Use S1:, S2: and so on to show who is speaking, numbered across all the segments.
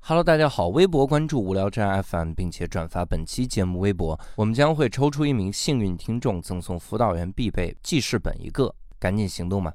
S1: Hello，大家好，微博关注无聊斋 FM，并且转发本期节目微博，我们将会抽出一名幸运听众，赠送辅导员必备记事本一个，赶紧行 动吧！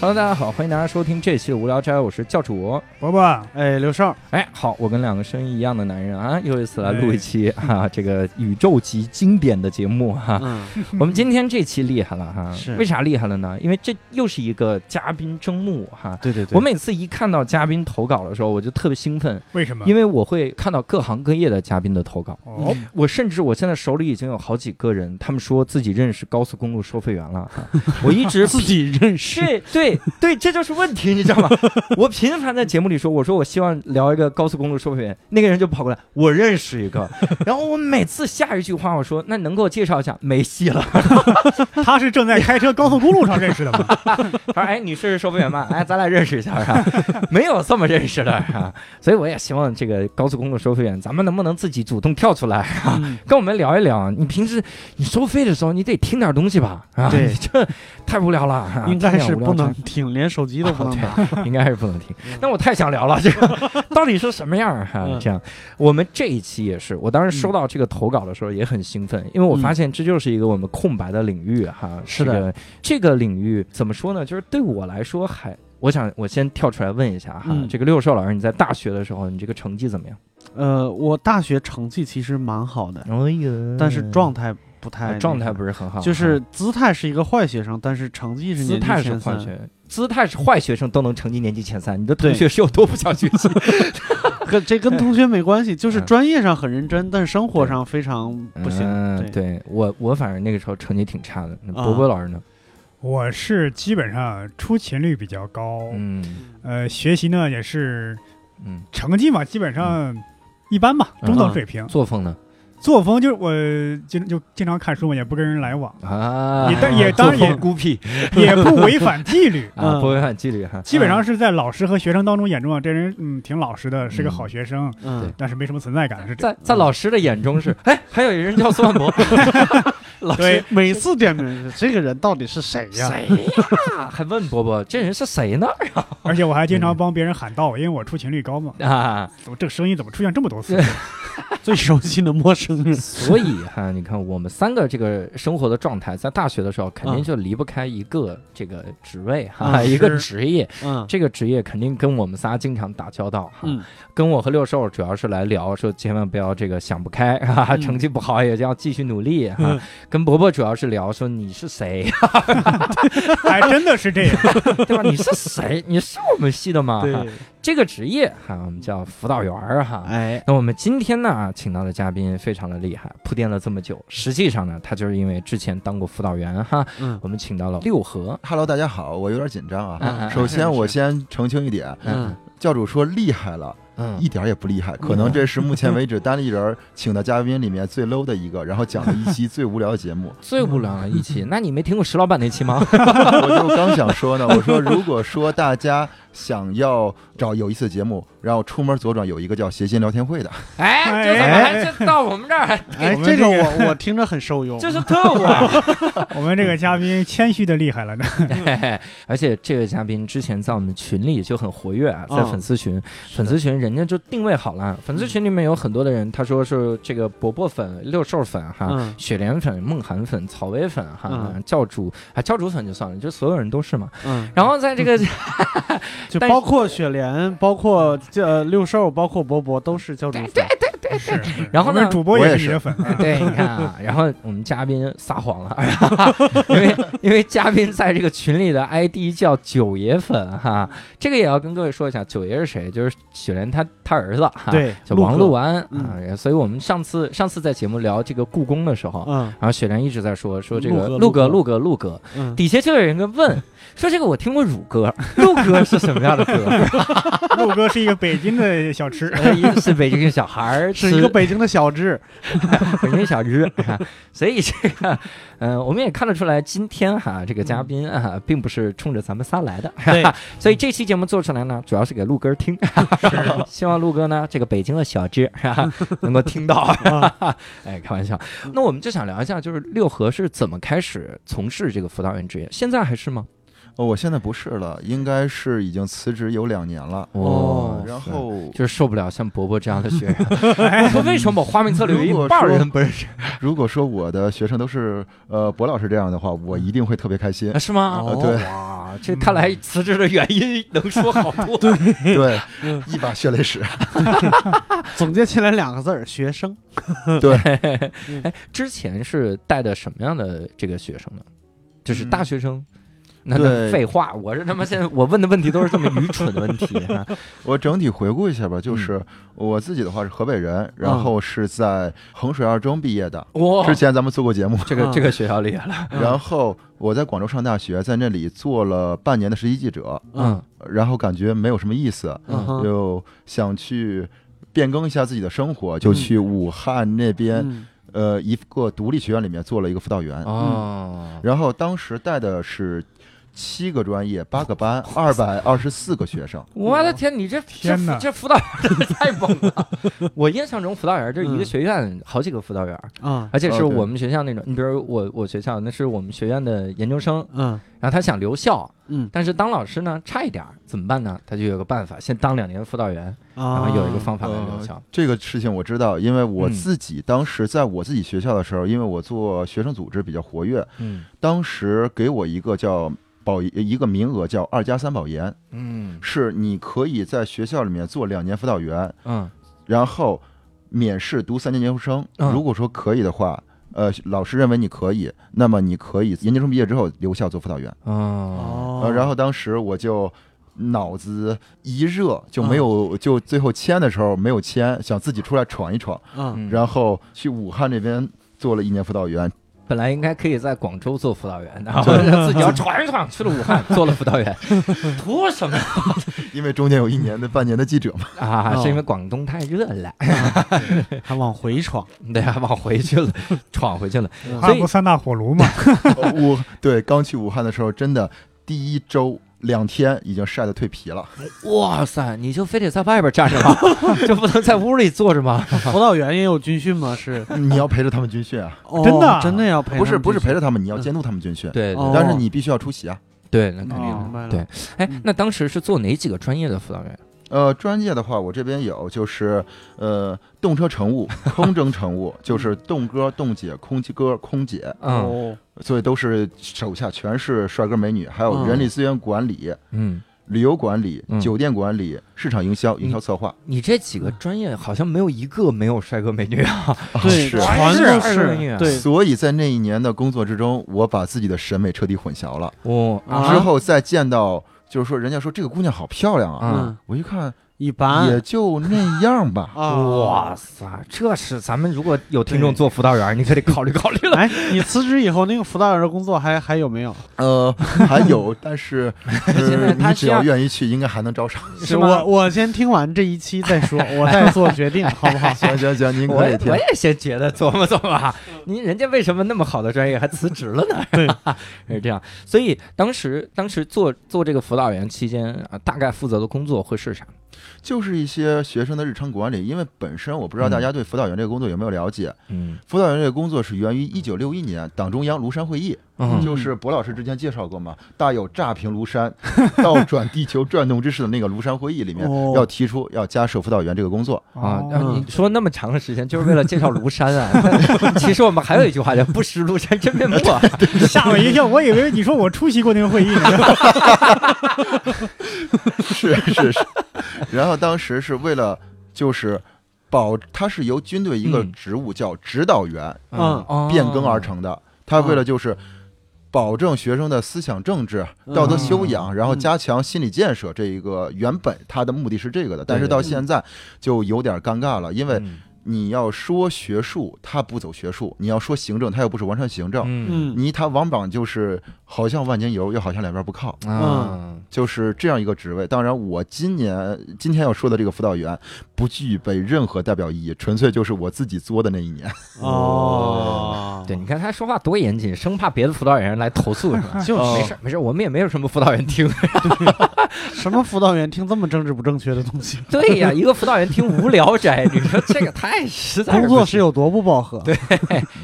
S1: Hello，大家好，欢迎大家收听这期的无聊斋，我是教主。
S2: 伯伯，哎，刘少，
S1: 哎，好，我跟两个声音一样的男人啊，又一次来录一期哈、啊，这个宇宙级经典的节目哈、
S3: 哎嗯，
S1: 我们今天这期厉害了哈，
S2: 是
S1: 为啥厉害了呢？因为这又是一个嘉宾征募哈。
S3: 对对对，
S1: 我每次一看到嘉宾投稿的时候，我就特别兴奋，
S2: 为
S3: 嗯
S2: 什么？
S1: 因为我会看到各行各业的嘉宾的投稿。
S2: 哦，
S3: 嗯
S1: 我甚至我现在手里已经有好几个人，他们说自己认识高速公路收费员了。 哈我一直
S3: 自己认识，
S1: 对对对，这就是问题，你知道吗？ 我频繁在节目里说，我说我希望聊一个高速公路收费员，那个人就跑过来，我认识一个。然后我每次下一句话我说，那能给我介绍一下？没戏了。
S2: 他是正在开车高速公路上认识的 吗？
S1: 他说：“哎，你是收费员吗？哎，咱俩认识一下啊。” 没有这么认识的啊，所以我也希望这个高速公路收费员，咱们能不能自己主动跳出来啊，
S3: 嗯
S1: 跟我们聊一聊？你平时你收费的时候，你得听点东西吧？啊，
S3: 对
S1: 你这太无聊了，啊
S3: 应该是不能，
S1: 听
S3: 听，连手机都
S1: 点
S3: 不
S1: 无聊
S3: 能
S1: 的
S3: 打。
S1: 啊 对应该是不能听。但我太想聊了，这个到底是什么样哈、啊
S3: 嗯？
S1: 这样，我们这一期也是，我当时收到这个投稿的时候也很兴奋，因为我发现这就是一个我们空白的领域哈、
S3: 嗯是的
S1: 这个，这个领域怎么说呢？就是对我来说还。我想，我先跳出来问一下哈，
S3: 嗯
S1: 这个六兽老师，你在大学的时候，你这个成绩怎么样？
S3: 呃，我大学成绩其实蛮好的，
S1: 哎呀
S3: 但是状态不太，
S1: 啊状态不是很好，啊
S3: 就是姿态是一个坏学生，但是成绩是
S1: 姿
S3: 年级
S1: 态是
S3: 前
S1: 坏
S3: 三。
S1: 学，姿态是坏学生都能成绩年级前三，你的同
S3: 对
S1: 学是有多不想学 习？
S3: 跟这跟同学没关系，就是
S1: 嗯
S3: 专业上很认真，但生活上非常不行。
S1: 嗯
S3: 对
S1: 对我我反正那个时候成绩挺差的。那
S3: 啊
S1: 博博老师呢？
S2: 我是基本上出勤率比较高，
S1: 嗯
S2: 呃，学习呢也是
S1: 嗯，
S2: 成绩嘛，基本上一般吧，
S1: 嗯
S2: 中等水平。
S1: 作风呢？
S2: 作风就是我经就经常看书嘛，也不跟人来往，
S1: 啊，
S2: 也但也当然也
S1: 孤僻。
S2: 也不违反纪律
S1: 啊，
S3: 嗯
S1: 不违反纪律哈。
S2: 基本上是在老师和学生当中眼中啊，这人嗯挺老实的，是个好学生，
S3: 嗯，
S2: 但是没什么存在感，是这样。
S1: 在在老师的眼中是，哎，还有一人叫苏 万博，老师
S2: 对
S3: 每次点名，这个人到底是谁呀？
S1: 谁呀？还问伯伯这人是谁呢？
S2: 而且我还
S1: 嗯
S2: 经常帮别人喊到，因为我出勤率高嘛。
S1: 啊，
S2: 怎么这个声音怎么出现这么多次？
S3: 最熟悉的陌生人。
S1: 所以哈，你看我们三个这个生活的状态，在大学的时候肯定
S3: 嗯
S1: 就离不开一个这个职位哈，
S3: 嗯
S1: 一个
S2: 是
S1: 职业，
S3: 嗯
S1: 这个职业肯定跟我们仨经常打交道哈。
S3: 嗯
S1: 跟我和六兽主要是来聊，说千万不要这个想不开哈、哈，
S3: 嗯
S1: 成绩不好也要继续努力哈、
S3: 嗯
S1: 跟伯伯主要是聊说你是谁，
S2: 还哎真的是这样。
S1: 对吧？你是谁？你是我们系的吗？哈
S3: 对，
S1: 这个职业哈、我们叫辅导员儿哈。
S3: 哎，
S1: 那我们今天呢，请到的嘉宾非常的厉害，铺垫了这么久，实际上呢，他就是因为之前当过辅导员哈。
S3: 嗯
S1: 我们请到了六合，
S4: Hello，大家好，我有点紧张
S1: 嗯嗯
S4: 啊。
S1: 嗯
S4: 首先，
S3: 是
S4: 我先澄清一点，
S3: 嗯
S4: 教主说厉害了，
S1: 嗯。
S4: 一点儿也不厉害，可能这是目前为止单立人请的嘉宾里面最 low 的一个，然后讲的一期最无聊的节目
S1: 最无聊的一期，那你没听过石老板那期吗？
S4: 我就刚想说呢，我说如果说大家想要找有意思的节目，然后出门左转有一个叫谐星聊天会的，
S1: 哎，就怎么
S2: 哎
S1: 还就到我们这儿还
S3: 哎，
S2: 我们
S3: 这
S2: 这
S3: 个
S2: 个
S3: 我我听着很受用。
S1: 就是特务啊！
S2: 我们这个嘉宾谦虚的厉害了 呢。
S1: 嘿嘿， 而且这位嘉宾之前在我们群里就很活跃啊，在
S3: 嗯
S1: 粉丝群，粉丝群人家就定位好了，粉丝群里面有很多的人，他说是这个伯伯粉、六兽粉哈。
S3: 嗯
S1: 雪莲粉、梦涵粉、草薇粉，哈、
S3: 嗯
S1: 教主啊，教主粉就算了，就所有人都是嘛。
S3: 嗯。
S1: 然后在这 个，
S3: 就
S1: 但是
S3: 包括雪莲，包括这呃六兽，包括博博都是教主粉。
S2: 是，是
S1: 然后呢
S2: 我们主播
S4: 我
S2: 也
S4: 也
S2: 是你的粉啊。
S1: 对，你看啊，然后我们嘉宾撒谎了，因为因为嘉宾在这个群里的 ID 叫九爷粉哈，这个也要跟各位说一下，九爷是谁？就是雪莲他他儿子哈，
S3: 对，
S1: 叫王
S3: 陆
S1: 鹿
S3: 哥，
S1: 丸啊
S3: 嗯。
S1: 也所以我们上次上次在节目聊这个故宫的时候，
S3: 嗯
S1: 然后雪莲一直在说说这个陆
S3: 陆
S1: 哥
S3: 哥
S1: 陆哥陆哥，
S3: 嗯，
S1: 底下就有人问说这个我听过乳歌，陆歌是什么样的歌？，
S2: 豆哥是一个北京的小吃
S1: 呃一个是北京小孩儿，
S3: 是一个北京的小智，
S1: 北京小吃，所以这个，呃，我们也看得出来，今天哈这个嘉宾啊，并不是冲着咱们仨来的，
S3: 对
S1: 所以这期节目做出来呢，主要是给陆哥听， 希望陆哥呢这个北京的小吃哈能够听到，
S4: 啊
S1: 哎，开玩笑。那我们就想聊一下，就是六合是怎么开始从事这个辅导员职业，现在还是吗？
S4: 哦，我现在不是了，应该是已经辞职有两年了。
S3: 哦
S4: 然后
S1: 就是受不了像伯伯这样的 学员，我说为什么我花名册里有一半人不认识？
S4: 如果说我的学生都是呃博老师这样的话，我一定会特别开心
S1: 啊。是吗？
S4: 哦对
S1: 哇，这看来辞职的原因能说好多。对，
S4: 对，一把血泪史。
S3: 总结起来两个字儿：学生。
S1: 哎，之前是带的什么样的这个学生呢？就是
S4: 嗯
S1: 大学生。那
S4: 对
S1: 那废话，我这他妈现在 我问的问题都是这么愚蠢的问题。啊
S4: 我整体回顾一下
S1: 嗯
S4: 吧，就是我自己的话是河北人，然后是在衡水二中毕业的。
S1: 哇，
S4: 之前咱们做过节目，
S1: 哦这个这嗯个学校啊厉害了。
S4: 然后我在广州上大学，在那里做了半年的实习记者，
S1: 嗯，
S4: 然后感觉没有什么意思，
S1: 嗯
S3: 哼
S4: 就想去变更一下自己的生
S1: 嗯
S4: 活，就去武汉那边
S3: 嗯
S4: 呃一个独立学院里面做了一个辅导员，
S1: 哦，
S4: 然后当时带的是七个专业、八个班、二百二十四个学生。
S1: 我的天，你这这
S2: 天哪
S1: 这辅导员儿太猛了！ 我印象中辅导员儿就是一个
S3: 嗯
S1: 学院好几个辅导员儿，
S3: 啊
S1: 而且是
S4: 哦对
S1: 我们学校那种。你比如我我学校那是我们学院的研究生，
S3: 嗯
S1: 然后他想留校，
S3: 嗯
S1: 但是当老师呢，差一点儿怎么办呢？他就有个办法，先当两年辅导员，然
S3: 啊
S1: 后有一个方法来留校。
S4: 这个事情我知道，因为我
S1: 嗯
S4: 自己当时在我自己学校的时候，因为我做学生组织比较活跃，
S1: 嗯
S4: 当时给我一个叫保一个名额叫二加三保研，
S1: 嗯
S4: 是你可以在学校里面做两年辅导员，
S1: 嗯
S4: 然后免试读三年研究生。
S1: 嗯
S4: 如果说可以的话，呃，老师认为你可以，那么你可以研究生毕业之后留校做辅导员。
S1: 哦
S3: 哦
S4: 呃，，然后当时我就。脑子一热就
S1: 嗯
S4: 没有，就最后签的时候没有签，想自己出来闯一闯，
S3: 嗯
S1: 然后
S4: 然后去武汉那边做了一年辅导员，
S1: 本来应该可以在广州做辅导员，然后自己要闯一闯，去了武汉做了辅导员，图什么
S4: 因为中间有一年的半年的记 者嘛。
S1: 啊？
S3: 哦
S1: 是因为广东太热了，
S3: 还往回闯，
S1: 对啊，往回去了，闯回去了。
S3: 嗯
S1: 所
S2: 还
S1: 以
S2: 不三大火炉嘛？
S4: 我对刚哦去武汉的时候，真的第一周两天已经晒得蜕皮 了。
S1: 哇塞，你就非得在外边站着吗？ 就不能在屋里坐着吗？
S3: 辅导员也有军训吗？是
S4: 你要陪着他们军训啊？
S3: 哦
S2: 真的啊
S3: 真的要陪他
S4: 不
S3: 们军训？
S4: 是不是嗯陪
S3: 着
S4: 着他们，你要监督他们军训。
S1: 对
S3: 哦
S4: 但是你必须要出席啊。
S1: 对，那肯定。
S2: 哦
S3: 明白了，
S1: 对哎
S3: 嗯，
S1: 那当时是做哪几个专业的辅导员？
S4: 呃，专业的话，我这边有，就是呃，动车乘务、空乘乘 务，就是动哥、动姐、空姐哥、空姐，
S1: 嗯
S3: 哦，
S4: 所以都是手下全是帅哥美女，还有
S3: 嗯
S4: 人力资源管理、
S1: 嗯，
S4: 旅游管理
S1: 嗯、
S4: 酒店管理、市场营销、营销策划。
S1: 你这几
S3: 嗯
S1: 个专业好像没有一个没有帅哥美女啊！
S3: 对，
S4: 是
S3: 全
S1: 是
S3: 都
S1: 二
S3: 是
S1: 人运啊
S3: 对
S4: 所以在那一年的工作之中，我把自己的审美彻底混淆了。
S1: 哦
S3: 啊
S4: 之后再见到，就是说人家说这个姑娘好漂亮啊，
S1: 啊
S3: 嗯，
S4: 我一看
S3: 一般
S4: 也就那 样吧。
S3: 啊，
S1: 嗯哇塞，这是咱们如果有听众做辅导员，你可得考虑考虑了。
S3: 哎，你辞职以后那个辅导员的工作还还有没有？
S4: 呃，还有，但是、
S1: 现
S4: 呃、
S1: 在他
S4: 你只
S1: 需要
S4: 要愿意去，应该还能招 上。
S1: 是吗
S3: 我我先听完这一期再说，我再做决定，好不好？
S4: 行行行，您
S1: 我
S4: 可
S1: 也
S4: 以听
S1: 我。也先觉得琢磨琢磨啊，您人家为什么那么好的专业还辞职了呢？对， 是这样。所以当时当时做做这个辅导员期间啊，大概负责的工作会是啥？
S4: 就是一些学生的日常管理，因为本身我不知道大家对辅导员这个工作有没有了解。
S1: 嗯
S4: 辅导员这个工作是源于一九六一年党中央庐山会议，
S1: 嗯
S4: 就是博老师之前介绍过嘛，大有炸平庐山， 倒转地球转动之势的那个庐山会议里面，
S3: 哦
S4: 要提出要加设辅导员这个工作。
S1: 啊，
S2: 哦
S1: 然后你说那么长的时间，就是为了介绍庐山 啊？其实我们还有一句话叫“不识庐山真面目”，啊
S2: 吓我一跳，我以为你说我出席过那个会议呢。
S4: 是是 是。然后当时是为了就是保，它是由军队一个
S1: 嗯
S4: 职务叫指导员
S3: 嗯
S1: 哦
S4: 变更而成的，他为了就是。保证学生的思想政治、
S1: 嗯
S4: 道德修养，然后加强心理建设，这一个原本他的目的是这个的，但是到现在就有点尴尬了，因为
S1: 嗯
S4: 你要说学术，他不走学术；你要说行政，他又不是完全行政。
S1: 嗯
S3: 嗯，
S4: 你他往往就是好像万年油，又好像两边不靠，
S1: 啊，
S4: 就是这样一个职位。当然，我今年今天要说的这个辅导员不具备任何代表意义，纯粹就是我自己作的那一年。
S3: 哦，
S1: 对，，你看他说话多严谨，生怕别的辅导员来投诉是吧？
S3: 就是
S1: 没事儿没事儿，我们也没有什么辅导员听。
S3: 什么辅导员听这么政治不正确的东西，
S1: 对呀，一个辅导员听无聊斋，你说这个太实 在
S3: 工
S1: 是
S3: 作
S1: 不
S3: 是
S1: 行。
S3: 有多不饱和？对，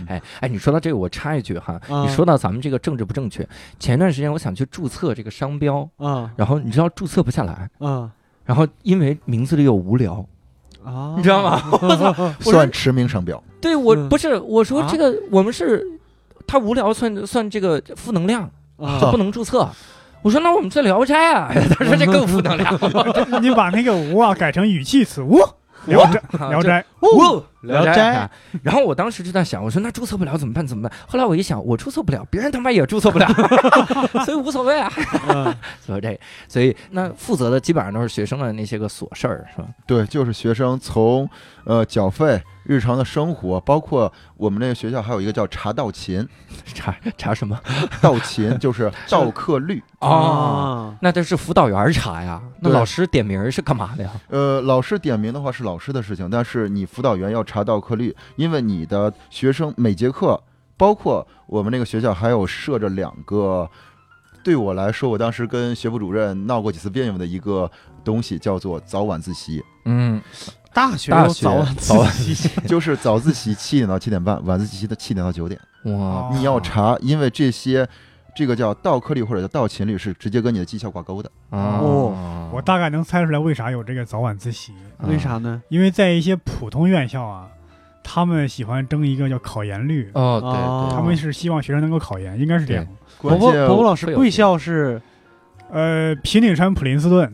S1: 哎哎，你说到这个，我插一句哈，
S3: 啊
S1: 你说到咱们这个政治不正确，前段时间我想去注册这个商标，
S3: 嗯
S1: 然后你知道注册不下来，
S3: 嗯
S1: 然后因为名字里有无聊，
S3: 啊，
S1: 你知道吗？ 我操！我说
S4: 算驰名商标，
S1: 对我
S3: 嗯
S1: 不是我说
S3: 啊
S1: 这个我们是，他无聊算算这个负能量，就
S3: 啊？
S1: 不能注册。我说那我们这《聊斋》 啊，他说这更负能量。
S2: 你把那个“无”啊改成语气词“无”，聊斋，聊斋，
S1: 哦，
S3: 聊
S1: 聊
S3: 斋
S1: 啊。 然后我当时就在想，我说那注册不了怎么办？怎么办？后来我一想，我注册不了，别人他妈也注册不了， 所以无所谓啊。
S3: 嗯
S1: 所以这， 所以那负责的基本上都是学生的那些个琐事儿，是吧？
S4: 对，就是学生从呃缴费、日常的生活，包括我们那个学校还有一个叫查到勤，
S1: 查查什么？
S4: 到勤就是到课率。
S1: 哦，
S3: 啊，
S1: 那这是辅导员儿查呀，那
S4: 对
S1: 老师点名儿是干嘛的呀？
S4: 呃，老师点名的话是老师的事情，但是你辅导员要查到课率，因为你的学生每节课，包括我们那个学校还有设着两个，对我来说，我当时跟学部主任闹过几次别扭的一个东西，叫做早晚自习，
S1: 嗯，
S3: 大学
S1: 大
S3: 有
S1: 学
S3: 早晚
S1: 早晚
S3: 自习，
S4: 就是早自习七点到七点半，晚自习的七点到九点，
S1: 哇，
S4: 你要查，因为这些。这个叫到课率或者叫到勤率是直接跟你的绩效挂钩的，
S1: 哦，
S2: 我大概能猜出来为啥有这个早晚自习，
S3: 为
S1: 啊
S3: 啥呢？
S2: 因为在一些普通院校啊，他们喜欢争一个叫考研率，
S1: 哦，对
S3: 哦
S1: 对，
S2: 他们是希望学生能够考研，应该是这样。
S3: 伯
S4: 关
S3: 伯
S4: 键
S3: 伯伯老师
S1: 会有
S3: 贵校 是
S2: 呃，平顶山普林斯顿，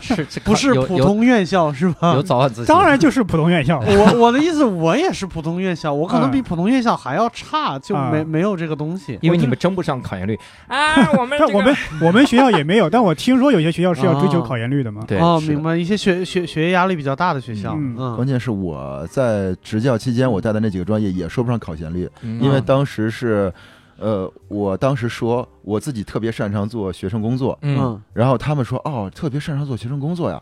S1: 是这
S3: 不是
S1: 有
S3: 普
S1: 有
S3: 通院校是 吧
S1: 有？早晚自习，
S2: 当然就是普通院校了。
S3: 我我的意思，我也是普通院校，我可
S2: 嗯
S3: 能比普通院校还要差，就没
S2: 嗯
S3: 没有这个东西。
S1: 因为你们争不上考研率啊，我们
S2: 但我们我们学校也没有，但我听说有些学校是要追求考研率的嘛。
S1: 对
S3: 哦，
S1: 是的
S3: 明白，一些学学学业压力比较大的学校，
S2: 嗯
S3: 嗯
S4: 关键是我在执教期间，我带的那几个专业也说不上考前率，
S1: 嗯
S4: 因为当时是，呃，我当时说我自己特别擅长做学生工作，
S1: 嗯
S4: 然后他们说哦，特别擅长做学生工作 呀，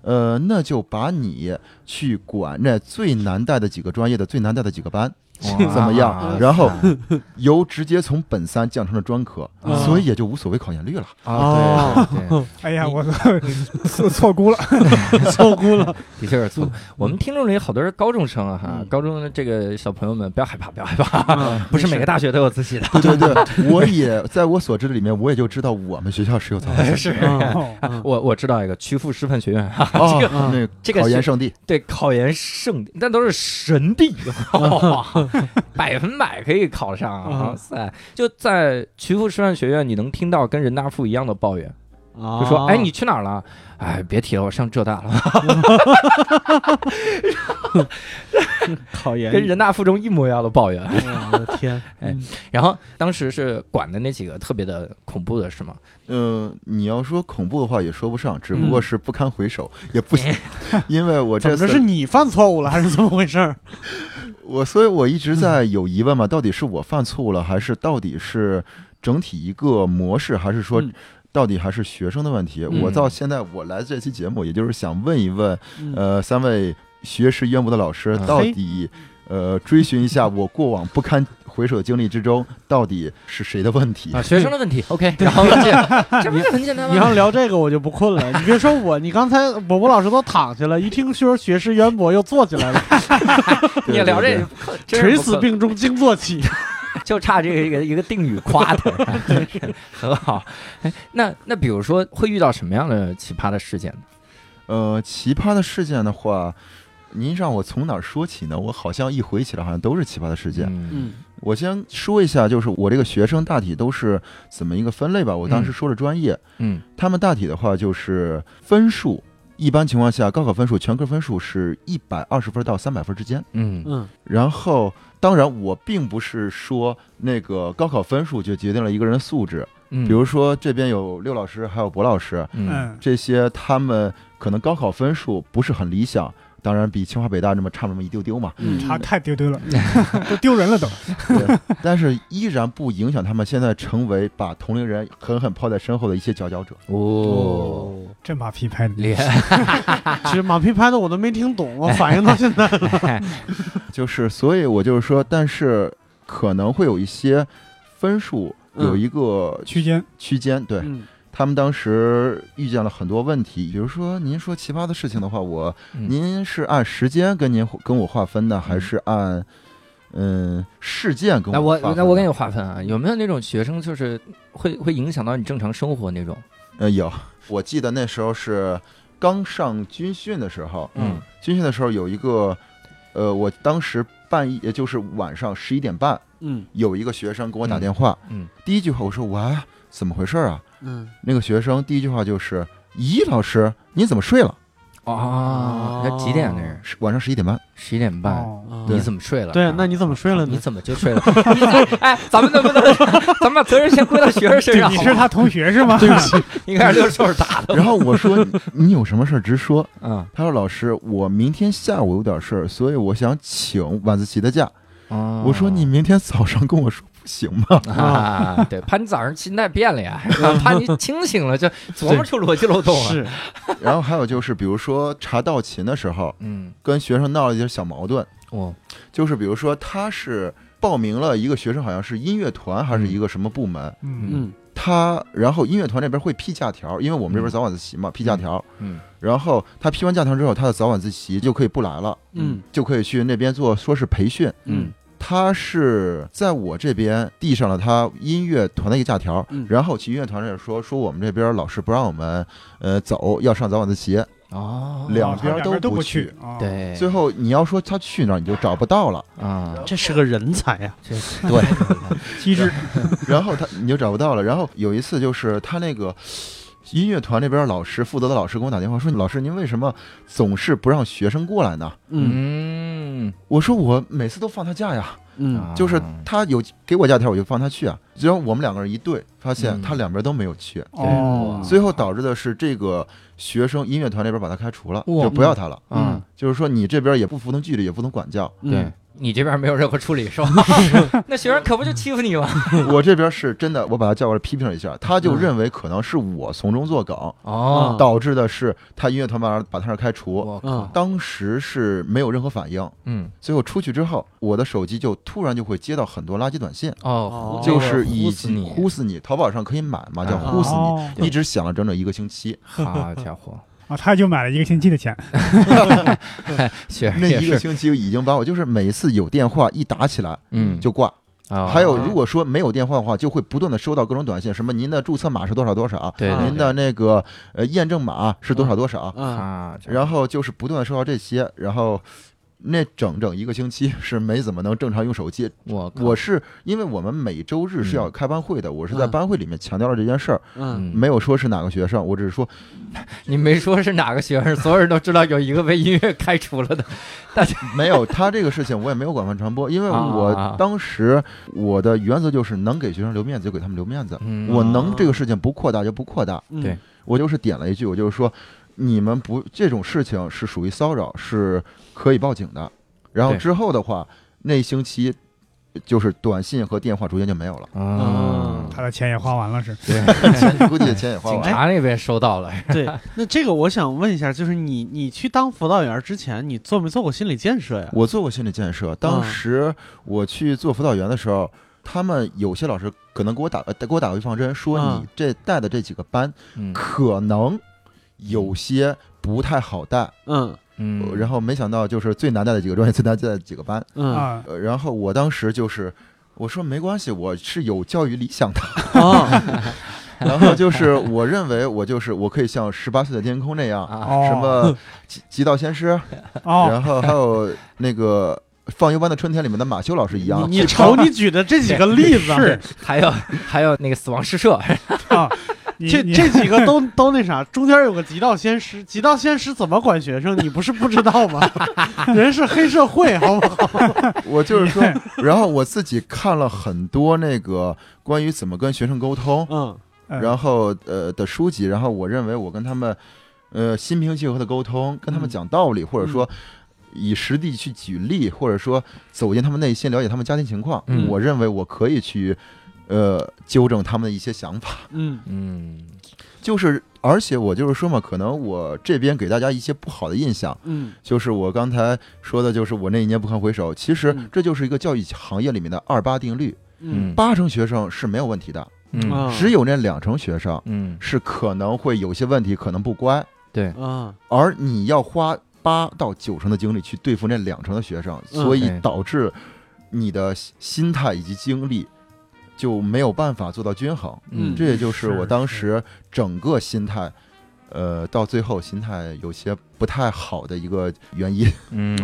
S4: 呃，那就把你去管那最难带的几个专业的最难带的几个班，
S1: 啊
S4: 怎么样？然后 由直接从本三降成了专科，
S1: 嗯
S4: 所以也就无所谓考研率了。
S1: 啊，对对对，
S2: 哎呀，我错错估了。
S3: 错估了，
S1: 的确是错。我们听众里好多是高中生啊，哈
S3: 嗯，
S1: 高中的这个小朋友们不要害怕，不要害怕，
S3: 嗯
S1: 不是每个大学都有自习的，
S4: 对对 对，我也在我所知的里面，我也就知道我们学校是有早自习
S1: 是
S3: 嗯
S2: 哦
S1: 我我知道一个曲阜师范学院，哈哈
S4: 哦
S1: 这个
S3: 嗯
S4: 那
S1: 这个
S4: 考研
S1: 是
S4: 圣地。
S1: 对考研圣地，那都是神地，哇百分百可以考上啊！
S3: 嗯
S1: 哇塞，就在曲阜师范学院，你能听到跟人大附一样的抱怨， 就
S3: 就
S1: 说：“哎，你去哪儿了？哎，别提了，我上浙大了，
S3: 考研
S1: 跟人大附中一模一样的抱怨。
S3: 哎我的天，
S1: 哎
S3: 嗯”
S1: 然后当时是管的那几个特别的恐怖的是吗？
S4: 嗯，你要说恐怖的话也说不上，只不过是不堪回首，也不， 因为我
S3: 怎
S4: 这
S3: 么着
S4: 次
S3: 是你犯错误了还是怎么回事儿？
S4: 我，所以我一直在有疑问嘛，到底是我犯错误了，还是到底是整体一个模式，还是说
S3: 嗯
S4: 到底还是学生的问题？
S1: 嗯
S4: 我到现在我来这期节目，也就是想问一问，
S3: 嗯
S4: 呃，三位学识渊博的老师
S1: 嗯，
S4: 到底呃追寻一下我过往不堪回首的经历之中，到底是谁的问题？
S1: 啊，学生的问题，OK，然后这 这不是很简单
S3: 你
S1: 吗？
S3: 要聊这个我就不困了，你别说我，你刚才伯伯老师都躺下了，一听说学识渊博又坐起来 了，
S1: 你聊这个，真是
S3: 垂
S1: 不
S3: 死
S1: 可
S3: 病中惊坐起。
S1: 就差这个一个一个定语夸他， 真是很好。哎，那那比如说会遇到什么样的奇葩的事件呢？
S4: 呃，奇葩的事件的话，您让我从哪儿说起呢？我好像一回忆起来，好像都是奇葩的事件。
S1: 嗯
S3: 嗯
S4: 我先说一下，就是我这个学生大体都是怎么一个分类吧。我当
S1: 嗯
S4: 时说了专业，
S1: 嗯
S4: 他们大体的话就是分数。一般情况下，高考分数、全科分数是一百二十分到三百分之间。
S1: 嗯
S3: 嗯
S4: 然后，当然，我并不是说那个高考分数就决定了一个人的素质。
S1: 嗯
S4: 比如说，这边有六
S3: 哎
S4: 老师，还有博老师，
S1: 嗯
S2: 嗯
S4: 这些他们可能高考分数不是很理想，当然比清华北大那么差那么一丢丢嘛，
S3: 嗯
S2: 他太丢丢了， 都丢人了都。
S4: 对 但是依然不影响他们现在成为把同龄人狠狠抛在身后的一些佼佼者。
S1: 哦，
S2: 这马屁拍的，
S1: 厉害。
S3: 其实马屁拍的我都没听懂，我反应到现在了。
S4: 就是，所以我就是说，但是可能会有一些分数
S3: 嗯
S4: 有一个
S2: 区间
S4: 区间，对
S3: 嗯
S4: 他们当时遇见了很多问题，比如说您说奇葩的事情的话，我
S1: 嗯
S4: 您是按时间跟您跟我划分呢，还是按嗯事件跟
S1: 那
S4: 我
S1: 我
S4: 划分呢？
S1: 那我给你划分啊，有没有那种学生就是会会影响到你正常生活那种？
S4: 呃有，我记得那时候是刚上军训的时候，
S1: 嗯
S4: 军训的时候有一个呃，我当时半夜呃就是晚上十一点半，
S3: 嗯
S4: 有一个学生给我打电话，
S1: 嗯，
S4: 第一句话我说喂，怎么回事啊？
S3: 嗯，
S4: 那个学生第一句话就是，咦，老师你怎么睡了？
S1: 哦，那几点那是？
S4: 是晚上十 一点半。
S1: 十一点半，
S2: 哦，
S3: 啊
S1: 你怎么睡了？
S3: 对，那你怎么睡了
S1: 你
S3: 呢？
S1: 怎么就睡 了？你怎哎，咱们能不能，咱们把责任先归到学生身
S2: 对
S1: 上？
S2: 你
S1: 好
S2: 是
S1: 吗
S2: 他同学是吗？
S3: 对不起，
S1: 一开始就是就是打的，
S4: 然后我说你你有什么事儿直说。
S1: 嗯
S4: 他说老师，我明天下午有点事儿，所以我想请晚自习的假。
S1: 哦
S4: 我说你明天早上跟我说不行吗？
S1: 啊，对，怕你早上心态变了 呀，怕你清醒了就琢磨出逻辑漏洞了。
S3: 是
S4: 然后还有就是，比如说查道琴的时候，
S1: 嗯，
S4: 跟学生闹了一些小矛盾，
S1: 哦，
S4: 就是比如说他是报名了一个学生，好像是音乐团还是一个什么部门，
S2: 嗯，
S3: 嗯
S4: 他然后音乐团那边会批假条，因为我们这边早晚自习嘛，批假条。
S1: 嗯，
S4: 然后他批完假条之后，他的早晚自习就可以不来了，
S3: 嗯
S4: 就可以去那边做说是培训。
S3: 嗯
S4: 他是在我这边递上了他音乐团的一个假条，
S3: 嗯
S4: 然后去音乐团那儿说说我们这边老师不让我们呃走，要上早晚自习。
S1: 哦，
S4: 两
S2: 他
S4: 边
S2: 都
S4: 都不
S2: 不
S4: 去，
S2: 哦，
S1: 对，
S4: 最后你要说他去哪儿，你就找不到了。
S1: 啊，
S3: 这是个人才呀。
S1: 这对，
S2: 机智，
S4: 然后他你就找不到了。然后有一次就是他那个音乐团那边老师负责的老师给我打电话说：“老师，您为什么总是不让学生过来呢
S3: 嗯
S1: 嗯，？”
S4: 我说：“我每次都放他假呀，
S3: 嗯
S4: 就是
S1: 啊
S4: 他有给我假条，我就放他去啊。”然后我们两个人一对，发现
S1: 嗯
S4: 他两边都没有去，
S2: 哦，
S4: 最后导致的是这个学生音乐团那边把他开除了，
S1: 哇
S4: 就不要他了。
S1: 嗯，
S4: 就是说你这边也不服从纪律，也不懂管教，
S1: 对。你这边没有任何处理 是吧？那学生可不就欺负你吗？
S4: 我这边是真的，我把他叫过来批评了一下，他就
S3: 嗯
S4: 认为可能是我从中作梗，
S1: 哦，
S4: 导致的是他音乐团把他把他那儿开除。
S1: 我
S3: 嗯
S1: 靠，
S4: 当时是没有任何反应。
S1: 嗯，
S4: 最后出去之后，我的手机就突然就会接到很多垃圾短信，
S1: 哦
S3: 哦，
S1: 这个
S4: 就是以
S1: 呼死你，
S4: 呼死你，淘宝上可以买嘛，叫
S1: 啊
S4: 呼死你。
S2: 哦
S1: 对
S4: 一直想了整整一个星期，
S1: 好家伙，
S2: 啊，他就买了一个星期的钱，
S1: 学生
S4: 那
S1: 也
S4: 一个
S1: 哎是，
S4: 星期已经把我就是每次有电话一打起来
S1: 嗯，
S4: 就挂。
S1: 啊
S4: 还有如果说没有电话的话，就会不断的收到各种短信，什么您的注册码是多少多少，
S1: 对啊对嗯
S4: 您的那个呃验证码是多少多少，
S1: 对
S3: 啊，
S1: 啊，这
S4: 然后就是不断的收到这些，然后那整整一个星期 是没怎么能正常用手机，
S1: 我靠
S4: 我是因为我们每周日是要
S1: 嗯
S4: 开班会的，我是在
S3: 嗯
S4: 班会里面强调了这件事儿，
S3: 嗯
S1: 嗯
S4: 没有说是哪个学生，我只是 说
S1: 你没说是哪个学生，所有人都知道有一个被音乐开除了的。
S4: 没有他这个事情，我也没有广泛传播，因为
S1: 啊
S4: 我当时我的原则就是能给学生留面子就给他们留面子，
S1: 嗯
S4: 我能这个事情不扩大就不扩大，
S3: 嗯
S1: 对
S4: 我就是点了一句，我就是说你们不这种事情是属于骚扰，是可以报警的。然后
S1: 对
S4: 之后的话，那一星期就是短信和电话逐渐就没有了，
S1: 啊
S3: 嗯，
S2: 他的钱也花完了是，
S1: 对，
S4: 钱估计钱也花
S1: 警
S4: 完了。
S1: 察啊那边收到了，
S3: 对，那这个我想问一下，就是你你去当辅导员之前，你做没做过心理建设呀？
S4: 我做过心理建设，当
S1: 嗯
S4: 时我去做辅导员的时候，他们有些老师可能给我打呃给我打预防针，说
S3: 嗯
S4: 你这带的这几个班
S1: 嗯
S4: 可能有些不太好带，
S3: 嗯
S1: 嗯，
S4: 呃然后没想到就是最难带的几个专业，最难带的几个班。
S3: 嗯
S2: 啊，
S4: 呃，然后我当时就是我说没关系，我是有教育理想的，
S3: 哦，
S4: 然后就是我认为我就是我可以像十八岁的天空那样，
S1: 啊，
S2: 哦，
S4: 什么极极道先师，
S2: 哦，
S4: 然后还有那个。放牛班的春天里面的马修老师一样，
S3: 你你瞅你举的这几个例子，啊
S1: 是还有还有那个死亡诗社，
S2: 啊，你
S3: 这
S2: 你
S3: 这几个都都那啥，中间有个极道先师，极道先师怎么管学生？你不是不知道吗？ 人是黑社会，好不好？
S4: 我就是说，然后我自己看了很多那个关于怎么跟学生沟通，
S3: 嗯
S2: 嗯
S4: 然后呃的书籍，然后我认为我跟他们。呃，心平气和的沟通，跟他们
S3: 嗯
S4: 讲道理，或者说，以实地去举例，或者说走进他们内心，了解他们家庭情况，
S1: 嗯
S4: 我认为我可以去，呃，纠正他们的一些想法。
S3: 嗯
S1: 嗯
S4: 就是，而且我就是说嘛，可能我这边给大家一些不好的印象，
S3: 嗯
S4: 就是我刚才说的，就是我那一年不堪回首。其实
S3: 嗯
S4: 这就是一个教育行业里面的二八定律，
S1: 嗯
S4: 八成学生是没有问题的，
S1: 嗯
S3: 啊
S4: 只有那两成学生
S1: 嗯，
S4: 是可能会有些问题，可能不乖，
S1: 对，
S3: 啊
S4: 而你要花八到九成的精力去对付那两成的学生，所以
S1: 对
S4: 导致你的心态以及精力就没有办法做到均衡。
S1: 嗯
S4: 这也就是
S2: 是
S4: 我当
S2: 是
S4: 时整个心态，呃，到最后心态有些不太好的一个原因。
S1: 嗯，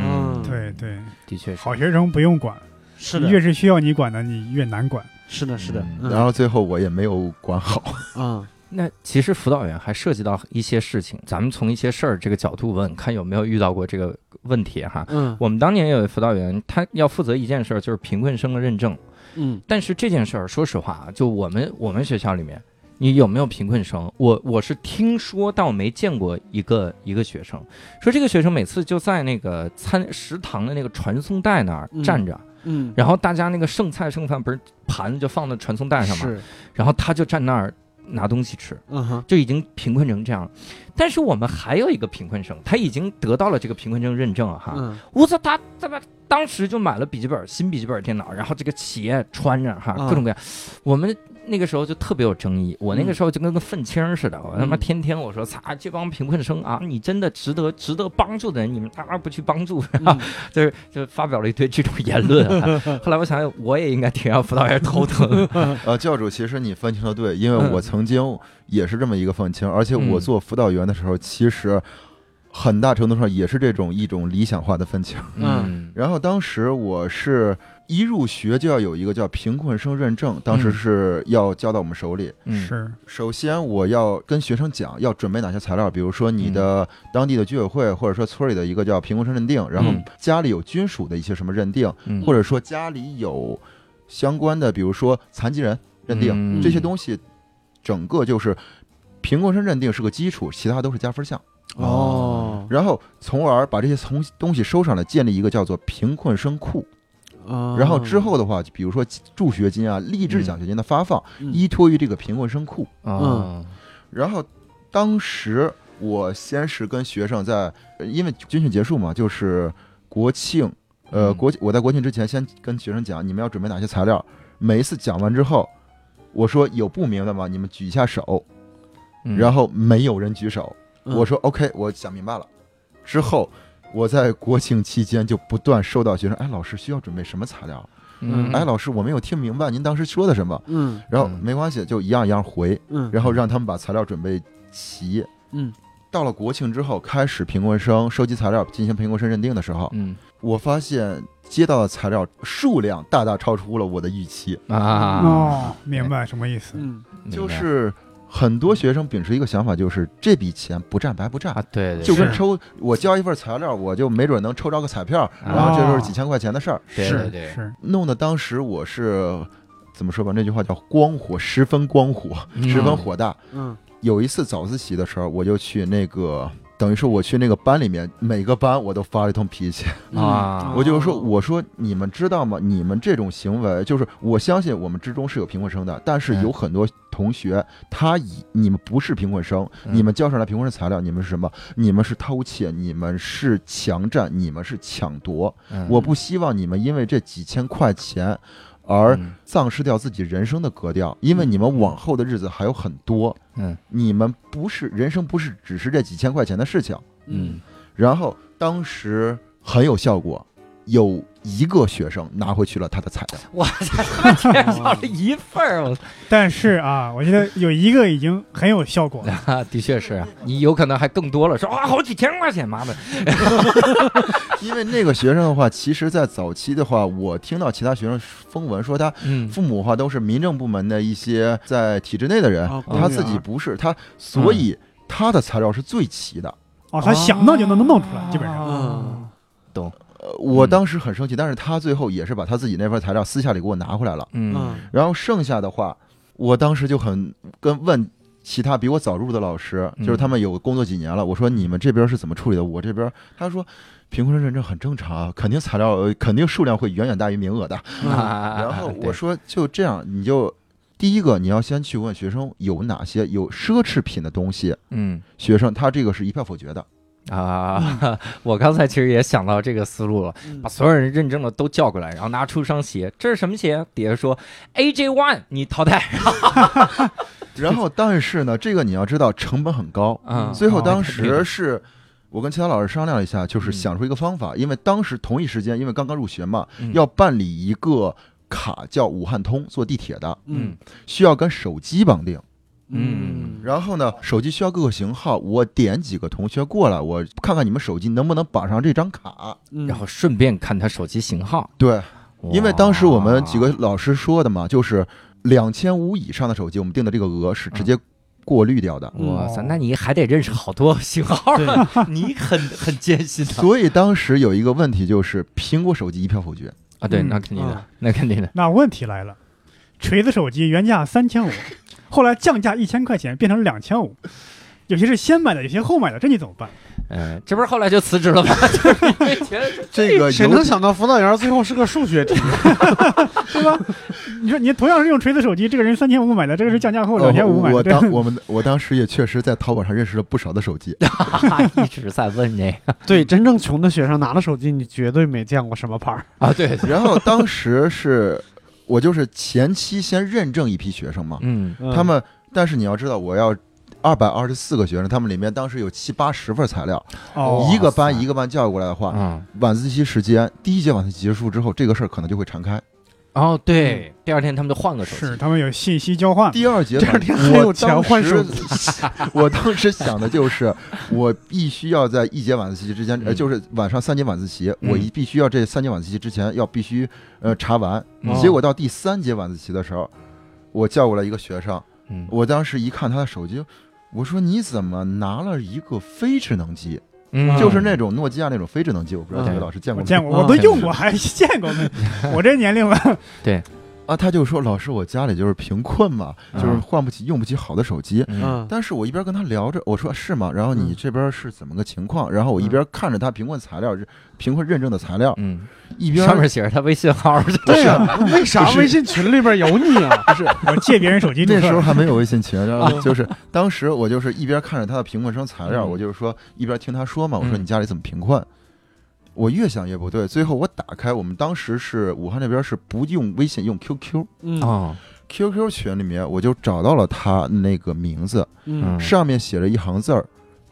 S2: 对，对，
S1: 的确是
S2: 好学生不用管，
S3: 是
S2: 越
S3: 的，
S2: 是需要你管的，你越难管。
S3: 是的，是的
S1: 嗯，
S3: 嗯
S4: 然后最后我也没有管好。
S3: 啊，
S1: 那其实辅导员还涉及到一些事情，咱们从一些事儿这个角度问，看有没有遇到过这个问题哈。
S3: 嗯
S1: 我们当年有位辅导员，他要负责一件事儿，就是贫困生的认证。
S3: 嗯
S1: 但是这件事儿，说实话啊，就我们我们学校里面，你有没有贫困生？我我是听说，但我没见过一个一个学生。说这个学生每次就在那个餐食堂的那个传送带那儿
S3: 嗯
S1: 站着，
S3: 嗯，
S1: 然后大家那个剩菜剩饭不是盘就放在传送带上嘛，
S3: 是，
S1: 然后他就站那儿拿东西吃。
S3: 嗯哼，
S1: 就已经贫困成这样了。但是我们还有一个贫困生，他已经得到了这个贫困生认证了啊
S4: 啊
S1: 哈。
S3: 嗯
S1: 我操，他他妈当时就买了笔记本新笔记本电脑，然后这个鞋穿着哈，
S4: 啊
S3: 嗯
S1: 各种各样。我们那个时候就特别有争议，我那个
S3: 嗯
S1: 时候就跟个愤青似的，我他妈
S4: 嗯
S1: 天天我说，擦，这帮贫困生啊，你真的值得值得帮助的人，你们他妈不去帮助，然后
S3: 嗯
S1: 就是就发表了一堆这种言论啊。 后来我想，我也应该挺让辅导员头 疼。
S4: 呃，教主，其实你分清的对，因为
S1: 嗯
S4: 我曾经也是这么一个愤青，而且
S1: 嗯
S4: 我做辅导员的时候，其实很大程度上也是这种一种理想化的愤青。
S1: 嗯
S4: 然后当时我是一入学就要有一个叫贫困生认证，当时
S1: 嗯
S4: 是要交到我们手里。
S1: 嗯
S2: 是，
S4: 首先，我要跟学生讲要准备哪些材料，比如说
S1: 嗯
S4: 你的当地的居委会，或者说村里的一个叫贫困生认定，然后
S1: 嗯
S4: 家里有军属的一些什么认定，
S1: 嗯
S4: 或者说家里有相关的，比如说残疾人认定、
S1: 嗯
S4: 这些东西，整个就是贫困生认定是个基础，其他都是加分项。
S3: 哦
S4: 然后从而把这些从东西收上来，建立一个叫做贫困生库。
S3: 啊，
S4: 然后之后的话，就比如说助学金啊、励志奖学金的发放，
S3: 嗯
S4: 依托于这个贫困生库。
S1: 啊
S4: 然后当时我先是跟学生在，呃因为军训结束嘛，就是国庆，呃，
S1: 嗯
S4: 国我在国庆之前先跟学生讲，你们要准备哪些材料。每一次讲完之后，我说有不明白吗？你们举一下手。
S1: 嗯
S4: 然后没有人举手，
S3: 嗯
S4: 我说 OK，我想明白了。之后我在国庆期间就不断收到学生，哎，老师需要准备什么材料？
S1: 嗯
S4: 哎，老师，我没有听明白您当时说的什么。
S3: 嗯
S4: 然后
S1: 嗯
S4: 没关系，就一样一样回，
S3: 嗯，
S4: 然后让他们把材料准备齐。
S3: 嗯
S4: 到了国庆之后，开始贫困生收集材料进行贫困生认定的时候，
S1: 嗯
S4: 我发现接到的材料数量大大超出了我的预期，
S1: 啊，
S2: 哦，明白什么意思？
S3: 嗯
S1: 明白
S4: 就是很多学生秉持一个想法，就是这笔钱不占白不占
S1: 啊，，对对，
S4: 就跟
S2: 是
S4: 抽我交一份材料，我就没准能抽着个彩票，然后这就是几千块钱的事儿，
S1: 对
S2: 是
S1: 对对
S2: 是，
S4: 弄得当时我是怎么说吧，那句话叫光火，十分光火，
S1: 嗯
S4: 十分火大。
S3: 嗯
S4: 有一次早自习的时候，我就去那个。等于说我去那个班里面，每个班我都发了一通脾气，
S3: 嗯哦
S1: 啊
S4: 我就是说，我说你们知道吗？你们这种行为，就是我相信我们之中是有贫困生的，但是
S1: 嗯
S4: 有很多同学，他以你们不是贫困生，
S1: 嗯
S4: 你们交上来贫困生材料，你们是什么？你们是偷窃，你们是强占，你们是抢夺。
S1: 嗯
S4: 我不希望你们因为这几千块钱而
S1: 嗯
S4: 丧失掉自己人生的格调，因为你们往后的日子还有很多。
S1: 嗯
S4: 你们不是人生，不是只是这几千块钱的事情。
S1: 嗯
S4: 然后当时很有效果，有一个学生拿回去了他的材料。
S1: 我操，他妈天 上
S3: 嗯
S1: 了一份儿， 我
S2: 但是啊，我觉得有一个已经很有效果了。
S1: 操，啊的确是你有可能还更多了，说啊好几千块钱，妈的，
S4: 因为那个学生的话，其实，在早期的话，我听到其他学生风闻说他
S1: 嗯
S4: 父母的话都是民政部门的一些在体制内的人，
S3: 啊公务员嗯
S4: 他自己不是他，所以他的材料是最齐的。
S2: 哦，他想弄就能弄出来，基本上。
S3: 啊
S4: 呃，我
S1: 嗯
S4: 当时很生气，但是他最后也是把他自己那份材料私下里给我拿回来了。
S1: 嗯
S3: 嗯
S4: 然后剩下的话，我当时就很跟问其他比我早入的老师，
S1: 嗯
S4: 就是他们有工作几年了。我说你们这边是怎么处理的？我这边，他说贫困认证很正常啊，肯定材料呃肯定数量会远远大于名额的。
S1: 啊
S4: 嗯然后
S1: 对
S4: 我说就这样，你就第一个你要先去问学生有哪些有奢侈品的东西，
S1: 嗯
S4: 学生他这个是一票否决的。
S1: 啊，
S4: 嗯
S1: 我刚才其实也想到这个思路了，
S3: 嗯
S1: 把所有人认证的都叫过来，然后拿出一双鞋，这是什么鞋？啊底下说 AJ One，你淘汰
S4: 然后但是呢，这个你要知道成本很高，
S1: 啊。
S4: 最后
S2: 哦
S4: 当
S1: 那肯定
S4: 时是我跟其他老师商量了一下，就是
S1: 嗯
S4: 想出一个方法，因为当时同一时间，因为刚刚入学嘛，
S1: 嗯
S4: 要办理一个卡叫武汉通，坐地铁的，
S1: 嗯
S4: 需要跟手机绑定。
S1: 嗯
S4: 然后呢，手机需要各个型号，我点几个同学过来，我看看你们手机能不能绑上这张卡。
S3: 嗯
S1: 然后顺便看他手机型号，
S4: 对，因为当时我们几
S1: 哇
S4: 个老师说的嘛，就是两千五以上的手机，我们定的这个额是
S1: 嗯
S4: 直接过滤掉的。
S1: 哇塞，
S2: 嗯
S1: 那你还得认识好多型号
S3: 对
S1: 啊，你很很艰辛的
S4: 所以当时有一个问题就是，苹果手机一票否决。
S1: 啊！对，
S2: 嗯
S1: 那肯定的
S3: 啊，
S1: 那肯定的。
S2: 那问题来了，锤子手机原价三千五， 后来降价一千块钱，变成两千五。有些是先买的，有些后买的，这你怎么办？
S1: 嗯，这不是后来就辞职了吗？就是因为觉得
S4: 这个
S3: 哎谁
S4: 有
S3: 能想到辅导员最后是个数学题？
S2: 对吧？你说你同样是用锤子手机，这个人三千五买的，这个是降价后
S4: 呃
S2: 两千五买
S4: 我
S2: 的，对吧
S4: 当我们我当时也确实在淘宝上认识了不少的手机，
S1: 一直在问这个
S4: 嗯
S3: 对，真正穷的学生拿了手机，你绝对没见过什么牌儿。
S1: 啊，对，
S4: 然后当时是我就是前期先认证一批学生嘛，
S1: 嗯
S4: 他们但是你要知道，我要二百二十四个学生，他们里面当时有七八十份材料，
S2: 哦，
S4: 一个班
S1: 塞
S4: 一个班叫过来的话，
S1: 嗯，
S4: 晚自习时间第一节晚自习结束之后，这个事儿可能就会传开。
S1: 哦对，第二天他们就换个手机，
S2: 是他们有信息交换，
S4: 第二节
S3: 第
S4: 晚
S3: 二天还有钱换手
S4: 机， 我当时想的就是，我必须要在一节晚自习之前，呃，
S1: 嗯
S4: 就是晚上三节晚自习，我一必须要这三节晚自习之前要必须呃查完。
S1: 嗯
S4: 结果到第三节晚自习的时候，我叫过来一个学生，
S1: 嗯
S4: 我当时一看他的手机，我说你怎么拿了一个非智能机？
S1: 嗯
S4: 就是那种诺基亚那种非智能机，我不知道
S1: 嗯
S4: 这个老师见
S2: 我
S4: 过没？
S2: 见
S1: 嗯
S2: 过，我都用过，还见过呢。我这年龄了，
S4: 啊，他就说老师，我家里就是贫困嘛，
S1: 嗯
S4: 就是换不起、用不起好的手机。
S1: 嗯，
S4: 但是我一边跟他聊着，我说是吗？然后你
S3: 嗯
S4: 这边是怎么个情况？然后我一
S3: 嗯
S4: 边看着他贫困材料、贫困认证的材料，
S1: 嗯，
S4: 一边
S1: 上面写着他微信号，
S3: 对呀，为啥微信群里边有你啊？
S4: 不是
S2: 我借别人手机注
S4: 那时
S2: 册，
S4: 候还没有微信群，然后就是当时我就是一边看着他的贫困生材料，
S1: 嗯
S4: 我就是说一边听他说嘛，我说
S1: 嗯
S4: 你家里怎么贫困？我越想越不对，最后我打开我们当时是武汉那边是不用微信用 QQ。
S3: 嗯
S1: 哦，
S4: QQ 群里面，我就找到了他那个名字，
S1: 嗯
S3: 嗯
S4: 上面写了一行字儿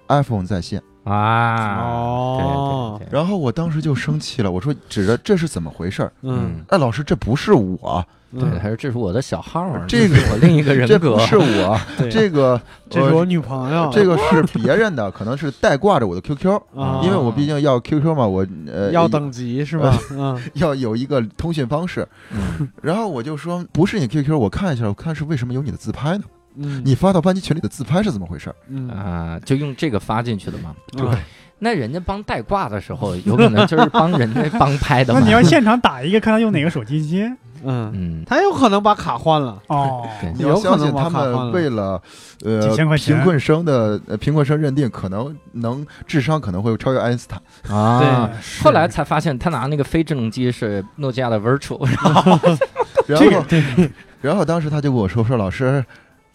S4: ，iPhone 在线。
S1: 啊，
S3: 哦
S1: 对，对对，
S4: 然后我当时就生气了，我说指着这是怎么回事儿？
S3: 嗯，
S4: 哎，老师，这不是我，
S1: 对，
S3: 嗯
S1: 还是这是我的小号儿，
S4: 这
S1: 是我另一个人
S4: 这
S1: 格
S4: 不，是我，
S3: 对，啊
S4: 这个
S3: 这是我女朋友，
S4: 呃这个是别人 的，可能是带挂着我的 QQ，
S3: 啊
S4: 因为我毕竟要 QQ 嘛，我呃
S3: 要等级是吧？嗯
S4: 要有一个通讯方式。
S1: 嗯
S4: 然后我就说不是你 QQ，我看一下，我看是为什么有你的自拍呢？
S3: 嗯，
S4: 你发到班级群里的自拍是怎么回事儿？
S3: 嗯
S1: 啊，就用这个发进去的嘛。
S3: 对，
S1: 那人家帮带挂的时候，有可能就是帮人家帮拍的
S2: 那
S1: 嘛。
S2: 你要现场打一个，看他用哪个手机接
S3: 嗯，
S1: 嗯，
S3: 他有可能把卡换了，
S2: 哦。
S1: 对
S4: 你要
S3: 有可
S4: 相
S3: 能
S4: 信他
S3: 往卡换
S4: 们
S3: 了
S4: 为了呃
S2: 几千块钱
S4: 贫困生的呃贫困生认定，可能能智商可能会超越爱因斯坦。
S1: 啊。
S2: 是
S1: 后来才发现，他拿那个非智能机是诺基亚的 Virtual，然后
S4: 然
S2: 这个
S4: 后 然后当时他就跟我说说老师，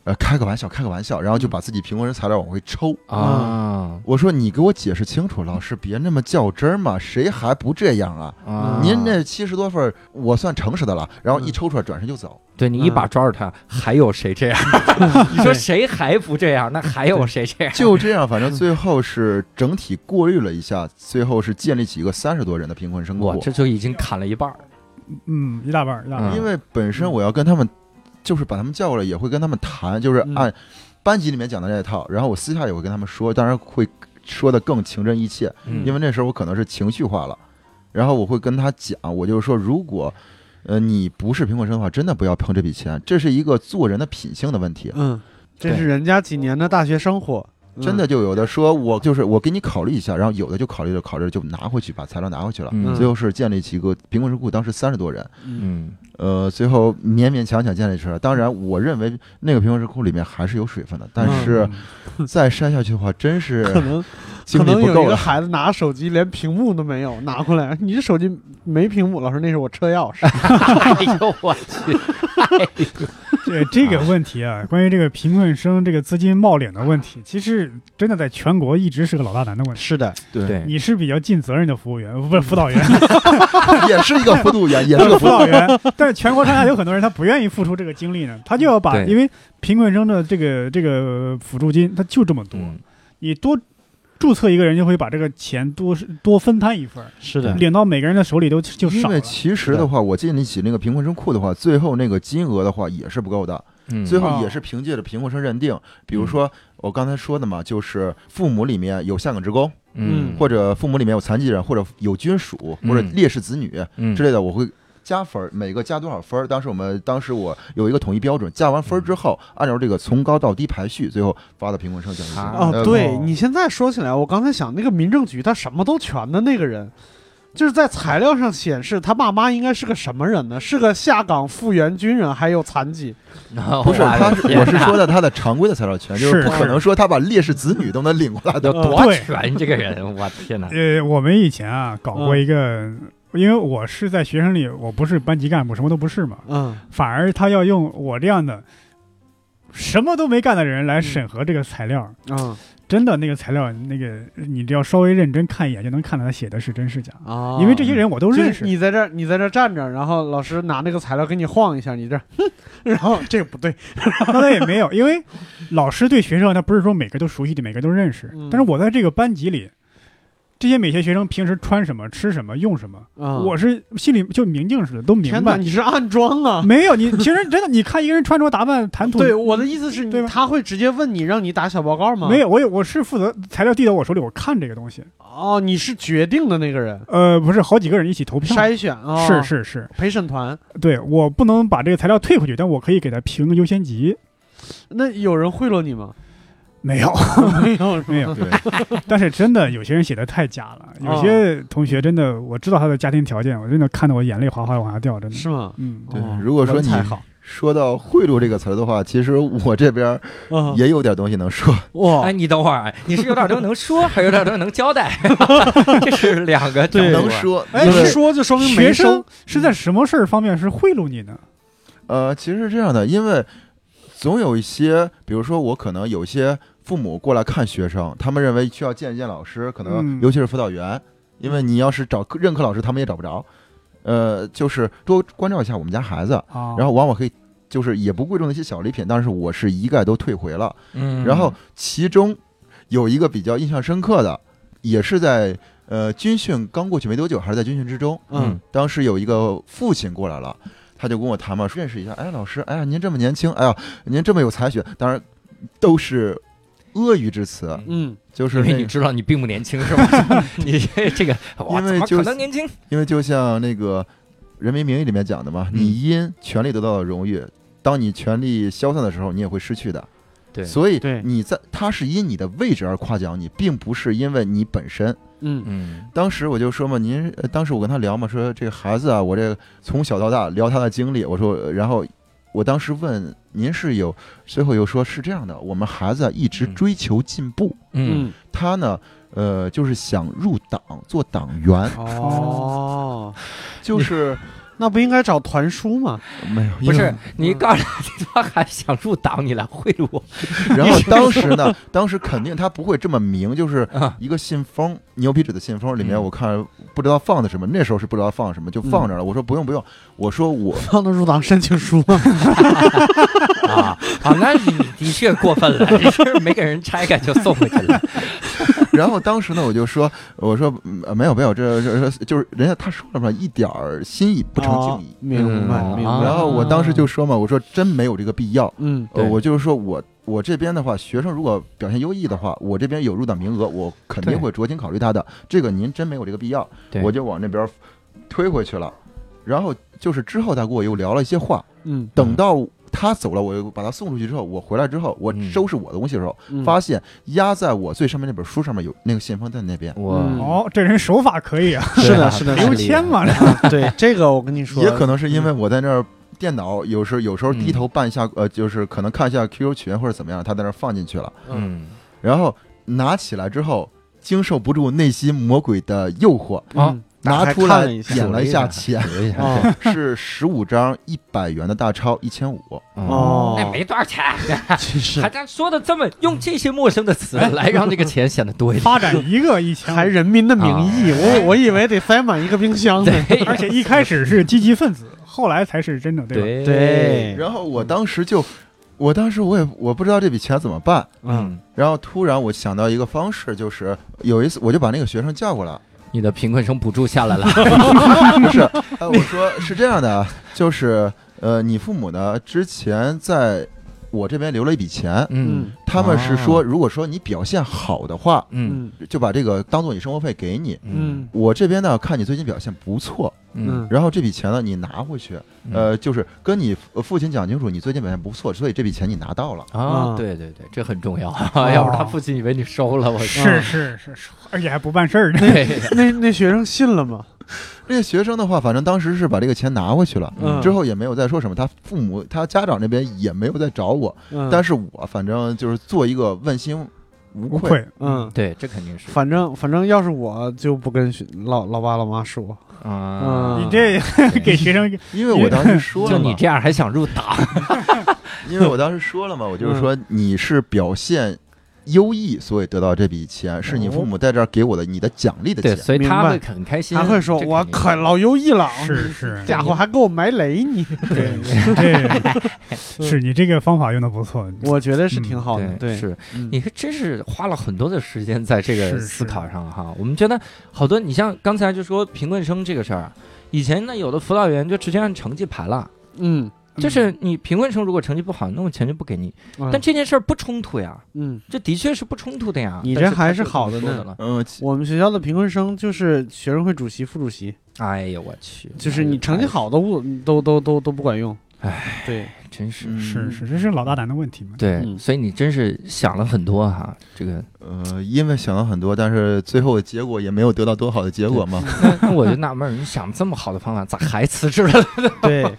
S4: 呃，开个玩笑，开个玩笑，然后就把自己贫困人材料往回抽。
S1: 啊
S4: 我说你给我解释清楚，老师别那么较真儿嘛，谁还不这样啊？
S1: 啊！
S4: 您这七十多份儿，我算诚实的了。然后一
S3: 嗯
S4: 抽出来，转身就走。
S1: 对你一把抓住他，还有谁 这样？你说谁还不这样？那还有谁这样？
S4: 就这样，反正最后是整体过滤了一下，最后是建立起一个三十多人的贫困生
S1: 我
S4: 国。
S1: 这就已经砍了一半儿。
S2: 嗯，一大半儿，一大半儿
S1: 嗯
S4: 因为本身我要跟他们，就是把他们叫过来，也会跟他们谈，就是
S3: 嗯
S4: 按班级里面讲的那一套，然后我私下也会跟他们说，当然会说的更情真意切，
S1: 嗯
S4: 因为那时候我可能是情绪化了，然后我会跟他讲，我就是说，如果呃你不是贫困生的话，真的不要
S1: 嗯
S4: 碰这笔钱，这是一个做人的品性的问题。
S3: 嗯，这是人家几年的大学生活，
S4: 真的就有的说我就是我给你考虑一下，然后有的就考虑着考虑着就拿回去，把材料拿回去了。
S1: 嗯
S4: 最后是建立起一个贫困智库，当时三十多人，
S3: 嗯，
S1: 嗯
S4: 呃，最后勉勉强强建立出来。当然，我认为那个贫困智库里面还是有水分的，但是
S2: 嗯
S4: 再筛下去的话，真是
S3: 嗯 可能
S4: 精
S3: 可
S4: 力
S3: 能
S4: 不
S3: 有
S4: 够
S3: 一个
S4: 了。
S3: 孩子拿手机连屏幕都没有拿过来，你这手机没屏幕，老师那是我车钥 匙。
S1: 哎呦我去，
S2: 这这个问题啊，关于这个贫困生这个资金冒领的问题，其实真的在全国一直是个老大难的问题。
S3: 是的，
S4: 对，
S1: 对，
S2: 你是比较尽责任的服务员，不是辅导员，
S4: 也是一个辅导 员，也是
S2: 是
S4: 个
S2: 辅导员。但是全国上下有很多人，他不愿意付出这个精力呢，他就要把，
S1: 对
S2: 因为贫困生的这个这个辅助金，他就这么多，
S1: 嗯
S2: 你多注册一个人，就会把这个钱多多分摊一份儿，
S3: 是
S1: 的
S2: 领到每个人的手里都就
S4: 因
S2: 少
S4: 为
S2: 了。
S4: 其实的话，我建立起那个贫困生库的话，最后那个金额的话也是不够的，
S1: 嗯
S4: 最后
S2: 哦
S4: 也是凭借着贫困生认定，比如
S3: 嗯
S4: 说我刚才说的嘛，就是父母里面有下岗职工，
S1: 嗯
S4: 或者父母里面有残疾人，或者有军属，
S1: 嗯
S4: 或者烈士子女
S1: 嗯
S4: 之 类的，我会。加分儿，每个加多少分儿？当时我们当时我有一个统一标准，加完分儿之后，按照这个从高到低排序，最后发到贫困生奖学金。
S1: 啊
S3: 哦，
S4: 呃
S3: 对
S2: 哦
S3: 你现在说起来，我刚才想那个民政局他什么都全的那个人，就是在材料上显示他爸妈应该是个什么人呢？是个下岗复员军人，还有残疾。
S1: 不
S3: 哦
S4: 不是，他是我是说的他的常规的材料权，就是
S2: 是
S4: 不可能说他把烈士子女都能领过来的
S1: 有
S3: 呃
S1: 多
S2: 对
S1: 全这个人，我天哪！
S2: 呃，我们以前啊搞
S3: 嗯
S2: 过一个，因为我是在学生里，我不是班级干部，什么都不是嘛，
S3: 嗯，
S2: 反而他要用我这样的什么都没干的人来审核这个材料。
S3: 嗯
S2: 真的，那个材料，那个你只要稍微认真看一眼，就能看到他写的哦是真是假。
S3: 啊
S2: 因为这些人我都
S3: 就
S2: 认
S3: 是
S2: 识，
S3: 你在这儿，你在这儿站着，然后老师拿那个材料给你晃一下，你这儿，哼然后这个不对，
S2: 那倒也没有，因为老师对学生他不是说每个都熟悉的，每个都认识
S3: 嗯。
S2: 但是我在这个班级里，这些每些学生平时穿什么、吃什么、用什么，
S3: 嗯
S2: 我是心里就明镜似的都明
S3: 天哪，
S2: 白。
S3: 你是暗装啊！
S2: 没有你，其实真的，你看一个人穿着打扮、谈吐，
S3: 对，我的意思是
S2: 对
S3: 你，
S2: 吧
S3: 他会直接问你，让你打小报告吗？
S2: 没有，我有我是负责材料递到我手里，我看这个东西。
S3: 哦，你是决定的那个人，
S2: 呃，不是好几个人一起投票，
S3: 筛选啊，
S2: 是是是，
S3: 陪审团。
S2: 对我不能把这个材料退回去，但我可以给他评个优先级。
S3: 那有人贿赂你吗？
S2: 没有，
S3: 没有，是吧
S2: 没 有。
S4: 对，
S2: 但是真的有些人写的太假了，有
S3: 哦
S2: 些同学真的，我知道他的家庭条件，我真的看得我眼泪哗哗往下掉，真的。
S3: 是吗？
S2: 嗯，
S4: 对
S3: 哦
S4: 如果说
S3: 文采
S4: 你
S3: 好，
S4: 说到贿赂这个词儿的话，其实我这边儿
S3: 嗯，
S4: 也有点东西能说。
S3: 哇
S1: 哎，，你等会儿，哎你是有点东西能说，还是有点东西能交代？ 这是两个角度啊
S4: 能说，
S3: 哎，
S4: 因
S3: 一
S4: 为
S3: 说就说明
S2: 学
S3: 没收
S2: 生，是在什么事儿方面是贿赂你呢？
S4: 呃，其实是这样的，因为总有一些，比如说我可能有些父母过来看学生，他们认为需要见一见老师，可能
S2: 嗯
S4: 尤其是辅导员，因为你要是找任课老师，他们也找不着。呃，就是多关照一下我们家孩子，
S2: 啊，
S4: 然后往往可以。就是也不贵重的一些小礼品，但是我是一概都退回了。
S1: 嗯
S4: 然后其中有一个比较印象深刻的，也是在呃军训刚过去没多久，还是在军训之中，
S3: 嗯，
S4: 当时有一个父亲过来了，他就跟我谈嘛，说认识一下，哎，老师，哎呀，您这么年轻，哎呀，您这么有才学，当然都是阿谀之词，
S3: 嗯，
S4: 就是
S1: 因为
S4: 那
S1: 你
S4: 个
S1: 知道你并不年轻是吧？ 你这这个我
S4: 因为
S1: 怎么
S4: 就
S1: 可
S4: 是
S1: 能年轻？
S4: 因为就像那个《人民名义》里面讲的嘛，
S1: 嗯
S4: 你因权力得到的荣誉，当你权力消散的时候，你也会失去的。
S1: 对
S4: 所以
S3: 对
S4: 你在他是因你的位置而夸奖你，并不是因为你本身。
S3: 嗯，
S1: 嗯
S4: 当时我就说嘛，您、呃当时我跟他聊嘛，说这个孩子啊，我这从小到大聊他的经历，我说，呃然后我当时问您是有，随后又说是这样的，我们孩子啊一直
S1: 嗯
S4: 追求进步，
S1: 嗯，
S3: 嗯，
S4: 他呢，呃，就是想入党做党 员，
S3: 哦，
S4: 就是
S3: 那不应该找团叔吗？
S4: 没有，因
S1: 不
S4: 为
S1: 是，你告诉他还想入党，你来贿赂我，
S4: 然后当时呢， 当时肯定他不会这么明，就是
S1: 啊
S4: 一个信封，牛皮纸的信封里面，
S1: 嗯
S4: 我看不知道放的什么，那时候是不知道放什么，就放着了。我说不用不用，我说我
S3: 放得入党申请书吗？
S1: 啊啊！那你的确过分了，这事儿没给人拆开就送回去了。
S4: 然后当时呢，我就说，我说嗯呃没有没有，这这这就是人家他说了嘛，一点儿心意不成
S3: 哦
S4: 敬意。
S3: 明白
S1: 嗯
S3: 明
S1: 哦
S3: 白。
S4: 然后我当时就说嘛，我说真没有这个必要。
S3: 嗯，
S4: 呃，
S1: 对
S4: 我就是说我我这边的话，学生如果表现优异的话，我这边有入党名额，我肯定
S1: 对
S4: 会酌情考虑他的。这个您真没有这个必要
S1: 对，
S4: 我就往那边推回去了。然后就是之后他跟我又聊了一些话，
S3: 嗯
S4: 等到他走了，我又把他送出去之后，我回来之后，我
S1: 嗯
S4: 收拾我的东西的时候，
S3: 嗯
S4: 发现压在我最上面那本书上面有那个信封在那边，
S1: 我
S3: 嗯
S2: 哦，这人手法可以啊，
S3: 是
S1: 对啊
S3: 的，是的，
S1: 太
S3: 是
S2: 刘
S3: 的
S1: 厉害
S2: 谦嘛，
S3: 对 这个我跟你说，
S4: 也可能是因为我在那儿电脑有时候有时候
S1: 嗯
S4: 低头办一下，呃，就是可能看一下 QQ 群或者怎么样，他在那儿放进去了，
S1: 嗯
S4: 然后拿起来之后。经受不住内心魔鬼的诱惑，
S1: 哦
S3: 嗯，打
S4: 拿
S3: 开
S4: 出
S3: 看
S4: 来
S3: 了一下
S4: 点了一下
S1: 数
S4: 钱，
S1: 了一下，
S3: 哦
S4: 是十五张一百元的大钞，一千五。
S1: 哦，
S3: 哦，
S1: 那没多少钱，
S3: 真是
S1: 还咱说的这么用这些陌生的词哎来让这个钱显得多一点，
S2: 发展一个一千
S3: 还
S2: 五，
S3: 人民的名义，我我以为得塞满一个冰箱呢。
S1: 对
S2: 而且一开始是积极分子，后来才是真的，对吧？
S1: 对
S3: 对，
S4: 然后我当时就，我当时我也我不知道这笔钱怎么办。
S1: 嗯，
S4: 然后突然我想到一个方式，就是有一次我就把那个学生叫过来，
S1: 你的贫困生补助下来了，
S4: 不是，呃，我说是这样的啊，就是呃，你父母呢之前在我这边留了一笔钱，
S1: 嗯
S4: 他们是说，
S1: 哦
S4: 如果说你表现好的话，
S1: 嗯
S3: 嗯
S4: 就把这个当做你生活费给你。
S1: 嗯
S3: 嗯
S4: 我这边呢，看你最近表现不错，
S1: 嗯，
S4: 然后这笔钱呢，你拿回去，呃，就是跟你父父亲讲清楚，你最近表现不错，所以这笔钱你拿到了。
S1: 啊，
S3: 啊
S1: 对对对，这很重要，要不然他父亲以为你收了我。
S2: 是是是是，而且还不办事儿 呢。
S1: 对，
S3: 那那学生信了吗？
S4: 这个学生的话，反正当时是把这个钱拿回去了，
S1: 嗯
S4: 之后也没有再说什么。他父母、他家长那边也没有再找我，
S3: 嗯
S4: 但是我反正就是做一个问心无
S2: 不
S4: 愧。
S2: 愧，
S3: 嗯，
S1: 对，这肯定是
S3: 反正反正要是我就不跟学老老爸老妈说，
S1: 啊，
S3: 嗯
S2: 你这 给学生
S4: 因为我当时 说
S1: 就
S4: 了
S1: 你
S4: 嘛，
S1: 这样还想入党？
S4: 因为我当时说了嘛，我
S1: 嗯
S4: 就是说你是表现优异，所以得到这笔钱，是你父母在这儿给我的你的奖励的
S1: 哦对，
S4: 钱。
S1: 所以他会很开心，
S3: 还会说
S1: 这
S3: 我
S1: 肯定
S3: 可老优异了，
S2: 是是，
S3: 家伙还给我埋雷你，
S2: 对，这 是你这个方法用的不错。
S3: 我觉得是挺好的，
S1: 对
S3: 对，
S1: 是
S3: 嗯
S1: 你还真是花了很多的时间在这个
S2: 是
S1: 思考上哈。我们觉得好多，你像刚才就说贫困生这个事儿，啊以前呢有的辅导员就直接按成绩排了，
S3: 嗯，
S1: 就是你贫困生如果成绩不好，那我钱就不给你。
S3: 嗯
S1: 但这件事儿不冲突呀，
S3: 嗯，
S1: 这的确是不冲突的呀。
S3: 你
S1: 但
S3: 这还
S1: 他就
S3: 是
S1: 这么
S3: 好的
S1: 说
S3: 呢
S1: 的了。
S4: 嗯，
S3: 我们学校的贫困生就是学生会主席、副主席，
S1: 哎呀，我去，
S3: 就是你成绩，好都不都都都都不管用，
S1: 哎，
S3: 对，
S1: 真是。
S4: 嗯
S2: 是是，这是老大难的问题嘛？
S1: 对，
S3: 嗯
S1: 所以你真是想了很多哈，这个，
S4: 呃，因为想了很多，但是最后的结果也没有得到多好的结果嘛。
S1: 那那我就纳闷儿，你想这么好的方法，咋还辞职了？
S3: 对，啊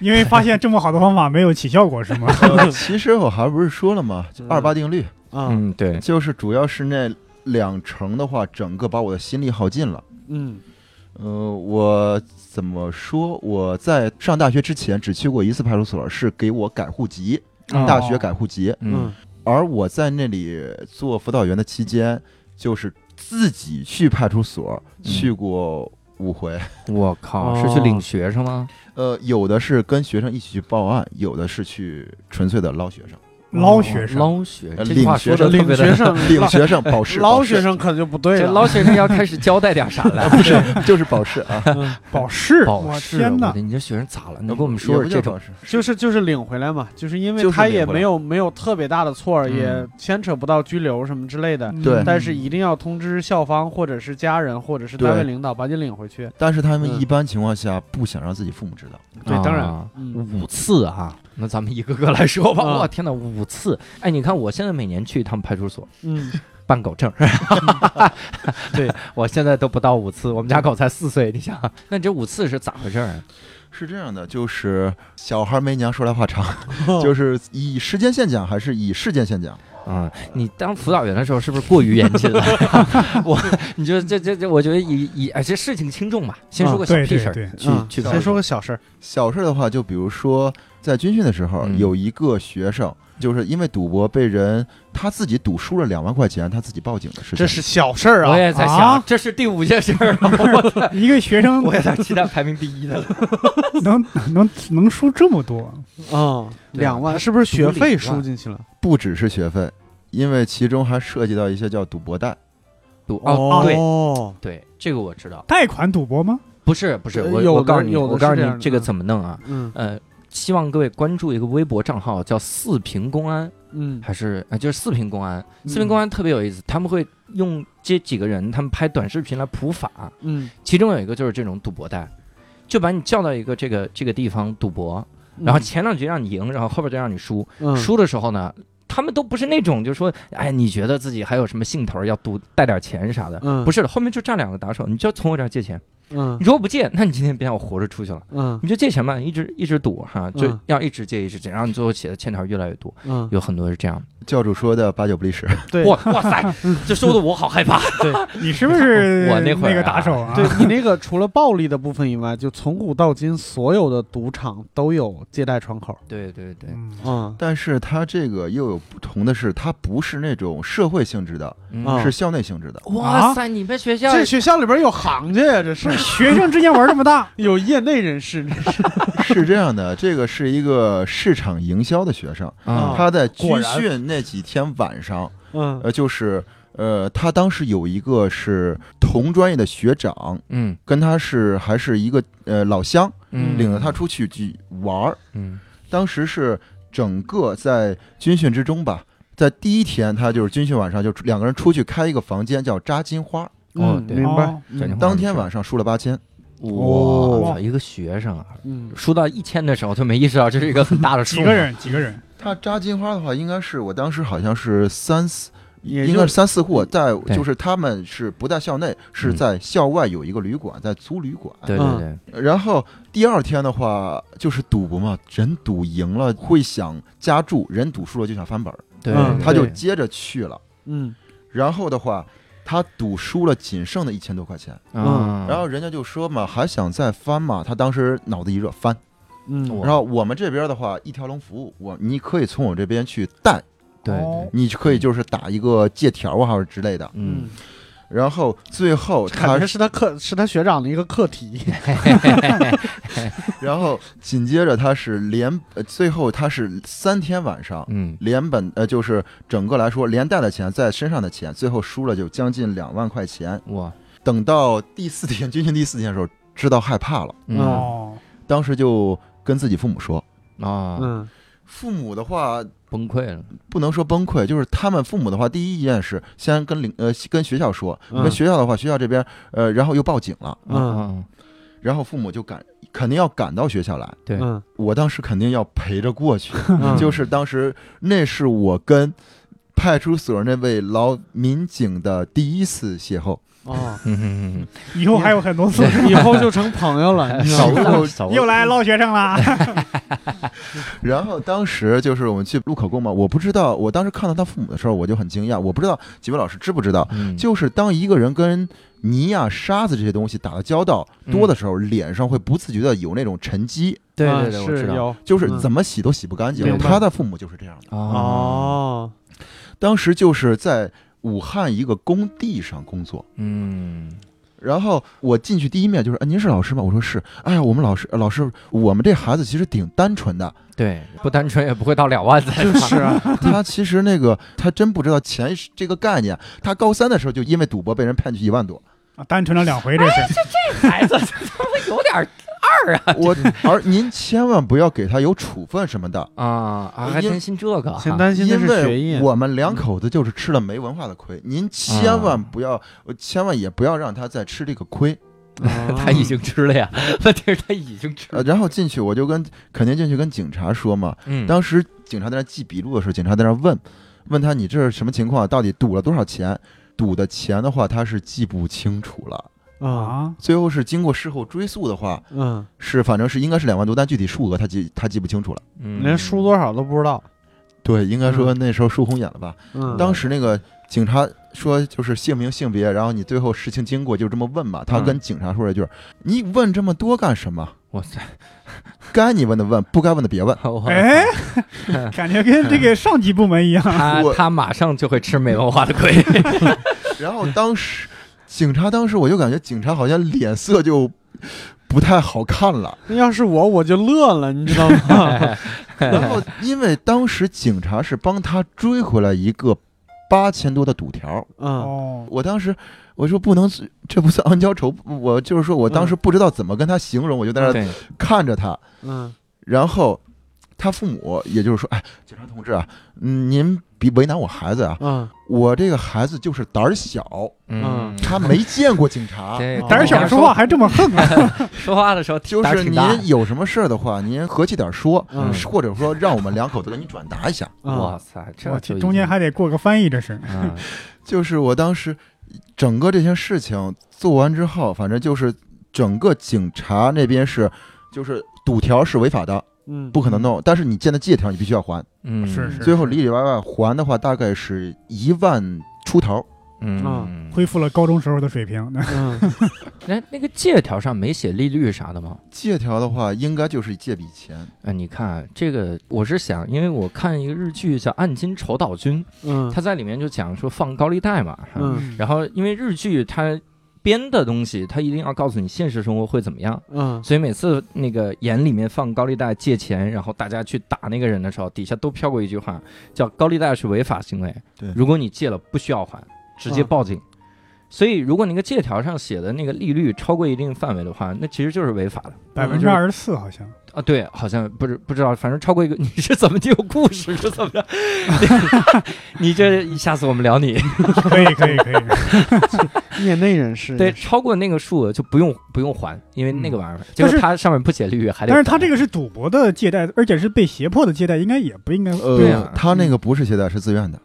S2: 因为发现这么好的方法没有起效果，是 吗？
S1: 哦
S4: 呃 其实我还不是说了嘛，就二八定律
S3: 啊，
S1: 嗯，对，
S4: 就是主要是那两成的话，整个把我的心力耗尽了。
S3: 嗯，
S4: 呃，我怎么说？我在上大学之前只去过一次派出所，是给我改户籍，
S1: 嗯
S4: 大学改户籍。
S1: 嗯
S3: 嗯，
S4: 而我在那里做辅导员的期间，就是自己去派出所
S3: 嗯
S4: 去过五回。
S1: 嗯我靠，
S2: 哦
S1: 是去领学生吗？
S4: 呃，有的是跟学生一起去报案，有的是去纯粹的捞学生，
S2: 捞学生，
S1: 捞学
S4: 呃
S1: 生，这话说的特
S3: 领
S1: 别啊
S3: 学
S1: 的，
S3: 生
S4: 领学生保释，
S3: 嗯 捞
S4: 保释
S3: 学生可就不对
S1: 这
S3: 了，
S1: 捞学生要开始交代点啥 来？
S4: 不是就是 保释啊。
S3: 嗯
S2: 保释，
S1: 保
S2: 我
S1: 释，
S2: 天
S1: 我
S2: 哪
S1: 的！你这学生咋了？你
S4: 能
S1: 给我们说说这种，
S3: 就是就是领回来嘛，就是因为
S4: 就是
S3: 他
S4: 领
S3: 也
S4: 回来
S3: 没有没有特别大的错儿，
S1: 嗯
S3: 也牵扯不到拘留什么之类的，
S2: 嗯
S4: 对
S3: 但是一定要通知校方或者是家人或者是单位
S4: 对
S3: 领导把你领回去。
S4: 但是他
S3: 嗯
S4: 们一般情况下不想让自己父母知道。
S3: 对，当然，
S1: 啊
S3: 嗯
S1: 五次哈。那咱们一个个来说吧。
S3: 啊
S1: 我天哪，五次！哎，你看我现在每年去一趟派出所
S3: 嗯，
S1: 办狗证，
S3: 对
S1: 嗯我现在都不到五次，我们家狗才四岁，你想，那你这五次是咋回事儿啊？
S4: 是这样的，就是小孩没娘，说来话长， 就是以时间线讲还是以事件线讲？
S1: 啊、你当辅导员的时候是不是过于严谨 了？ 我，你就这这这，我觉得以以哎，这事情轻重吧，先说
S3: 啊
S1: 个小
S2: 对
S1: 屁
S2: 对
S1: 事儿，
S2: 对，
S1: 去
S3: 嗯
S1: 去
S3: 先说个小事儿，
S4: 小事的话，就比如说在军训的时候，
S1: 嗯
S4: 有一个学生就是因为赌博被人他自己赌输了两万块钱，他自己报警的事情。
S3: 这是小事儿
S1: 我
S3: 啊。
S1: 也在想，
S2: 啊
S1: 这是第五件事儿吗， 我
S2: 一个学 生
S1: 我有点期待排名第一的 了。
S2: 能能能输这么多，
S3: 嗯，
S1: 对
S3: 两万是不是学
S1: 独
S3: 费
S1: 立
S3: 输进去了？
S4: 不只是学费，因为其中还涉及到一些叫赌博贷。
S1: 赌哦，对
S3: 哦，
S1: 对，这个我知道，
S2: 贷款赌博吗？
S1: 不是不是，
S3: 呃
S1: 我
S3: 有
S1: 我
S3: 的
S1: 告诉你，
S3: 有的
S1: 我告诉
S3: 是这
S1: 你
S3: 样的
S1: 这个
S3: 嗯
S1: 怎么弄啊？
S3: 嗯
S1: 呃，希望各位关注一个微博账号，叫四平公安，
S3: 嗯
S1: 还是啊、就是四平公安，
S3: 嗯
S1: 四平公安特别有意思，他们会用这几个人，他们拍短视频来普法。
S3: 嗯
S1: 其中有一个就是这种赌博贷，就把你叫到一个这个这个地方赌博，然后前两局让你赢，然后后边就让你输。
S3: 嗯
S1: 输的时候呢，他们都不是那种就说，哎，你觉得自己还有什么兴头儿要赌带点钱啥的。
S3: 嗯
S1: 不是的，后面就站两个打手，你就从我这儿借钱。
S3: 嗯
S1: 你如果不借，那你今天别让我活着出去了。
S3: 嗯
S1: 你就借钱吧，一直一直赌哈，就
S3: 嗯
S1: 要一直借一直借，然后你最后写的欠条越来越多，
S3: 嗯，
S1: 有很多是这样。
S4: 教主说的八九不离十，
S3: 对嗯
S1: 哇哇 塞，这说的我好害怕。
S2: 你是不 是
S1: 我那会儿啊
S2: 个打手啊？
S3: 对你那个除了暴力的部分以外，就从古到今所有的赌场都有借贷窗口。
S1: 对对对，
S2: 嗯，
S3: 嗯
S4: 但是它这个又有不同的是，它不是那种社会性质的，
S3: 啊
S1: 嗯，
S4: 是校内性质的。
S1: 哇塞，你们学校
S3: 这学校里边有行家呀，这是
S2: 学生之间玩这 么大，
S3: 有业内人士，这是
S4: 是这样的，这个是一个市场营销的学生，
S1: 啊
S4: 他在
S3: 果
S4: 军
S3: 然
S4: 训那几天晚上，
S3: 嗯
S4: 呃，就是呃，他当时有一个是同专业的学长，
S1: 嗯
S4: 跟他是还是一个呃老乡，
S1: 嗯，
S4: 领着他出去去玩儿。
S1: 嗯
S4: 当时是整个在军训之中吧，在第一天他就是军训晚上就两个人出去开一个房间叫扎金花，
S1: 哦
S3: 嗯
S1: 对
S3: 明白，
S2: 哦
S1: 讲
S3: 嗯
S1: 话
S4: 当天晚上输了八千，
S1: 哇
S3: 哇
S1: 操，一个学生啊，
S3: 嗯
S1: 输到一千的时候就没意识到这是一个很大的数
S2: 几
S1: 目，
S2: 个人？几个人？
S4: 他扎金花的话，应该是我当时好像是三四。
S3: 也就
S4: 应该是三四户，在
S1: 对
S4: 就是他们是不在校内，是在校外有一个旅馆，在租旅馆。
S1: 对对对，
S4: 然后第二天的话，就是赌博嘛，人赌赢了会想加注，人赌输了就想翻本儿，
S1: 对
S3: 嗯
S4: 他就
S1: 对
S4: 接着去了。
S3: 嗯
S4: 然后的话，他赌输了，仅剩的一千多块钱。
S1: 啊，
S4: 然后人家就说嘛，还想再翻嘛？他当时脑子一热翻。
S3: 嗯
S4: 然后我们这边的话，一条龙服务，我你可以从我这边去贷，
S1: 对对
S2: 哦，
S4: 你可以就是打一个借条啊，或者之类的。
S1: 嗯，
S4: 然后最后
S3: 感
S4: 他
S3: 觉，是他课是他学长的一个课题。
S4: 然后紧接着他是连，呃最后他是三天晚上。
S1: 嗯
S4: 连本呃，就是整个来说，连带的钱在身上的钱，最后输了就将近两万块钱。
S1: 哇，
S4: 等到第四天军训第四天的时候，知道害怕了，
S1: 嗯
S3: 哦
S2: 哦，
S4: 当时就跟自己父母说，
S1: 啊，
S3: 嗯
S4: 父母的话
S1: 崩溃了，
S4: 不能说崩溃，就是他们父母的话，第一件事先跟领呃跟学校说，
S3: 嗯
S4: 跟学校的话，学校这边呃，然后又报警了，
S1: 啊啊啊
S4: 然后父母就赶肯定要赶到学校来，
S1: 对
S3: 嗯
S4: 我当时肯定要陪着过去，
S3: 嗯
S4: 就是当时那是我跟派出所那位老民警的第一次邂逅，
S3: 哦，
S1: 嗯嗯嗯
S2: 以后还有很多次，
S3: 以后就成朋友了，你知道
S1: 熟
S3: 吗
S1: 了熟了，
S2: 又来捞学生啦。
S4: 然后当时就是我们去录口供嘛，我不知道，我当时看到他父母的时候，我就很惊讶，我不知道几位老师知不知道，
S1: 嗯，
S4: 就是当一个人跟泥呀、沙子这些东西打了交道
S1: 嗯
S4: 多的时候，脸上会不自觉的有那种沉积，
S1: 对
S3: 啊
S1: 对对，我
S3: 是
S1: 知道
S3: 有
S4: 就是
S3: 嗯
S4: 怎么洗都洗不干净。
S1: 明白
S4: 他的父母就是这样的，
S1: 哦，
S3: 哦，
S4: 当时就是在武汉一个工地上工作。
S1: 嗯
S4: 然后我进去第一面就是，哎，您是老师吗？我说是。哎呀，我们老师，呃老师，我们这孩子其实挺单纯 的，
S1: 对，不单纯也不会到两万的，
S3: 就是 啊，
S4: 他其实那个他真不知道钱是这个概念。他高三的时候就因为赌博被人骗去一万 多，
S2: 啊单纯了两回，这
S1: 哎
S2: 是
S1: 孩子他们有点
S4: 我而您千万不要给他有处分什么的，
S1: 啊啊，还
S4: 因
S1: 担心这个哈，
S3: 先担心的
S4: 因
S3: 是学
S4: 为
S3: 业。嗯
S4: 我们两口子就是吃了没文化的亏，您千万不要，呃千万也不要让他再吃这个亏。
S3: 哦
S1: 他已经吃了呀，问题是他已经吃
S4: 呃，
S1: 了，
S4: 然后进去我就跟肯定进去跟警察说嘛，
S1: 嗯
S4: 当时警察在那记笔录的时候，警察在那问，问他你这是什么情况？到底赌了多少钱？赌的钱的话，他是记不清楚了。
S3: 啊
S1: 哦
S2: 啊，
S4: 最后是经过事后追溯的话，
S3: 嗯，
S4: 是反正是应该是两万多，但具体数额他记他记不清楚了。
S1: 连
S3: 连输多少都不知道。
S4: 对，应该说那时候输红眼了吧？
S3: 嗯，
S4: 当时那个警察说就是姓名性别，然后你最后事情经过就这么问嘛。他跟警察说了一句：“你问这么多干什么？
S1: 哇塞，
S4: 该你问的问，不该问的别问。
S1: 我
S2: 哎，感觉跟这个上级部门一样。
S1: 他
S4: 我
S1: 他马上就会吃没文化的 亏，”
S4: 然后当时警察当时我就感觉警察好像脸色就不太好看了。
S3: 那要是我，我就乐了，你知道 吗？
S4: 然后因为当时警察是帮他追回来一个八千多的赌条，
S3: 嗯
S2: 哦，
S4: 我当时我说不能，这不算恩将仇，我就是说我当时不知道怎么跟他形容，我就在那
S1: 对，
S4: 看着他。
S3: 嗯
S4: 然后他父母也就是说，哎，警察同志啊，嗯您别为难我孩子啊，
S3: 嗯，
S4: 我这个孩子就是胆儿小，
S1: 嗯，
S4: 他没见过警察。
S1: 这
S3: 哦
S2: 胆儿小说话还这 么横啊！
S1: 说话的时候
S4: 就
S1: 胆儿
S4: 是
S1: 挺
S4: 您
S1: 大
S4: 有什么事儿的话，您和气点儿说，
S3: 嗯
S4: 或者说让我们两口子给你转达一下。
S1: 哇塞，这
S2: 我
S1: 就
S2: 去，
S1: 已
S2: 中间
S1: 经
S2: 还得过个翻译，这是。
S1: 嗯
S4: 就是我当时整个这些事情做完之后，反正就是整个警察那边是，就是堵条是违法的，
S3: 嗯，
S4: 不可能弄。但是你建的借条，你必须要还。
S1: 嗯
S2: 是是
S4: 最后里里外外还的话，大概是一万出头。
S1: 嗯
S3: 嗯，
S2: 恢复了高中时候的水平，那
S3: 嗯，
S1: 那那个借条上没写利率啥的吗？
S4: 借条的话，应该就是借笔钱。
S1: 哎，你看这个，我是想，因为我看一个日剧叫《暗金丑岛君》，
S3: 嗯，
S1: 他在里面就讲说放高利贷嘛，哈
S3: 嗯
S1: 然后因为日剧它编的东西，它一定要告诉你现实生活会怎么样，
S3: 嗯，
S1: 所以每次那个眼里面放高利贷借钱，然后大家去打那个人的时候，底下都飘过一句话，叫高利贷是违法行为，
S4: 对
S1: 如果你借了不需要还，直接
S3: 啊
S1: 报警。所以，如果那个借条上写的那个利率超过一定范围的话，那其实就是违法的
S2: 百分之二十四好像，
S1: 啊。对，好像不是不知道，反正超过一个，你是怎么就有故事是怎么着？ 你这下次我们聊你。
S2: 可以可以可以，
S3: 嗯业内人士，
S1: 对，，超过那个数额就不用不用还，因为那个玩意儿，就
S2: 但
S1: 是
S2: 是
S1: 它上面不写利率，还得
S2: 但
S1: 还。
S2: 是他这个是赌博的借贷，而且是被胁迫的借贷，应该也不应该
S1: 对啊嗯呀
S4: 呃他那个不是携带，是自愿的，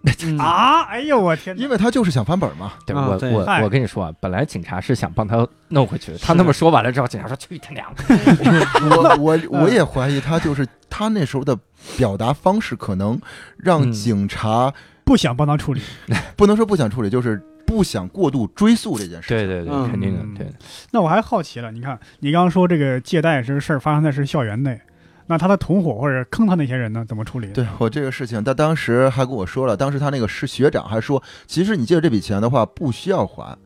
S2: 啊！
S3: 啊，
S2: 哎呦我天哪，
S4: 因为他就是想翻本嘛。
S1: 对
S3: 啊
S1: 我
S3: 对
S1: 我
S2: 哎
S1: 我跟你说啊，本来警察是想帮他弄回去的，他
S3: 是
S1: 那么说完了之后，警察说去他娘的，
S4: 我我
S1: 嗯
S4: 我也怀疑他就是他那时候的表达方式，可能让
S1: 嗯
S4: 警察
S2: 不想帮他处理，
S4: 不能说不想处理，就是不想过度追溯这件事。
S1: 对对对，
S3: 嗯
S1: 肯定的，对的，
S2: 那我还好奇了，你看，你刚刚说这个借贷这个事儿发生在是校园内，那他的同伙或者坑他那些人呢，怎么处理？，
S4: 对我这个事情，他当时还跟我说了，当时他那个师学长还说，其实你借这笔钱的话不需要还，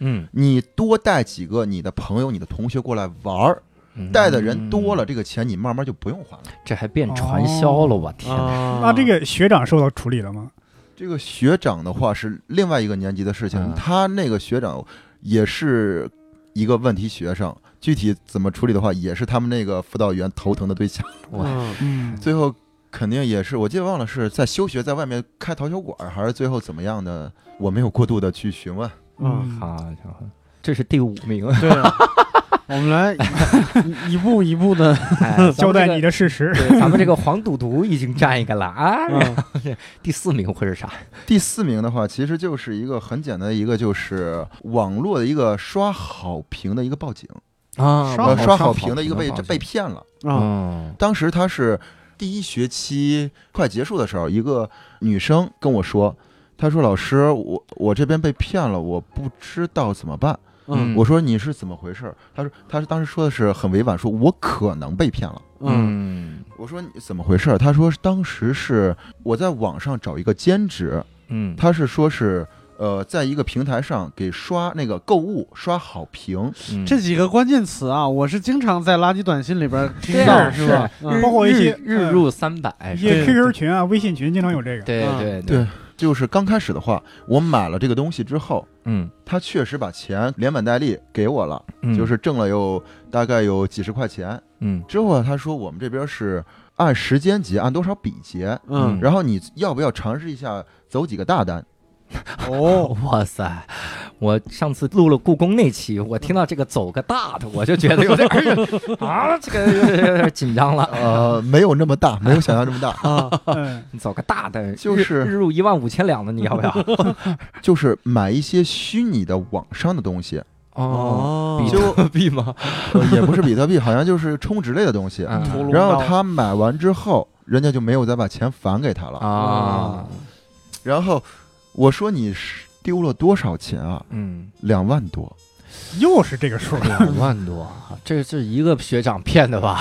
S1: 嗯，
S4: 你多带几个你的朋友、你的同学过来玩儿，
S1: 嗯
S4: 带的人多了，，这个钱你慢慢就不用还了。
S1: 这还变传销了，我天哪！
S3: 啊那
S2: 那这个学长受到处理了吗？
S4: 这个学长的话是另外一个年级的事情，
S1: 嗯
S4: 他那个学长也是一个问题学生，具体怎么处理的话，也是他们那个辅导员头疼的对象。
S1: 我
S2: 嗯，
S4: 最后肯定也是，我记得忘了是在休学，在外面开淘小馆儿，还是最后怎么样的，我没有过度的去询问。
S3: 嗯，
S1: 好家伙，这是第五名，
S3: 对 啊，我们来一 一步一步的，
S1: 哎
S2: 交代
S1: 咱们这个
S2: 你。的事实。
S1: 对咱们这个黄赌毒已经占一个了 啊，然后
S3: 嗯
S1: 第四名会是啥？
S4: 第四名的话，其实就是一个很简单的一个，就是网络的一个刷好评的一个报警，
S1: 啊
S2: 刷好
S4: 呃，刷好评的一个被这被
S1: 骗，
S4: 骗了。
S3: 啊，
S1: 嗯
S4: 当时他是第一学期快结束的时候，一个女生跟我说。她说：“老师，我我这边被骗了，我不知道怎么办。
S1: 嗯
S4: 我说：“你是怎么回事？”她说：“她是当时说的是很委婉，说我可能被骗了。”
S3: 嗯
S1: 嗯
S4: 我说你怎么回事儿？他说当时是我在网上找一个兼职，
S1: 嗯，
S4: 他是说是呃，在一个平台上给刷那个购物刷好评，
S1: 嗯
S3: 这几个关键词啊，我是经常在垃圾短信里边听
S1: 对
S3: 到，
S1: 啊
S3: 是吧？
S1: 日
S3: 嗯
S2: 包括一些呃
S1: 日日入三百，
S2: 一
S1: 是吧
S2: 些 QQ 群啊、微信群经常有这个。
S1: 对
S3: 啊
S1: 对，
S4: 就是刚开始的话，我买了这个东西之后，
S1: 嗯，
S4: 他确实把钱连本带利给我了，
S1: 嗯
S4: 就是挣了有大概有几十块钱。
S1: 嗯
S4: 之后啊他说我们这边是按时间结，按多少笔结，
S3: 嗯，
S4: 然后你要不要尝试一下走几个大单？
S3: 哦，
S1: 哇塞！我上次录了故宫那期，我听到这个走个大的，我就觉得有点哎呀 啊，这个有点有点紧张了。
S4: 呃，没有那么大，没有想象这么大。
S3: 啊，
S2: 嗯，
S1: 你走个大的，
S4: 就
S1: 日
S4: 是
S1: 日入一万五千两的，你要不 要？
S4: 就是买一些虚拟的网上的东西，
S3: 哦
S1: 比
S4: 就
S1: 特币吗？
S4: 呃也不是比特币，好像就是充值类的东西。
S1: 嗯
S3: 屠龙
S4: 然后
S3: 刀
S4: 他买完之后，人家就没有再把钱返给他了。
S1: 啊，
S4: 然后我说你是丢了多少钱啊？
S1: 嗯，
S4: 两万多。
S2: 又是这个 数。
S1: 两万多，这是一个学长骗的吧？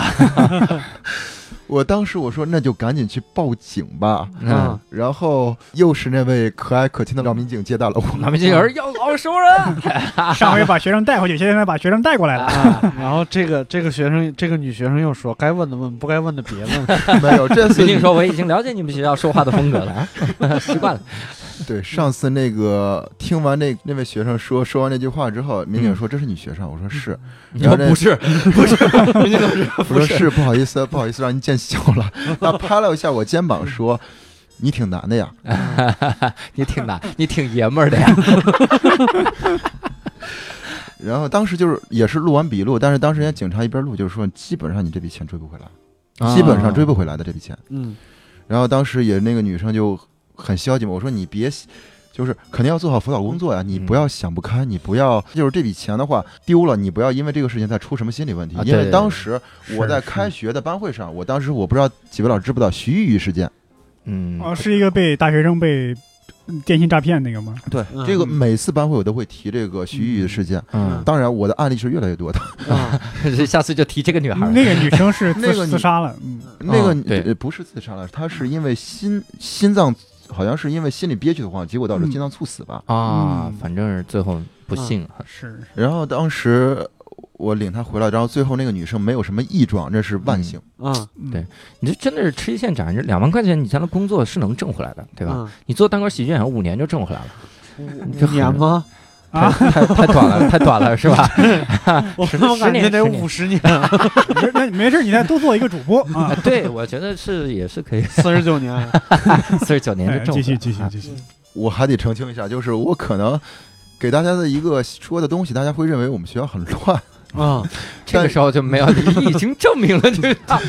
S4: 我当时我说那就赶紧去报警吧。
S1: 嗯，
S4: 啊然后又是那位可爱可亲的老民警接待了
S1: 咱
S4: 我。
S1: 们这有人要老哎熟人，
S2: 上回把学生带回去，现在把学生带过来了。
S1: 啊
S3: 然后这个这个学生，这个女学生又说，该问的问，不该问 的别问。
S4: 没有，这次
S1: 民警说我已经了解你们学校说话的风格了，习惯了。
S4: 对，上次那个听完那那位学生说说完那句话之后，民警说：“这是你学生？”我说：“是。”
S1: 你说嗯 不是，不是，人家都知道
S4: 我
S1: 不
S4: 说：“是，不好意思，不好意思，让您见笑了。”他拍了一下我肩膀说：“你挺难的呀。
S1: 你挺难，你挺爷们儿的呀。”
S4: 然后当时就是也是录完笔录，但是当时人家警察一边录就是说，基本上你这笔钱追不回来，
S1: 啊
S4: 基本上追不回来的这笔钱。
S3: 嗯，
S4: 然后当时也那个女生就很消极嘛，我说你别，就是肯定要做好辅导工作呀，
S1: 嗯
S4: 你不要想不开，你不要就是这笔钱的话丢了，你不要因为这个事情再出什么心理问题
S1: 啊。对
S4: 因为当时我在
S1: 是
S4: 开学的班会上，我当时我不知道几位老师知不知道徐玉玉事件，
S1: 嗯
S2: 哦，是一个被大学生被嗯电信诈骗那个吗？
S4: 对
S3: 嗯
S4: 这个每次班会我都会提这个徐玉玉的事件。
S1: 嗯，
S4: 当然，我的案例是越来越多的。
S3: 啊
S1: 这 下次就提这个女孩儿。
S2: 那个女生是
S4: 那个
S2: 自
S4: 女
S2: 自杀了，嗯，
S4: 那个
S1: 嗯对
S4: 呃不是自杀了，他是因为心心脏好像是因为心里憋屈的慌，结果导致
S2: 嗯
S4: 心脏猝死吧。
S1: 啊
S2: 嗯，啊
S1: 反正是最后不幸哈。
S2: 是
S4: 然后当时我领她回来，然后最后那个女生没有什么异状，这是万幸。
S3: 啊，
S1: 对，你这真的是吃一堑长一智，两万块钱你将来工作是能挣回来的，对
S2: 啊
S1: 吧？
S3: 吧？
S1: 你做单口喜剧演员五年就挣回来了，这
S3: 五
S1: 很
S3: 年嗯吗？
S1: 太
S2: 啊
S1: 太太短 了，太短了是吧？
S3: 我
S1: 十
S3: 怎么
S1: 十
S3: 感
S1: 年
S3: 觉得
S1: 十年
S3: 五十年？
S2: 没事那没事，你再多做一个主播啊。
S1: 啊对，我觉得是也是可以，
S3: 四十九年，
S1: 四十九年
S2: 哎
S1: 就挣回
S2: 继
S1: 来
S2: 续
S1: 了。
S2: 继续
S1: 啊
S2: 继续，
S4: 我还得澄清一下，就是我可能。给大家的一个说的东西，大家会认为我们学校很乱，
S3: 啊，
S1: 这个时候就没 有，你已经证明了，就是啊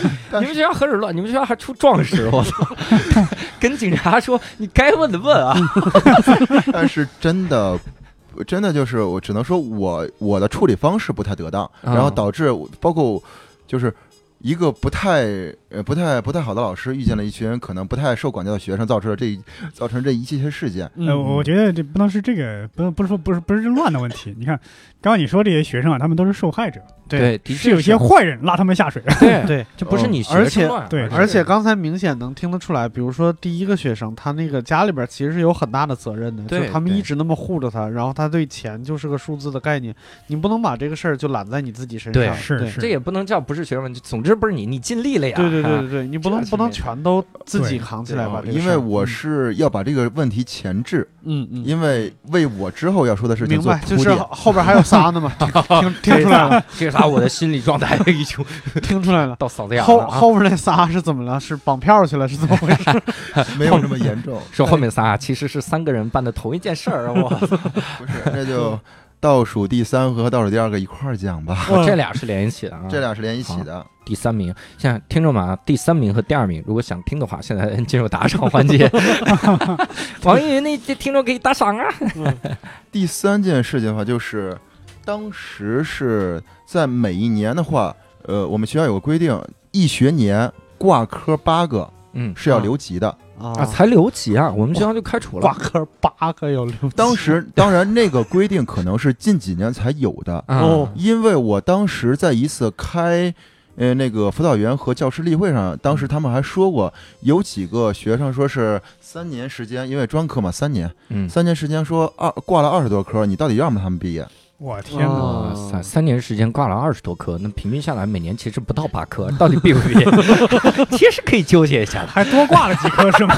S4: 但
S1: 你们学校很乱，你们学校还出壮士，我 操！跟警察说你该问的问啊，
S4: 但是真的， 真的就是我只能说我我的处理方式不太得当，
S1: 嗯
S4: 然后导致我包括就是一个不太呃不太不太好的老师遇见了一群可能不太受管教的学生，造成了这一造成这一系列事件。
S1: 嗯
S2: 呃，我觉得这不能是这个，不能不是说不是不是乱的问题。你看，刚刚你说这些学生啊，他们都是受害者，
S1: 对，的确啊
S2: 是有些坏人拉他们下水。
S1: 对
S3: 对，
S1: 这不是你学
S3: 而
S1: 生
S3: 且
S1: 乱
S2: 对
S1: 是
S3: 而且刚才明显能听得出来，比如说第一个学生，他那个家里边其实是有很大的责任的，就
S1: 对
S3: 是他们
S1: 对
S3: 一直那么护着他，然后他对钱就是个数字的概念，你不能把这个事儿就揽在你自己身
S1: 对
S3: 上，
S2: 是是
S1: 这也不能叫不是学生问题，总之不是你，你尽力了呀。
S3: 对对对
S1: 啊
S3: 对对，你不能
S1: 这是
S3: 不能
S1: 没
S3: 全都自己
S2: 对
S3: 扛起来吧，这个
S4: 因
S3: 事
S4: 为
S3: 儿
S4: 我
S3: 嗯
S4: 是要把这个问题前置，
S3: 嗯嗯，
S4: 因为为我之后要说的事情
S3: 明
S4: 做
S3: 白，就
S4: 铺
S3: 是
S4: 垫。
S3: 后后边还有仨呢嘛，听听听出来了，
S1: 这把我的心理状态 已经
S3: 听 出来了。
S1: 到嗓子眼儿
S3: 后
S1: 了啊。
S3: 后边那仨是怎么了？是绑票去了，是怎么回 事？
S4: 没有那么严 重，
S1: 说后面仨其实是三个人办的同一件事儿，我操
S4: 不是，那
S3: 嗯
S4: 就倒数第三和倒数第二个一块儿讲吧，
S1: 这俩是连一起的啊。
S4: 这俩是连一起的。
S1: 第三名，现在听众们啊，第三名和第二名，如果想听的话，现在 进入打赏环节。 网易云那这听众可以打赏啊。
S4: 第三件事情的话，就是当时是在每一年的话，呃，我们学校有个规定，一学年挂科八个
S1: 嗯
S4: 是要留级的。
S1: 啊，
S3: 啊，
S1: 才留级啊，我们学校就开除
S3: 挂
S1: 了。
S3: 科八个有六，
S4: 当时当然那个规定可能是近几年才有的，
S1: 啊
S3: 哦
S4: 因为我当时在一次开。呃，那个辅导员和教师例会上，当时他们还说过，有几个学生说是三年时间，因为专科嘛，三年，
S1: 嗯，
S4: 三年时间说二挂了二十多科，你到底让不让他们毕业？
S2: 我天哪！
S1: 哇塞，三年时间挂了二十多科，那平均下来每年其实不到八科，到底毕不毕业？ 其实可以纠结一下的。
S2: 还多挂了几科是吗？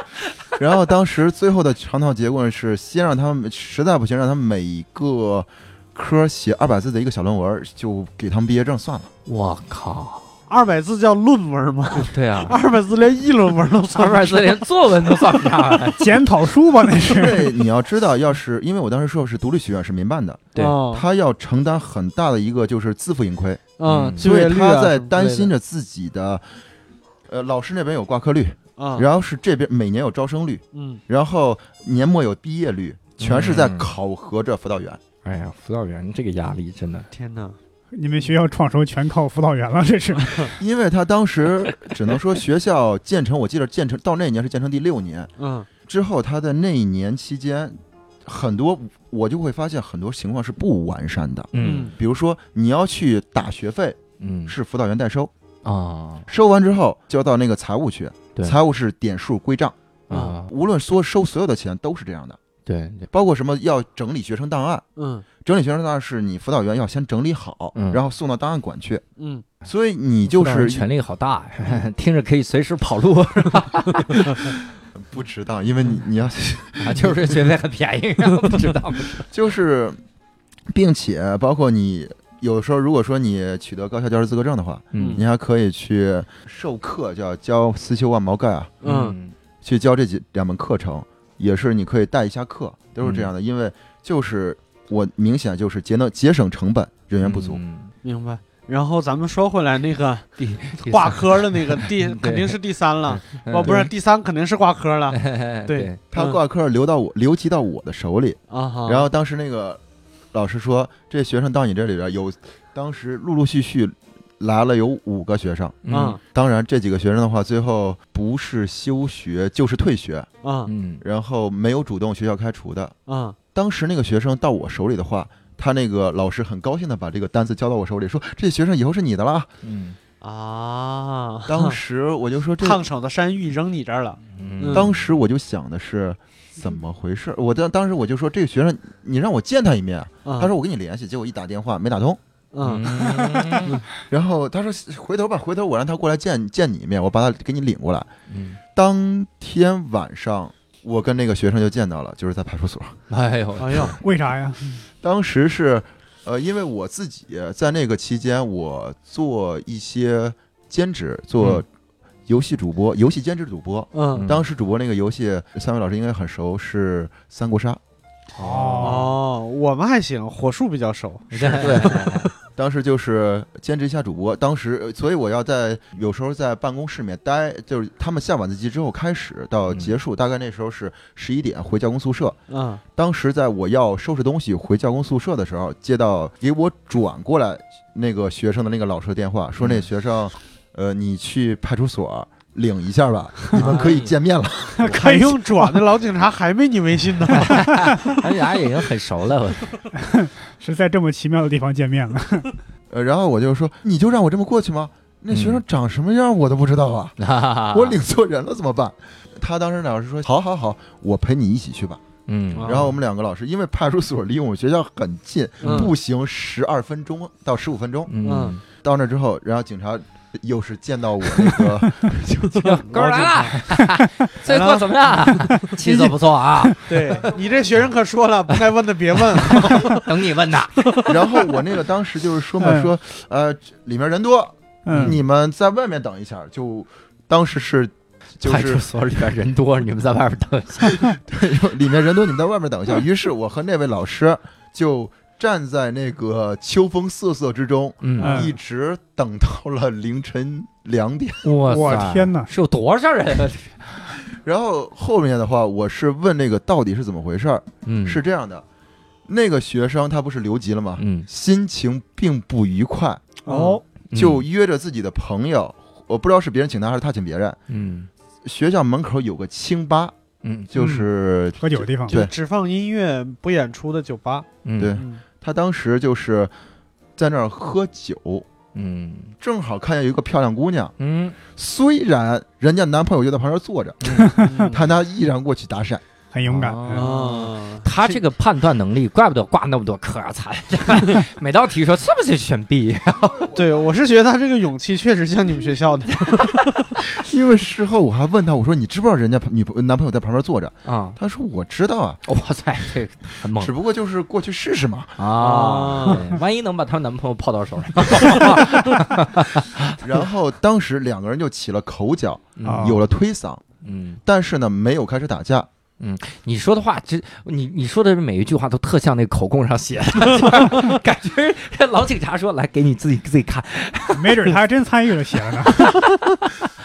S4: 然后当时最后的长套结果是，先让他们实在不行，让他们每一个科啊写二百字的一个小论文，就给他们毕业证算了。
S1: 我靠，
S3: 二百字叫论文吗？
S1: 对啊，
S3: 二百字连议论文都 算
S1: 二
S3: 不
S1: 百
S3: 上
S1: 字连作文都算不上了。
S2: 检讨书吧，那
S4: 因
S2: 是。
S4: 为你要知道，要是因为我当时说的是独立学院是民办的，
S1: 对
S3: 哦
S4: 他要承担很大的一个就是自负盈亏，
S1: 嗯
S3: 嗯，就
S4: 所
S3: 业
S4: 以
S3: 率
S4: 他
S3: 啊
S4: 在
S3: 什么
S4: 担
S3: 之类
S4: 心
S3: 的
S4: 着自己的。呃，老师那边有挂科率，
S3: 啊，
S4: 然后是这边每年有招生率，
S3: 嗯
S4: 然后年末有毕业率，全是在
S1: 嗯
S4: 考核着辅导 员。
S1: 哎呀，辅导员这个压力真的，
S3: 天哪，
S2: 你们学校创收全靠辅导员了，这是。
S4: 因为他当时只能说学校建成，我记得建成到那一年是建成第六年
S3: 嗯
S4: 之后，他在那一年期间，很多我就会发现很多情况是不完善的。
S1: 嗯
S4: 比如说你要去打学费，
S1: 嗯
S4: 是辅导员代收，
S1: 啊
S4: 收完之后交到那个财务去
S1: 对，
S4: 财务是点数归账，
S1: 啊，
S4: 无论说收所有的钱都是这样的，
S1: 对对，
S4: 包括什么要整理学生档案，
S3: 嗯
S4: 整理学生档案是你辅导员要先整理好，
S1: 嗯
S4: 然后送到档案馆去，
S3: 嗯，
S4: 所以你就
S1: 辅导人
S4: 是
S1: 权力好大呀，听着可以随时跑路。
S4: 不值当，因为你你要
S1: 啊，就是学费很便宜， 然后不知道
S4: 就是，并且包括你有时候，如果说你取得高校教师资格证的话，
S1: 嗯
S4: 你还可以去授课，叫教思修万毛概啊，
S3: 嗯，
S4: 去教这几两门课程，也是你可以带一下课，都是
S1: 嗯
S4: 这样的。因为就是我明显就是节能节省成本，人员不足。
S1: 嗯
S3: 明白。然后咱们说回来，那个
S1: 第第
S3: 挂
S1: 三
S3: 科的那 个第
S1: 对
S3: 肯定是第三了，
S1: 嗯
S3: 哦，不是第三，肯定是挂科了
S1: 对
S3: 对
S1: 对
S4: 他挂科留到我留级到我的手里，
S3: 啊哈。
S4: 然后当时那个老师说，这学生到你这里边有，当时陆陆续续来了有五个学生。
S3: 嗯
S4: 当然，这几个学生的话，最后不是休学就是退学，
S3: 嗯
S1: 嗯
S4: 然后没有主动学校开除的。
S3: 嗯
S4: 当时那个学生到我手里的话，他那个老师很高兴的把这个单子交到我手里，说这学生以后是你的 了。
S1: 嗯
S3: 啊，
S4: 当时我就说这，
S3: 烫手的山芋扔你这儿了，
S1: 嗯
S4: 当时我就想的是怎么回事？我当当时我就说这个学生，你让我见他一面。
S3: 他
S4: 他说我跟你联系，结果一打电话没打通。
S3: 嗯
S4: 然后他说回头吧，回头我让他过来见见你一面，我把他给你领过来。
S1: 嗯，
S4: 当天晚上，我跟那个学生就见到了，就是在派出所。
S1: 哎呦，
S3: 哎呦，
S2: 为啥呀？
S4: 当时是，呃，因为我自己呃在那个期间，我做一些兼职，做游戏主播，游戏兼职主播。
S3: 嗯
S4: 当时主播那个游戏，三位老师应该很熟，是《三国杀》。
S1: 哦，
S3: 哦，我们还行，火树比较熟，
S1: 对
S4: 对当时就是兼职一下主播，当时呃所以我要在有时候在办公室里面待，就是他们下晚自习之后开始到结束，大概那时候是十一点回教工宿舍。
S3: 嗯
S4: 当时在我要收拾东西回教工宿舍的时候，接到给我转过来那个学生的那个老师的电话，说那学生，呃，你去派出所领一下吧，你们可以见面了。
S2: 可
S3: 还
S2: 以
S3: 用转的老警察还没你微信呢，
S1: 咱哎俩已经很熟了，我
S2: 是在这么奇妙的地方见面了。
S4: 呃，然后我就说，你就让我这么过去吗？那学生长什么样我都不知道啊， 我领错人了怎么办？他当时老师说，好好好，我陪你一起去吧。
S1: 嗯
S4: 然后我们两个老师，因为派出所离我们学校很近，
S3: 嗯
S4: 步行十二分钟到十五分钟。
S1: 嗯，
S4: 到那之后，然后警察又是见到我那个
S1: 哥们儿来了， 这货怎么样？ 气色不错啊，
S3: 对你这学生可说了，不该问的别 问，
S1: 等你问呢。
S4: 然后我那个当时就是说嘛，
S2: 嗯
S4: 说呃里面人多，
S2: 嗯，
S4: 你们在外面等一下。就当时是就
S1: 派出
S4: 是
S1: 所里边人多，你们在外边等一下。
S4: 里面人多，你们在外面等一下。于是我和那位老师就站在那个秋风瑟瑟之中，
S1: 嗯
S2: 嗯
S4: 一直等到了凌晨两点。
S1: 哇
S2: 我天哪
S1: 是有多少人？啊
S4: 然后后面的话，我是问那个到底是怎么回事儿。
S1: 嗯
S4: 是这样的，那个学生他不是留级了吗？
S1: 嗯，
S4: 心情并不愉快，
S2: 哦，
S3: 嗯
S4: 就约着自己的朋友，我不知道是别人请他还是他请别人。
S1: 嗯
S4: 学校门口有个清吧，
S1: 嗯
S4: 就是、
S2: 喝酒的地方
S4: 对
S3: 只放音乐不演出的酒吧，
S1: 嗯
S4: 对
S3: 嗯
S4: 他当时就是在那儿喝酒，
S1: 嗯
S4: 正好看见有一个漂亮姑娘，
S1: 嗯
S4: 虽然人家男朋友就在旁边坐着，但她依然过去搭讪。
S2: 很勇敢。
S1: 嗯哦
S2: 嗯
S3: 啊，
S1: 他这个判断能力，怪不得挂那么多科啊！才 每道题说是不是选 B？
S3: 对我是觉得他这个勇气确实像你们学校的，
S4: 因为事后我还问她，我说你知不知道人家女朋男朋友在旁边坐着？
S1: 啊！
S4: 她说我知道啊，
S1: 哇塞，这个很猛
S4: 只不过就是过去试 试嘛。
S1: 啊
S3: 啊！
S1: 对万一能把她男朋友泡到手
S4: 啊
S1: 上，
S4: 然后当时两个人就起了口角，
S2: 啊
S4: 有了推搡，
S1: 嗯，
S4: 但是呢没有开始打架。
S1: 你说的话，这你你说的每一句话都特像那口供上写的， 就是感觉这老警察说来给你自己自己
S4: 啊
S1: 看，
S2: 没准他还真参与了写了 呢。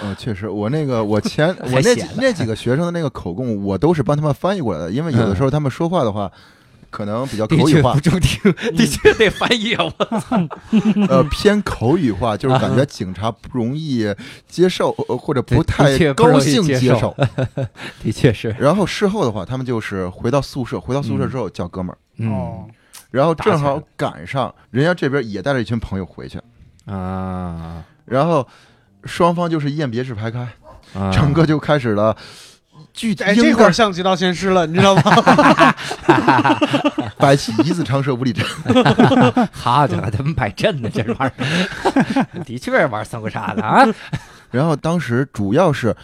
S4: 呃，确实，我那个 我前我
S1: 还
S4: 那
S1: 写
S4: 几
S1: 了
S4: 那几个学生的那个口供，我都是帮他们翻译过来的，因为有的时候他们说话的话，可能比较
S1: 嗯的
S4: 口语
S1: 确
S4: 化嗯
S1: 不，中听，的确得翻译啊！ 我
S4: 呃，偏口语化，就是感觉警察不容易接受，呃或者不太
S1: 啊的确不容易
S4: 高兴
S1: 接
S4: 接
S1: 受
S4: 受。
S1: 的确是，
S4: 然后事后的话，他们就是回到宿舍，回到宿舍
S1: 嗯
S4: 之后叫哥们儿，
S1: 嗯
S2: 哦，
S4: 然后
S1: 打起来
S4: 正好
S1: 了
S4: 赶上人家这边也带着一群朋友回去，
S1: 啊，
S4: 然后双方就是雁别式排开，
S1: 啊
S4: 整个就开始了。具体
S3: 哎，这
S4: 应
S3: 会
S4: 该
S3: 儿像极到先师了，你知道吗？
S4: 摆起一字长蛇无力阵，
S1: 好家伙，他们摆阵呢，这玩 意儿，的确是玩三国杀的啊！
S4: 然后当时主要是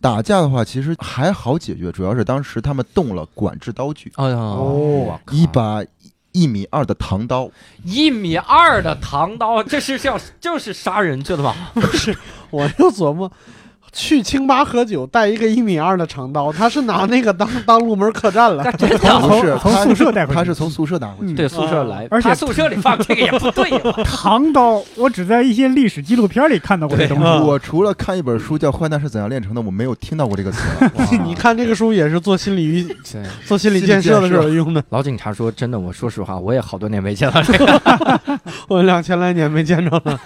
S4: 打架的话，其实还好解决，主要是当时他们动了管制刀具，
S1: 哎呦，我靠
S4: 哦一把一米二的唐刀，
S1: 一米二的唐刀，这是像就是杀人去了吧？
S3: 我就琢磨，去清吧喝酒带一个一米二的长刀，他是拿那个当当入门客栈了。
S1: 那真的。
S4: 不是
S2: 哦从
S4: 他
S2: 宿舍带回去
S4: 他是从宿舍拿回去
S2: 嗯
S4: 的。
S1: 对宿舍来，
S2: 而且
S1: 他宿舍里放这个也不对 呀。
S2: 唐刀，我只在一些历史纪录片里看到过这东
S3: 对
S2: 西。
S4: 我除了看一本书叫《坏蛋是怎样炼成的》，我没有听到过这个词。
S3: 你
S1: 啊
S3: 看这个书也是做心理
S1: 对，
S3: 做心理建设的时候用的。
S1: 老警察说：“真的，我说实话，我也好多年没见 到这
S3: 我两千来年没见着了，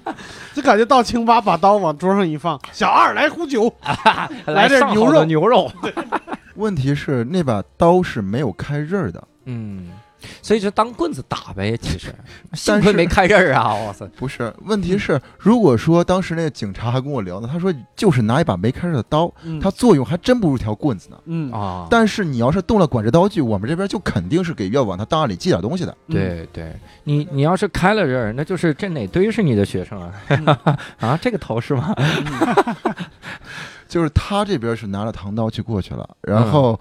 S3: 就感觉到清吧把刀往桌上一放，小二来壶酒，
S1: 个
S3: 来点
S1: 上好
S3: 牛肉
S1: 的牛肉。
S4: 问题是那把刀是没有开刃儿的，”
S1: 嗯，所以就当棍子打呗。其实幸
S4: 但
S1: 亏
S4: 是
S1: 没开刃儿啊！哇塞，
S4: 不是。问题是，如果说当时那个警察还跟我聊呢，他说就是拿一把没开刃的刀，它作用还真不如条棍子呢。
S3: 嗯
S1: 啊，
S4: 但是你要是动了管制刀具，我们这边就肯定是给要往他档案里记点东西的。
S1: 对对，你你要是开了刃儿，那就是这哪堆是你的学生啊？ 啊，这个头是吗？
S4: 就是他这边是拿了唐刀去过去了，然后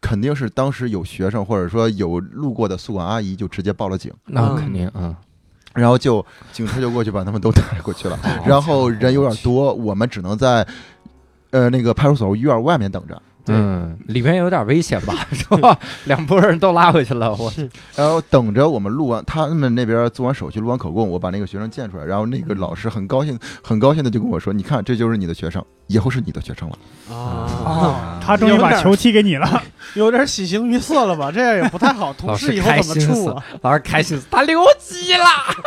S4: 肯定是当时有学生或者说有路过的宿管阿姨就直接报了警，
S1: 那
S3: 嗯
S1: 肯定啊。
S4: 然后就警车就过去把他们都带过去了。然后人有点多，我们只能在呃那个派出所院外面等着。
S1: 嗯，里面有点危险吧， 是吧？两拨人都拉回去了，我
S4: 然后等着我们录完，他们那边做完手续、录完口供，我把那个学生见出来，然后那个老师很高兴、很高兴的就跟我说：“你看，这就是你的学生，以后是你的学生了。
S3: 啊，
S1: 哦
S2: 哦他终于把球踢给你了，
S3: 有点喜形于色了吧？这样也不太好，同事以后怎么处啊？
S1: 老师开心死，他留级 了，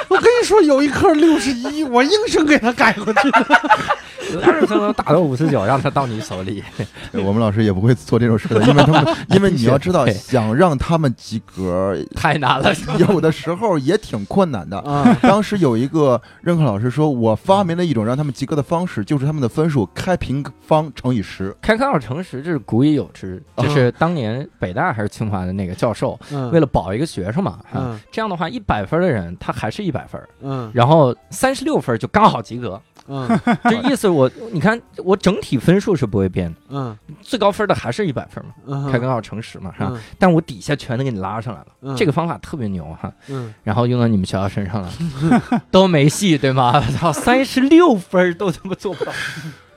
S3: 我跟你说，有一科六十一，我硬生给他改过去。
S1: 老师都能打到五十九，让他到你手里。
S4: 对”我们老师也不会做这种事的，因为他们，因为你要知道，
S1: 对
S4: 想让他们及格，
S1: 太难了，是吧
S4: 有的时候也挺困难 的。
S3: 啊，
S4: 当时有一个任课老师说，我发明了一种让他们及格的方式，就是他们的分数开平方乘以十。
S1: 开康二诚实，这是古已有之，
S3: 啊
S1: 就是当年北大还是清华的那个教授，为
S3: 嗯
S1: 了保一个学生嘛，啊
S3: 嗯
S1: 这样的话，一百分的人他还是一百分，
S3: 嗯
S1: 然后三十六分就刚好及 格。
S3: 嗯
S1: 这意思我，你看我整体分数是不会变的，
S3: 嗯
S1: 最高分的还是一百分嘛，
S3: 嗯，
S1: 开根二诚实嘛，是吧？
S3: 嗯
S1: 但我底下全都给你拉上来了，
S3: 嗯
S1: 这个方法特别牛哈。
S3: 嗯
S1: 然后用到你们学校身 上了，都没戏，对吗？我操，三十六分都他妈做不到。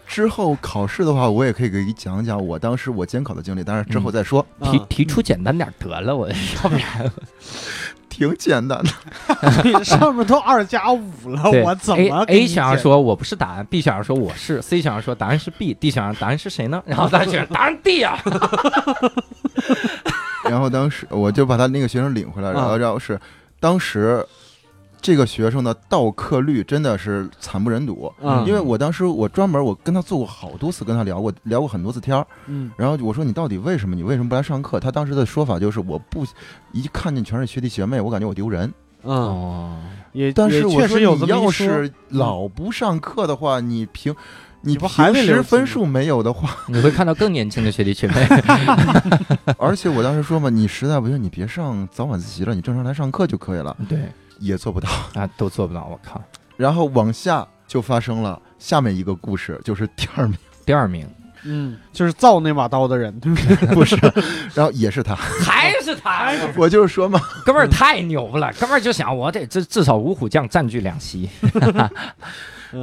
S4: 之后考试的话，我也可以给你讲讲我当时我监考的经历，但是之后再说，
S1: 提
S3: 啊
S1: 提出简单点得了，我要不然
S4: 挺简单的。
S3: 嗯 上面都二加五了，
S1: 对
S3: 哦我怎么
S1: A
S3: 给
S1: A
S3: 你
S1: 选项
S3: 解
S1: 说我不是答案，B 选项说我是，C 选项说答案是 B，D 选项答案是谁呢？然后大家选答案 D 啊，
S4: 然后当时我就把他那个学生领回来，然后
S3: 啊
S4: 然后是当时这个学生的到课率真的是惨不忍睹。
S3: 嗯
S4: 因为我当时我专门我跟他做过好多次跟他聊过聊过很多次天儿，
S3: 嗯
S4: 然后我说你到底为什么你为什么不来上课？他当时的说法就是我不一看见全是学弟学妹，我感觉我丢人。
S3: 嗯，
S1: 哦，
S3: 也
S4: 但
S3: 也
S4: 是我
S3: 确
S4: 说
S3: 实有
S4: 你
S3: 这么
S4: 要
S3: 一说，嗯
S4: 是老不上课的话，你平你
S3: 你不还
S4: 平
S3: 得留
S4: 时
S3: 级
S4: 分
S3: 吗
S4: 数没有的话，
S1: 你会看到更年轻的学弟学妹。
S4: 而且我当时说嘛，你实在不行你别上早晚自习了，你正常来上课就可以了，
S1: 对
S4: 也做不到。
S1: 啊，都做不到，我靠！
S4: 然后往下就发生了下面一个故事，就是第二名，
S1: 第二 名
S3: 嗯，就是造那把刀的人，对不对？
S4: 不 是，然后也是他，
S1: 还是他，
S4: 我就是说嘛，
S1: 哥们儿太牛了，哥们儿就想我得至至少五虎将占据两席。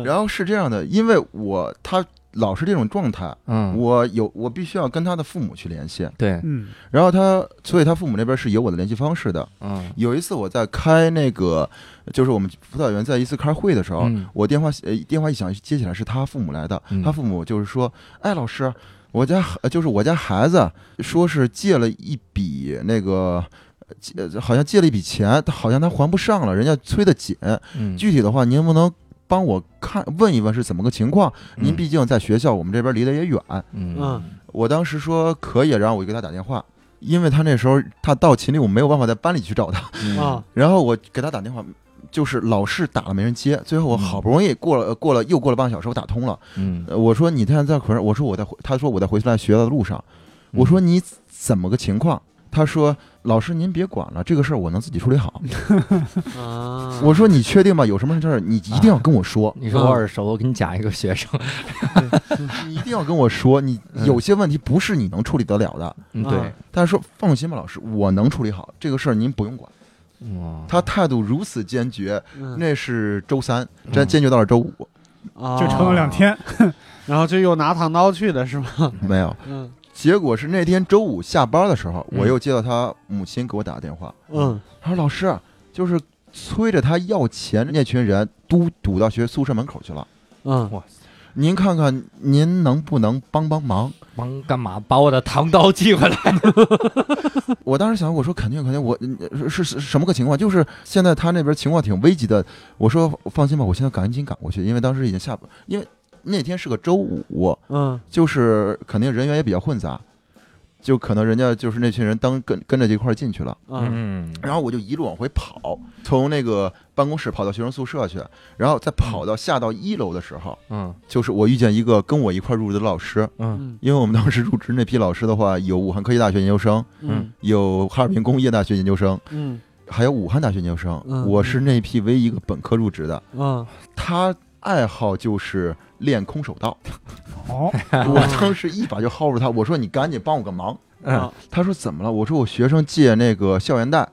S4: 然后是这样的，因为我他老是这种状态，
S1: 嗯，
S4: 我有我必须要跟他的父母去联系，
S1: 对，
S2: 嗯，
S4: 然后他所以他父母那边是有我的联系方式的。
S1: 嗯
S4: 有一次我在开那个，就是我们辅导员在一次开会的时候，
S1: 嗯
S4: 我电话呃电话一响接起来是他父母来的，
S1: 嗯
S4: 他父母就是说，哎老师，我家呃就是我家孩子说是借了一笔那个。呃借呃好像借了一笔钱，他好像他还不上了，人家催的紧。
S1: 嗯，
S4: 具体的话，您能不能帮我看问一问是怎么个情况？您毕竟在学校，我们这边离得也远。
S1: 嗯
S3: 嗯
S4: 我当时说可以，然后我就给他打电话，因为他那时候他到群里，我没有办法在班里去找他。
S1: 嗯
S3: 啊，
S4: 然后我给他打电话，就是老是打了没人接，最后我好不容易过了
S3: 嗯
S4: 呃过了又过了半个小时，我打通了。
S1: 嗯，
S4: 呃我说你现在在可是我说我在回，他说我在回来学校的路上。我说你怎么个情况？他说：“老师，您别管了，这个事儿我能自己处理
S3: 嗯
S4: 好。
S3: 啊”
S4: 我说：“你确定吗？有什么事儿你一定要跟我 说，
S1: 你说我耳熟，我给你讲一个学生，
S4: 你一定要跟我说。 你
S1: 嗯
S4: 有些问题不是你能处理得了的。
S1: 嗯，
S3: 啊
S1: 对，
S4: 他说：“放心吧，老师，我能处理好这个事儿，您不用管。”
S1: 嗯，
S4: 他态度如此坚决，
S3: 嗯
S4: 那是周三，真
S1: 嗯
S4: 坚决到了周五，嗯
S3: 啊
S2: 就撑了两天，
S3: 然后就又拿糖刀去的是吗？
S4: 没有。
S3: 嗯
S4: 结果是那天周五下班的时候，
S1: 嗯
S4: 我又接到他母亲给我打的电话，
S3: 嗯
S4: 他说：“老师，就是催着他要钱那群人都堵到学宿舍门口去了，
S3: 嗯，
S4: 您看看您能不能帮帮忙
S1: 忙干嘛？把我的糖刀寄回来？？”
S4: 我当时想，我说肯定肯定，我嗯是是什么个情况？就是现在他那边情况挺危急的。我说放心吧，我现在赶紧赶过去，因为当时已经下，因为那天是个周五，
S3: 嗯
S4: 就是肯定人员也比较混杂，就可能人家就是那群人当跟跟着这块儿进去了。
S3: 嗯
S1: 嗯
S4: 然后我就一路往回跑，从那个办公室跑到学生宿舍去，然后再跑到下到一楼的时候，
S1: 嗯
S4: 就是我遇见一个跟我一块入职的老师，
S1: 嗯
S3: 嗯
S4: 因为我们当时入职那批老师的话，有武汉科技大学研究生，
S3: 嗯
S4: 有哈尔滨工业大学研究生，
S3: 嗯
S4: 还有武汉大学研究生
S3: 嗯。
S4: 我是那批唯一一个本科入职的，
S3: 嗯，
S4: 他爱好就是练空手道。
S2: 哦，
S3: 啊
S4: 我当时一把就薅住他，我说你赶紧帮我个忙。
S1: 嗯，
S4: 他说怎么了？我说我学生借那个校园贷，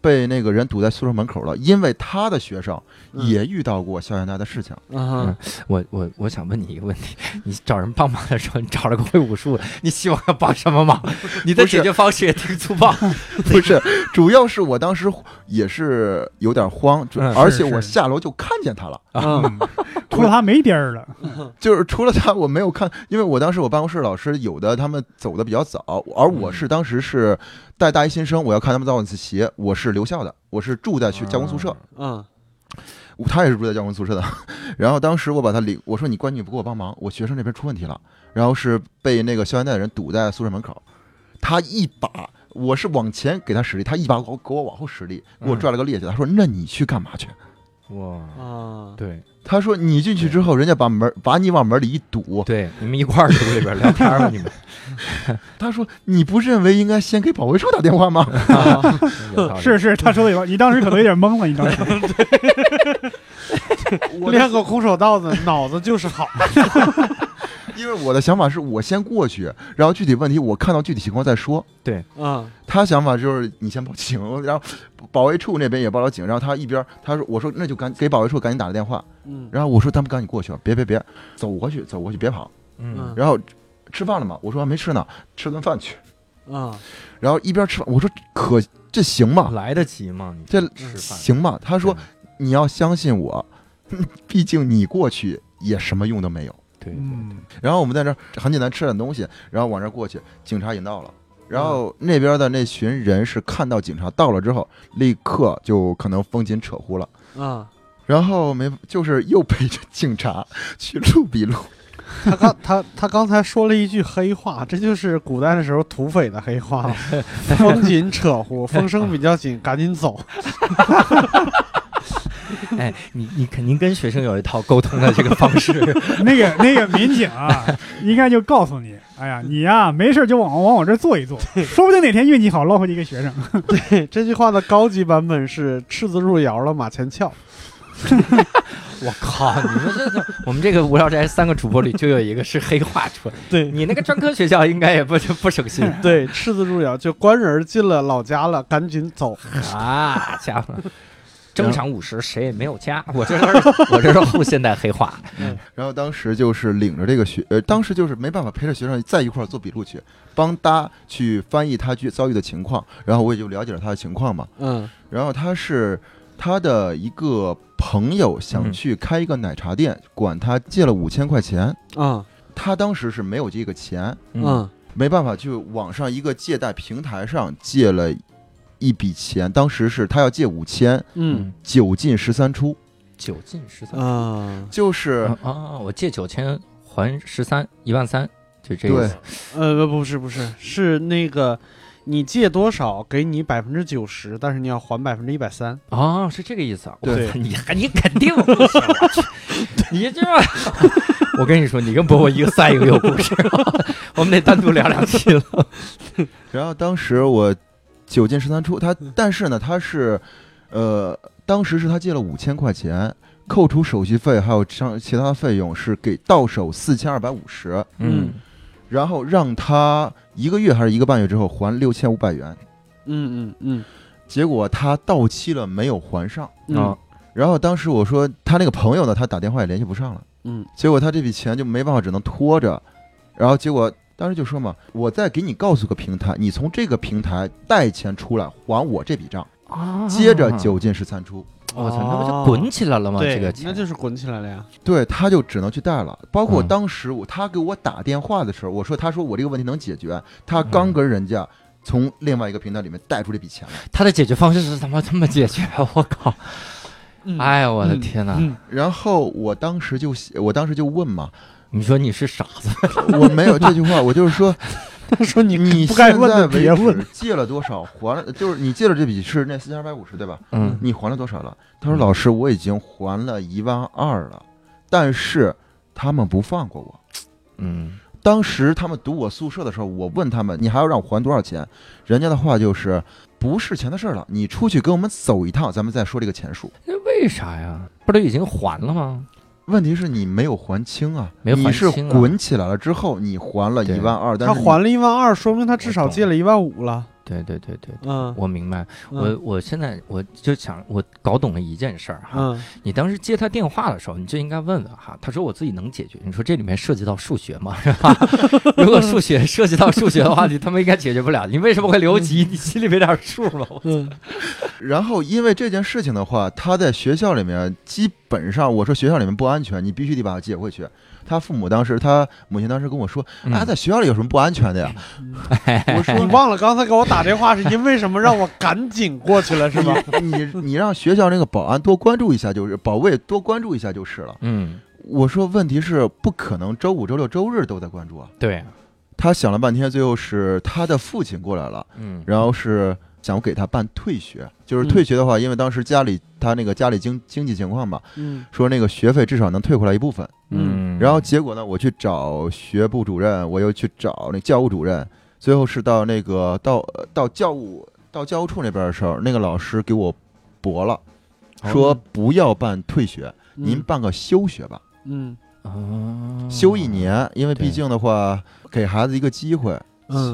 S4: 被那个人堵在宿舍门口了，因为他的学生
S2: 嗯
S3: 嗯
S4: 也遇到过校园贷的 事情。
S3: 啊
S1: 我我我想问你一个问题，你找人帮忙的时候，你找了个会武术，你希望他帮什么 忙？你的
S4: 不是
S1: 解决方式也挺粗暴。
S4: 不是，主要是我当时也是有点慌，主
S1: 嗯
S4: 而且
S2: 是
S4: 我
S2: 是
S4: 下楼就看见他了，
S3: 嗯
S2: 哦除了他没别人了，
S4: 就是除了他我没有看，因为我当时我办公室老师有的他们走的比较早，而我
S2: 嗯
S4: 是当时是带大一新生，我要看他们早晚自习，我是留校的，我是住在
S2: 啊
S4: 学教工宿舍，
S3: 嗯
S4: 他也是住在教工宿舍的。 然后当时我把他领，我说你关键不给我帮忙，我学生这边出问题了。然后是被那个校园贷的人堵在宿舍门口，他一把我是往前给他使力，他一把给我给我往后使力，给我拽了个趔趄。他说：“那你去干嘛去
S1: 哇，
S3: 啊
S1: 对？”
S4: 他说：“你进去之后，人家把门把你往门里一堵。
S1: 对，你们一块儿去里边聊天吧，你们”
S4: 他说：“你不认为应该先给保卫处打电话吗
S1: 有道理
S2: 是是，他说的有道理，你当时可能有点懵了，你当 时
S3: 练个空手道的脑子就是好。？”
S4: 因为我的想法是我先过去，然后具体问题我看到具体情况再说。
S3: 嗯
S4: 他想法就是你先报警， 然后保卫处那边也报了警，然后他一边他说我说那就赶给保卫处赶紧打个电话，
S3: 嗯
S4: 然后我说咱们赶紧过去吧，别别别，走过去走过去别跑，
S1: 嗯
S4: 然后吃饭了吗？我说还没吃呢，吃顿饭去，
S3: 嗯
S4: 然后一边吃饭我说可这行吗？
S1: 哦来得及吗？你
S4: 这
S3: 嗯
S1: 吃饭
S4: 行吗？他
S1: 他
S4: 说你要相信我， 毕竟你过去也什么用都没有。
S1: 对对
S2: 嗯，
S4: 然后我们在这儿很简单吃点东西，然后往这儿过去，警察也到了。然后那边的那群人是看到警察到了之后，立刻就可能风琴扯呼了，
S3: 嗯，
S4: 然后没就是又陪着警察去录笔录。
S3: 他刚他他刚才说了一句黑话，这就是古代的时候土匪的黑话了。风紧扯呼，风声比较紧，赶紧走。
S1: 哎，你你肯定跟学生有一套沟通的这个方式，
S2: 那个那个民警 啊，应该就告诉你，哎呀，你呀、没事儿就往往我这儿坐一坐，说不定哪天运气好捞回去一个学生。
S3: 对这句话的高级版本是赤子入窑了，马前翘。
S1: 我靠！你们这这，我们这个无聊斋三个主播里就有一个是黑话出来，
S3: 对
S1: 你那个专科学校应该也不不省心
S3: 对，赤子入窑就官人进了老家了，赶紧走。
S1: 啊，家伙！正常五十谁也没有加， 我这是我这是后现代黑话，
S4: 然后当时就是领着这个学，呃，当时就是没办法陪着学生在一块儿做笔录去，帮他去翻译他去遭遇的情况，然后我也就了解了他的情况嘛。
S3: 嗯
S4: 然后他是他的一个朋友想
S1: 嗯
S4: 去开一个奶茶店，管他借了五千块钱，
S3: 啊
S4: 他当时是没有这个钱，
S3: 嗯
S4: 没办法去网上一个借贷平台上借了一笔钱，当时是他要借五千，
S3: 嗯
S4: 九进十三出，
S1: 九进十三
S3: 啊
S4: 就是
S1: 啊，哦我借九千还十三一万三，就这
S4: 对
S1: 个，
S3: 呃不是不是是那个。你借多少，给你百分之九十，但是你要还百分之一百三。
S1: 哦，是这个意思啊！
S3: 对
S1: 啊我操你还你肯定不行，我去你这 我跟你说，你跟伯伯一个赛一个有故事，我们得单独聊两期了。
S4: 然后当时我九进十三出，他
S3: 嗯
S4: 但是呢，他是呃，当时是他借了五千块钱，扣除手续费还有上其他费用是给到手四千二百五十，
S1: 嗯，
S4: 然后让他一个月还是一个半月之后还六千五百元，
S3: 嗯嗯
S4: 结果他到期了没有还上。
S3: 嗯
S1: 啊，
S4: 然后当时我说他那个朋友呢，他打电话也联系不上了，
S3: 嗯
S4: 结果他这笔钱就没办法，只能拖着。然后结果当时就说嘛，我再给你告诉个平台，你从这个平台贷钱出来还我这笔账，
S1: 哦啊
S4: 接着九进十三出。
S1: 我操，那不就滚起来了吗？
S3: 哦对，
S1: 这个钱
S3: 那就是滚起来了呀。
S4: 对，他就只能去贷了。包括
S1: 嗯
S4: 当时我他给我打电话的时候，我说他说我这个问题能解决，他刚跟人家从另外一个平台里面贷出这笔钱来。
S1: 他的解决方式是他妈这么解决，啊我靠！
S3: 嗯
S1: 哎呀，我的天哪！
S3: 嗯
S4: 然后我当时就我当时就问嘛，
S1: 你说你是傻子？
S4: 我没有这句话，我就是说
S3: 他说你
S4: 你
S3: 不该
S4: 现
S3: 问
S4: 在
S3: 的
S4: 为
S3: 别问
S4: 止，借了多少，还了就是你借了这笔是那四千二百五十对吧？
S1: 嗯
S4: 你还了多少了？他说老师我已经还了一万二了，但是他们不放过我。
S1: 嗯，
S4: 当时他们堵我宿舍的时候，我问他们你还要让我还多少钱？人家的话就是不是钱的事儿了，你出去跟我们走一趟，咱们再说这个钱数。
S1: 那为啥呀？不都已经还了吗？
S4: 问题是你没有还清啊，
S1: 没还
S4: 你
S1: 清
S4: 是
S1: 啊
S4: 滚起来了之后，你还了一万二，但
S3: 他
S4: 是你
S3: 还了一万二，说明他至少借了一万五了。
S1: 对对对对，
S3: 嗯，
S1: 我明白。
S3: 嗯
S1: 我我现在我就想，我搞懂了一件事儿哈。
S3: 嗯
S1: 你当时接他电话的时候，你就应该问问哈。他说我自己能解决。你说这里面涉及到数学吗？ 是吧？如果数学涉及到数学的话，你他妈应该解决不了。你为什么会留级？你心里没点数吗？
S3: 嗯
S4: 然后因为这件事情的话，他在学校里面基本上，我说学校里面不安全，你必须得把他接回去。他父母当时，他母亲当时跟我说：“
S1: 嗯
S4: 啊，在学校里有什么不安全的呀？”我 说
S3: 你忘了刚才给我打电话是因为什么？让我赶紧过去了是吧？
S4: 你你你让学校那个保安多关注一下，就是保卫多关注一下就是了。
S1: 嗯，
S4: 我说问题是不可能周五、周六、周日都在关注啊。
S1: 对啊，
S4: 他想了半天，最后是他的父亲过来了，
S1: 嗯
S4: 然后是想给他办退学，就是退学的话，因为当时家里他那个家里经经济情况嘛，
S3: 嗯
S4: 说那个学费至少能退回来一部分。
S1: 嗯，
S4: 然后结果呢，我去找学部主任，我又去找那教务主任，最后是到那个到呃到教务到教务处那边的时候，那个老师给我驳了，说不要办退学，您办个休学吧，
S3: 嗯
S1: 哦
S4: 休一，年，因为
S1: 对
S4: 毕竟的话给孩子一个机会。
S3: 嗯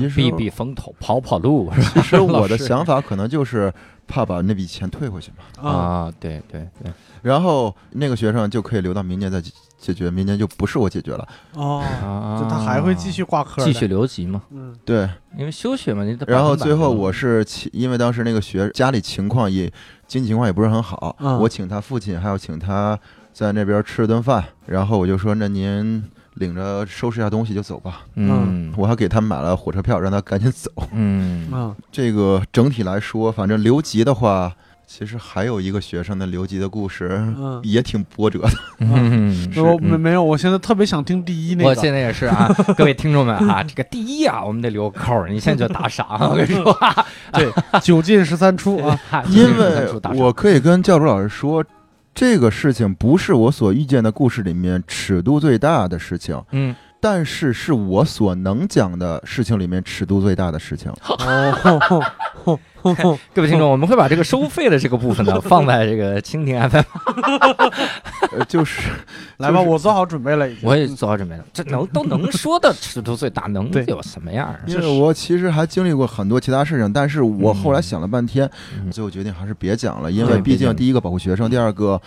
S4: 其实
S1: 避避风头，跑跑路是吧
S4: 其 实我
S1: 老
S4: 的
S1: 师
S4: 想法可能就是怕把那笔钱退回去嘛，
S3: 啊，
S1: 啊？对对对，
S4: 然后那个学生就可以留到明年再解解决，明年就不是我解决了。
S3: 哦，
S1: 啊，
S3: 就他还会继续挂科的，
S1: 继续留级嘛？
S3: 嗯
S4: 对，
S1: 因为休学嘛，你得
S4: 然
S1: 百
S4: 后
S1: 分百
S4: 最后
S1: 嘛
S4: 我是请，因为当时那个学家里情况也经济情况也不是很好，
S3: 嗯
S1: 啊
S4: 我请他父亲还有请他在那边吃了顿饭，然后我就说那您领着收拾一下东西就走吧，
S1: 嗯
S4: 我还给他买了火车票让他赶紧走。
S1: 嗯
S3: 嗯
S4: 这个整体来说，反正留级的话，其实还有一个学生的留级的故事
S3: 嗯，
S4: 也挺波折的。
S1: 嗯，
S3: 我
S1: 嗯
S3: 没没有，我现在特别想听第一那
S1: 我
S3: 个，
S1: 现在也是啊， 各位听众们啊，这个第一啊，我们得留个扣儿，你现在就打赏 啊，我跟你说啊，
S3: 九进十三出 啊，
S1: 啊
S4: 因
S1: 咱
S4: 为
S1: 就打赏
S4: 我可以跟教主老师说，这个事情不是我所遇见的故事里面尺度最大的事情。
S1: 嗯，
S4: 但是是我所能讲的事情里面尺度最大的事情。
S3: 哦，
S1: 各位听众，我们会把这个收费的这个部分 呢，放在这个蜻蜓 FM，
S4: 呃， 就是
S3: 来吧，我做好准备了已经，
S1: 我也做好准备了，这能都能说的尺度最大，能
S3: 对
S1: 有什么样儿啊？
S4: 因为我其实还经历过很多其他事情，但是我后来想了半天，
S1: 嗯
S4: 最后决定还是别讲了，因
S1: 对
S4: 为毕
S1: 别讲嗯
S4: 竟第一个保护学生，第二个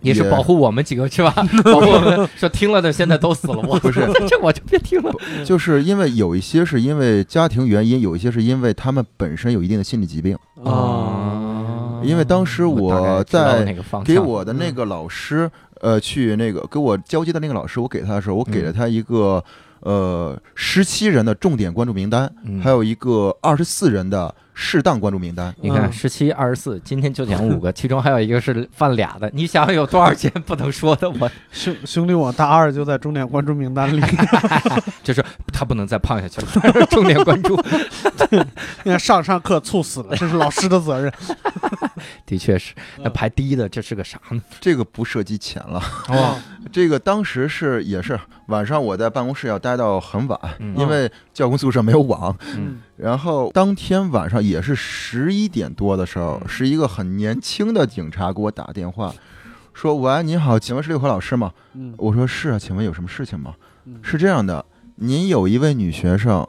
S1: 也是保护我们几个 是吧？保护我们说听了的现在都死了，我
S4: 不 是
S1: 这我就别听了。
S4: 就是因为有一些是因为家庭原因，有一些是因为他们本身有一定的心理疾病。
S3: 嗯哦
S1: 哦
S3: 啊，
S4: 因为当时我
S1: 嗯大概知道
S4: 在
S1: 那个方向
S4: 给我的那个老师，呃，去那个给我交接的那个老师，我给他的时候，我给了他一个、呃十七人的重点关注名单，
S1: 嗯
S4: 还有一个二十四人的适当关注名单。
S1: 你看
S3: 嗯
S1: 十七、二十四，今天就讲五个，其中还有一个是犯俩的。你想想有多少件不能说的？我
S3: 兄兄弟，我大二就在重点关注名单里，
S1: 就是他不能再胖下去了， 重点关注。
S3: 你看上上课猝死了，这是老师的 责任。
S1: 的确是，那
S3: 嗯
S1: 排第一的这是个啥呢？
S4: 这个不涉及钱了，
S3: 哦，
S4: 这个当时是也是晚上我在办公室要待到很晚，
S1: 嗯
S4: 因为教工宿舍没有网。
S1: 嗯
S4: 然后当天晚上也是十一点多的时候，
S1: 嗯
S4: 是一个很年轻的警察给我打电话，说：“喂，您好，请问是六合老师吗？”
S3: 嗯
S4: 我说：“是啊，请问有什么事情吗？”
S3: 嗯
S4: 是这样的，您有一位女学生，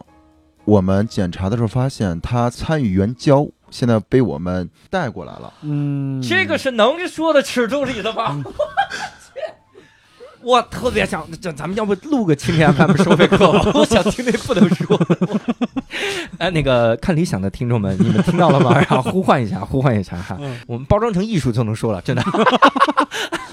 S4: 我们检查的时候发现她参与援交，现在被我们带过来了。
S3: 嗯，
S1: 这个是能说的尺度里的吗？我去， 我特别想，这咱们要不录个青年 FM 收费课吧？ 我想听那不能说的。 哎，那个看理想的听众们， 你们听到了吗？ 然后呼唤一下，呼唤一下哈
S3: 嗯，
S1: 我们包装成艺术就能说了，真的。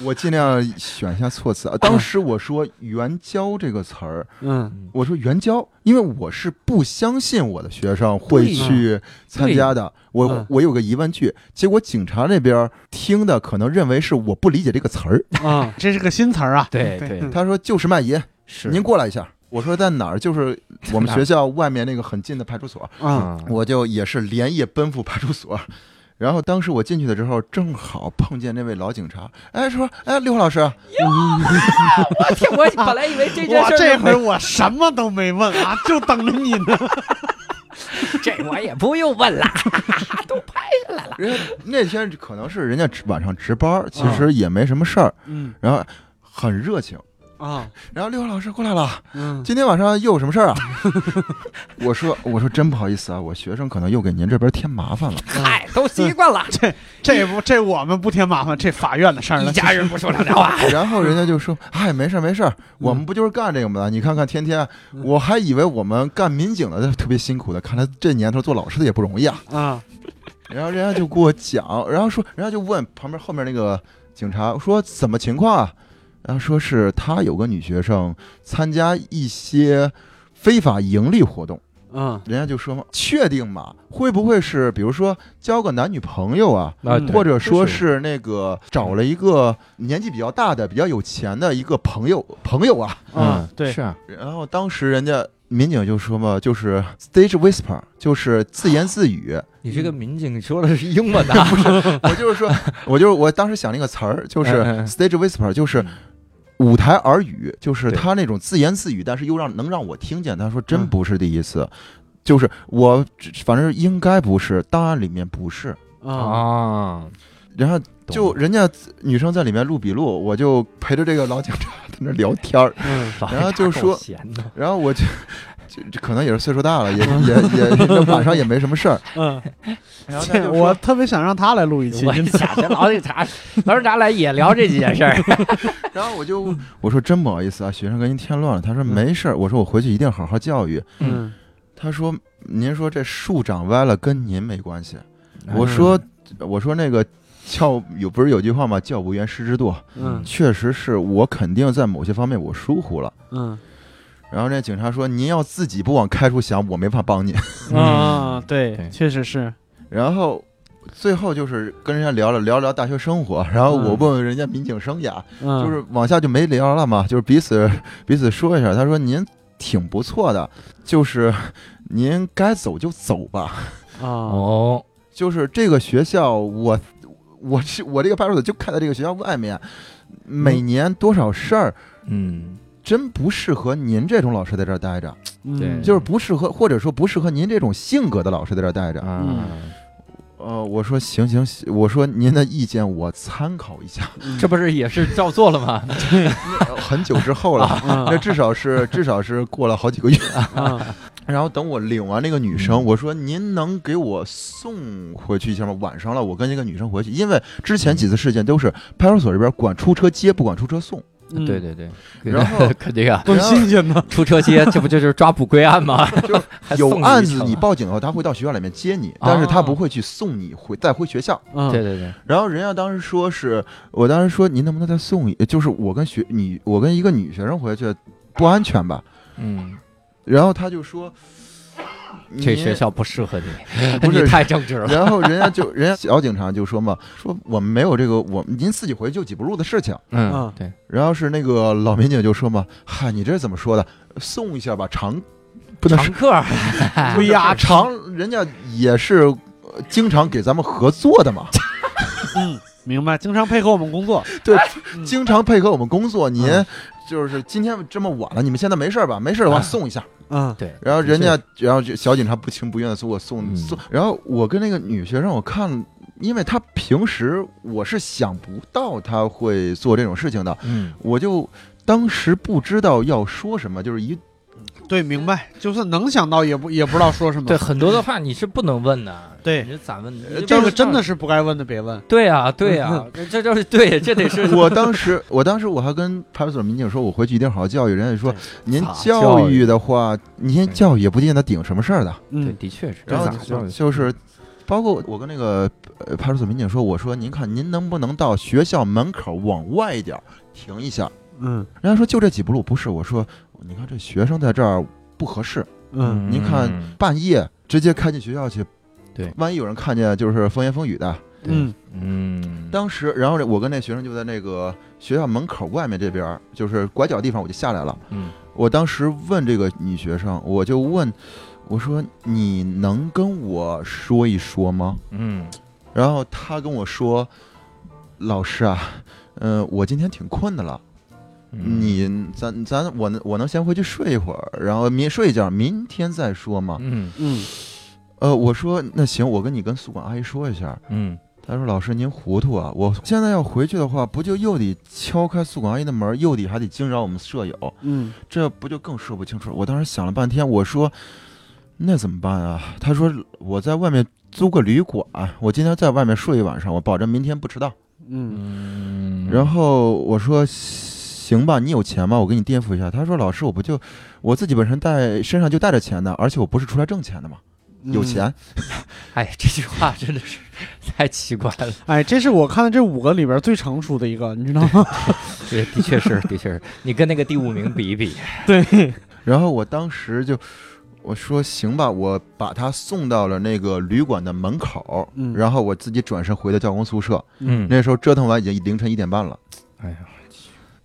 S4: 我尽量选一下措辞啊。
S1: 嗯
S4: 当时我说“援交”这个词儿，
S3: 嗯
S4: 我说“援交”，因为我是不相信我的学生会去参加的。我
S3: 嗯
S4: 我有个疑问句，结果警察那边听的可能认为是我不理解这个词儿。
S1: 嗯
S3: 啊，这是个新词儿啊。
S1: 对
S3: 对
S1: 对，
S3: 嗯
S4: 他说就是卖淫，
S1: 是
S4: 您过来一下。我说在哪儿？就是我们
S1: 在哪儿
S4: 学校外面那个很近的派出所。
S3: 啊，
S1: 啊，
S4: 我就也是连夜奔赴派出所。然后当时我进去的时候，正好碰见那位老警察，哎，说，哎，刘老师，
S1: 我本来以为这件
S3: 我
S1: 事儿
S3: 这
S1: 就
S3: 回
S1: 没，
S3: 我什么都没问啊，就等着你呢。
S1: 这我也不用问了，都拍下来了。
S4: 人家那天可能是人家值晚上值班，其实也没什么事儿，
S3: 嗯
S4: 然后很热情。
S3: 啊，
S4: 然后刘老师过来了，
S3: 嗯
S4: 今天晚上又有什么事儿啊？ 我说，我说真不好意思啊，我学生可能又给您这边添麻烦了。
S1: 嗨，都习惯了，
S3: 这不这我们不添麻烦，这法院的事儿
S1: 一
S3: 了。
S1: 家人不说两家话。
S4: 然后人家就说，哎，没事儿没事儿，我们不就是干这个吗？你看看天天，
S3: 嗯
S4: 我还以为我们干民警的特别辛苦的，看来这年头做老师的也不容易啊。
S3: 啊，
S4: 然后人家就给我讲，然后说，人家就问旁边后面那个警察说怎么情况啊？然后说是他有个女学生参加一些非法盈利活动，
S3: 嗯
S4: 人家就说嘛，确定吗？会不会是比如说交个男女朋友啊？
S1: 啊，
S3: 嗯
S1: 对
S4: 或者说
S1: 就是
S4: 是那个找了一个年纪比较大的、比较有钱的一个朋友朋友啊，
S3: 啊，对，
S1: 是啊，
S4: 然后当时人家民警就说嘛，就是 stage whisper，就是自言自语，
S1: 你这个民警说的是英文的 啊，
S4: 我就是说，我就是我当时想了一个词儿，就
S1: 嗯
S4: 是
S1: 嗯嗯
S4: stage whisper，就是
S1: 嗯
S4: 舞台耳语，就是
S1: 对
S4: 他那种自言自语，但是又让能让我听见。他说真
S1: 嗯
S4: 不是第一次，就是我反正应该不是，档案里面不是。
S3: 啊，
S1: 啊，
S4: 然后
S1: 懂
S4: 就人家女生在里面录笔录，我就陪着这个老警察在那聊天儿，
S3: 嗯
S4: 然后就说
S1: 闲的
S4: 然后我就。就就可能也是岁数大了，也也也晚上也没什么事儿。
S3: 嗯，
S4: 然后他就
S3: 这
S4: 说
S3: 我特别想让他来录一期，
S1: 我假的老警察，老警察来也聊这几件事儿。
S4: 然后我就
S1: 嗯
S4: 我说真不好意思啊，学生给您添乱了。他说没事儿，我说我回去一定好好教育。
S3: 嗯
S4: 他说您说这树长歪了跟您没关系。
S3: 哎
S4: 我说我说那个教有不是有句话吗？教无缘师之惰，
S3: 嗯
S4: 确实是我肯定在某些方面我疏忽了。
S3: 嗯
S4: 然后那警察说您要自己不往开处想，我没法帮你。
S3: 啊，对，
S1: 对
S3: 确实是，
S4: 然后。最后就是跟人家聊了聊聊大学生活， 然后我
S3: 嗯
S4: 问问人家民警生涯，
S3: 嗯，
S4: 就是往下就没聊了嘛，就是彼此彼此说一下。他说您挺不错的，就是您该走就走吧。
S3: 啊，
S1: 哦，
S4: 就是这个学校，我我是我这个派出所就看到这个学校外面，每年多少事儿。
S1: 嗯，
S4: 真不适合您这种老师在这儿待着，
S1: 对
S3: 嗯
S4: 就是不适合，或者说不适合您这种性格的老师在这儿待着。
S1: 啊，
S4: 呃，我说行行，行我说您的意见我参考一下。
S3: 嗯
S1: 这不是也是照做了 吗？
S4: 很久之后了， 那
S3: 嗯
S4: 至少是至少是过了好几个月。
S3: 嗯
S4: 然后等我领完那个女生，
S1: 嗯
S4: 我说您能给我送回去一下吗？晚上了，我跟一个女生回去，因为之前几次事件都是派出所这边管出车接，不管出车送。
S3: 嗯
S1: 对对对，
S4: 然 后
S1: 可这个
S3: 多新鲜呢，
S1: 出车接，这不就是抓捕归案吗？
S4: 就
S1: 还送
S4: 有
S1: 你一
S4: 案子
S1: 程啊
S4: 你报警以后，他会到学校里面接你，但是他不会去送你回再回学校。
S3: 嗯
S1: 对对对，
S4: 然后人家当时说是我当时说您能不能再送一，就是我跟学你我跟一个女学生回去不安全吧？
S1: 嗯，
S4: 然后他就说，
S1: 这
S4: 你
S1: 学校不适合你，
S4: 不是
S1: 你太正直了。
S4: 然后人家就人家小警察就说嘛，说我们没有这个，我们您自己回去就几步路的事情。
S1: 嗯
S3: 啊，
S1: 对，
S4: 然后是那个老民警就说嘛，哈，你这是怎么说的？送一下吧，常不能
S1: 常客儿，
S4: 说
S3: 啊
S4: 呀，常啊人家也是呃经常给咱们合作的嘛，
S3: 嗯，明白，经常配合我们工作，嗯
S4: 经常配合我们工作。您
S3: 嗯
S4: 就是今天这么晚了，你们现在没事儿吧？没事儿的话
S1: 啊
S4: 送一下。
S3: 嗯
S1: 对，
S4: 然后人家，然后就小警察不情不愿的送我送
S1: 嗯
S4: 送。然后我跟那个女学生，我看，因为她平时我是想不到她会做这种事情的，
S1: 嗯，
S4: 我就当时不知道要说什么，就是一
S3: 对，明白，就是能想到也不也不知道说什么。
S1: 对，很多的话你是不能问的，
S3: 嗯对
S1: 你是咋问
S3: 呃，
S1: 的？
S3: 这个
S1: 当
S3: 真的是不该问的，别问。
S1: 对 啊，对啊，
S4: 嗯
S1: 这就是 对，这得是
S4: 我当时，我当时我还跟派出所民警说，我回去一定好好教育。人家就说
S1: 对，
S4: 您
S1: 咋
S4: 教
S1: 教育
S4: 育的话，您教育也不见得顶什么事儿的。
S1: 对，
S3: 嗯，
S1: 的确是。
S3: 这
S4: 然后
S3: 咋
S4: 就
S3: 教育
S4: 就是，包括我跟那个呃派出所民警说，我说您看您能不能到学校门口往外一点儿停一下？
S3: 嗯
S4: 人家说就这几步路，不是？我说你看这学生在这儿不合适，
S3: 嗯
S4: 您看半夜直接开进学校去，
S1: 对
S4: 万一有人看见就是风言风语的。
S1: 对
S3: 嗯
S1: 嗯，
S4: 当时，然后我跟那学生就在那个学校门口外面这边儿，就是拐角地方，我就下来了。
S1: 嗯
S4: 我当时问这个女学生，我就问，我说你能跟我说一说吗？
S1: 嗯
S4: 然后她跟我说，老师啊，嗯、我今天挺困的了，
S1: 嗯
S4: 你咱咱我能我能先回去睡一会儿，然后明睡一觉，明天再说嘛。
S1: 嗯
S3: 嗯，
S4: 呃，我说那行，我跟你跟宿管阿姨说一下。
S1: 嗯
S4: 他说：“老师，您糊涂啊！我现在要回去的话，不就又得敲开宿管阿姨的门，又得还得惊扰我们舍友，
S3: 嗯
S4: 这不就更说不清楚了？”我当时想了半天，我说：“那怎么办啊？”他说：“我在外面租个旅馆，我今天在外面睡一晚上，我保证明天不迟到。
S3: 嗯
S1: 嗯，
S4: 然后我说：“行吧，你有钱吗？我给你垫付一下。”他说：“老师，我不就我自己本身带身上就带着钱的，而且我不是出来挣钱的嘛，
S3: 嗯
S4: 有钱。
S1: 哎，这句话真的是 太奇怪了，
S3: 哎，这是我看的这五个里边最成熟的一个，你知道吗？
S1: 对，的确是，的确是，你跟那个第五名比一比，
S3: 对，
S4: 然后我当时就我说行吧，我把他送到了那个旅馆的门口，
S3: 嗯
S4: 然后我自己转身回到教工宿舍。
S1: 嗯，
S4: 那时候折腾完已经凌晨一点半了。
S1: 哎呀，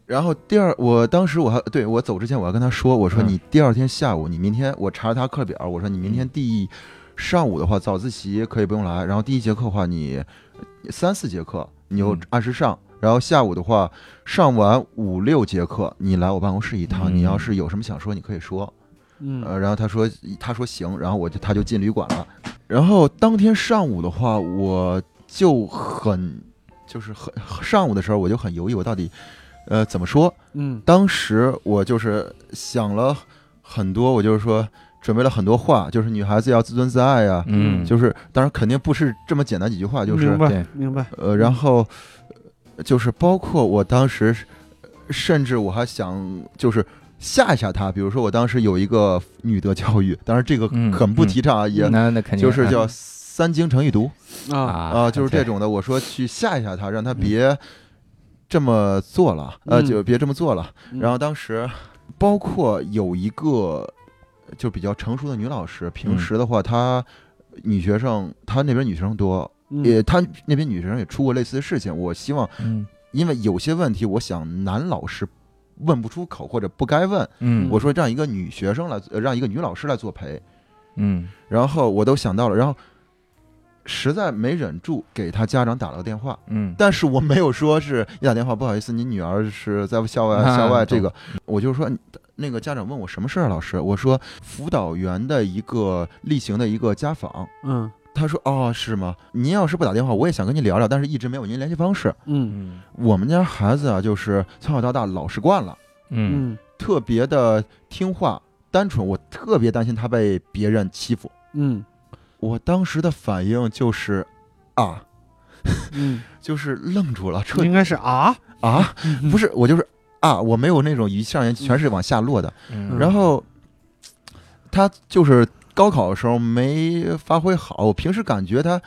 S4: 然后第二，我当时我还对我走之前我还跟他说，我说
S1: 嗯
S4: 你第二天下午，你明天我查了他课表，我说你明天第一上午的话早自习可以不用来，然后第一节课的话你三四节课你就
S1: 嗯
S4: 按时上，然后下午的话上完五六节课你来我办公室一趟，
S1: 嗯
S4: 你要是有什么想说你可以说。
S3: 嗯
S4: 呃，然后他说他说行，然后我就他就进旅馆了。然后当天上午的话，我就很就是很上午的时候我就很犹豫，我到底呃怎么说？
S3: 嗯
S4: 当时我就是想了很多，我就是说准备了很多话，就是女孩子要自尊自爱呀、
S1: 嗯，
S4: 就是当然肯定不是这么简单几句话，就是
S3: 明白
S1: 对
S3: 明白，
S4: 呃，然后呃就是包括我当时，甚至我还想就是吓一吓他，比如说我当时有一个女德教育，当然这个
S1: 嗯
S4: 很不提倡啊，也
S1: 那那肯定嗯
S4: 就是叫三经成一毒
S3: 啊
S1: 啊
S4: 啊、就是这，种的，我说去吓一吓他，让他别这么做了，呃，
S3: 嗯
S4: 就别这么做了。
S3: 嗯
S4: 然后当时包括有一个就比较成熟的女老师，平
S1: 嗯
S4: 时的话她。女学生，她那边女学生多，
S3: 嗯
S4: 也她那边女学生也出过类似的事情。我希望
S1: 嗯
S4: 因为有些问题，我想男老师问不出口或者不该问，
S1: 嗯，
S4: 我说让一个女学生来，呃让一个女老师来作陪，
S1: 嗯
S4: 然后我都想到了，然后实在没忍住给他家长打了个电话，
S1: 嗯，
S4: 但是我没有说是一打电话，不好意思，您女儿是在校外
S1: 啊
S4: 校外这
S1: 懂
S4: 个，我就说那个家长问我什么事儿，老师，我说辅导员的一个例行的一个家访。
S3: 嗯
S4: 他说：“哦，是吗？您要是不打电话，我也想跟您聊聊，但是一直没有您联系方式。
S3: 嗯
S1: 嗯
S4: 我们家孩子啊，就是从小到大老实惯了，
S1: 嗯
S3: 嗯
S4: 特别的听话、单纯。我特别担心他被别人欺负。
S3: 嗯
S4: 我当时的反应就是，啊，
S3: 嗯，
S4: 就是愣住了，彻
S3: 应该是啊，
S1: 嗯
S4: 啊，不
S3: 是
S4: 是，我就是啊，我没有那种一上来全是往下落的。
S1: 嗯，
S4: 然后他就是高考的时候没发挥好，我平时感觉他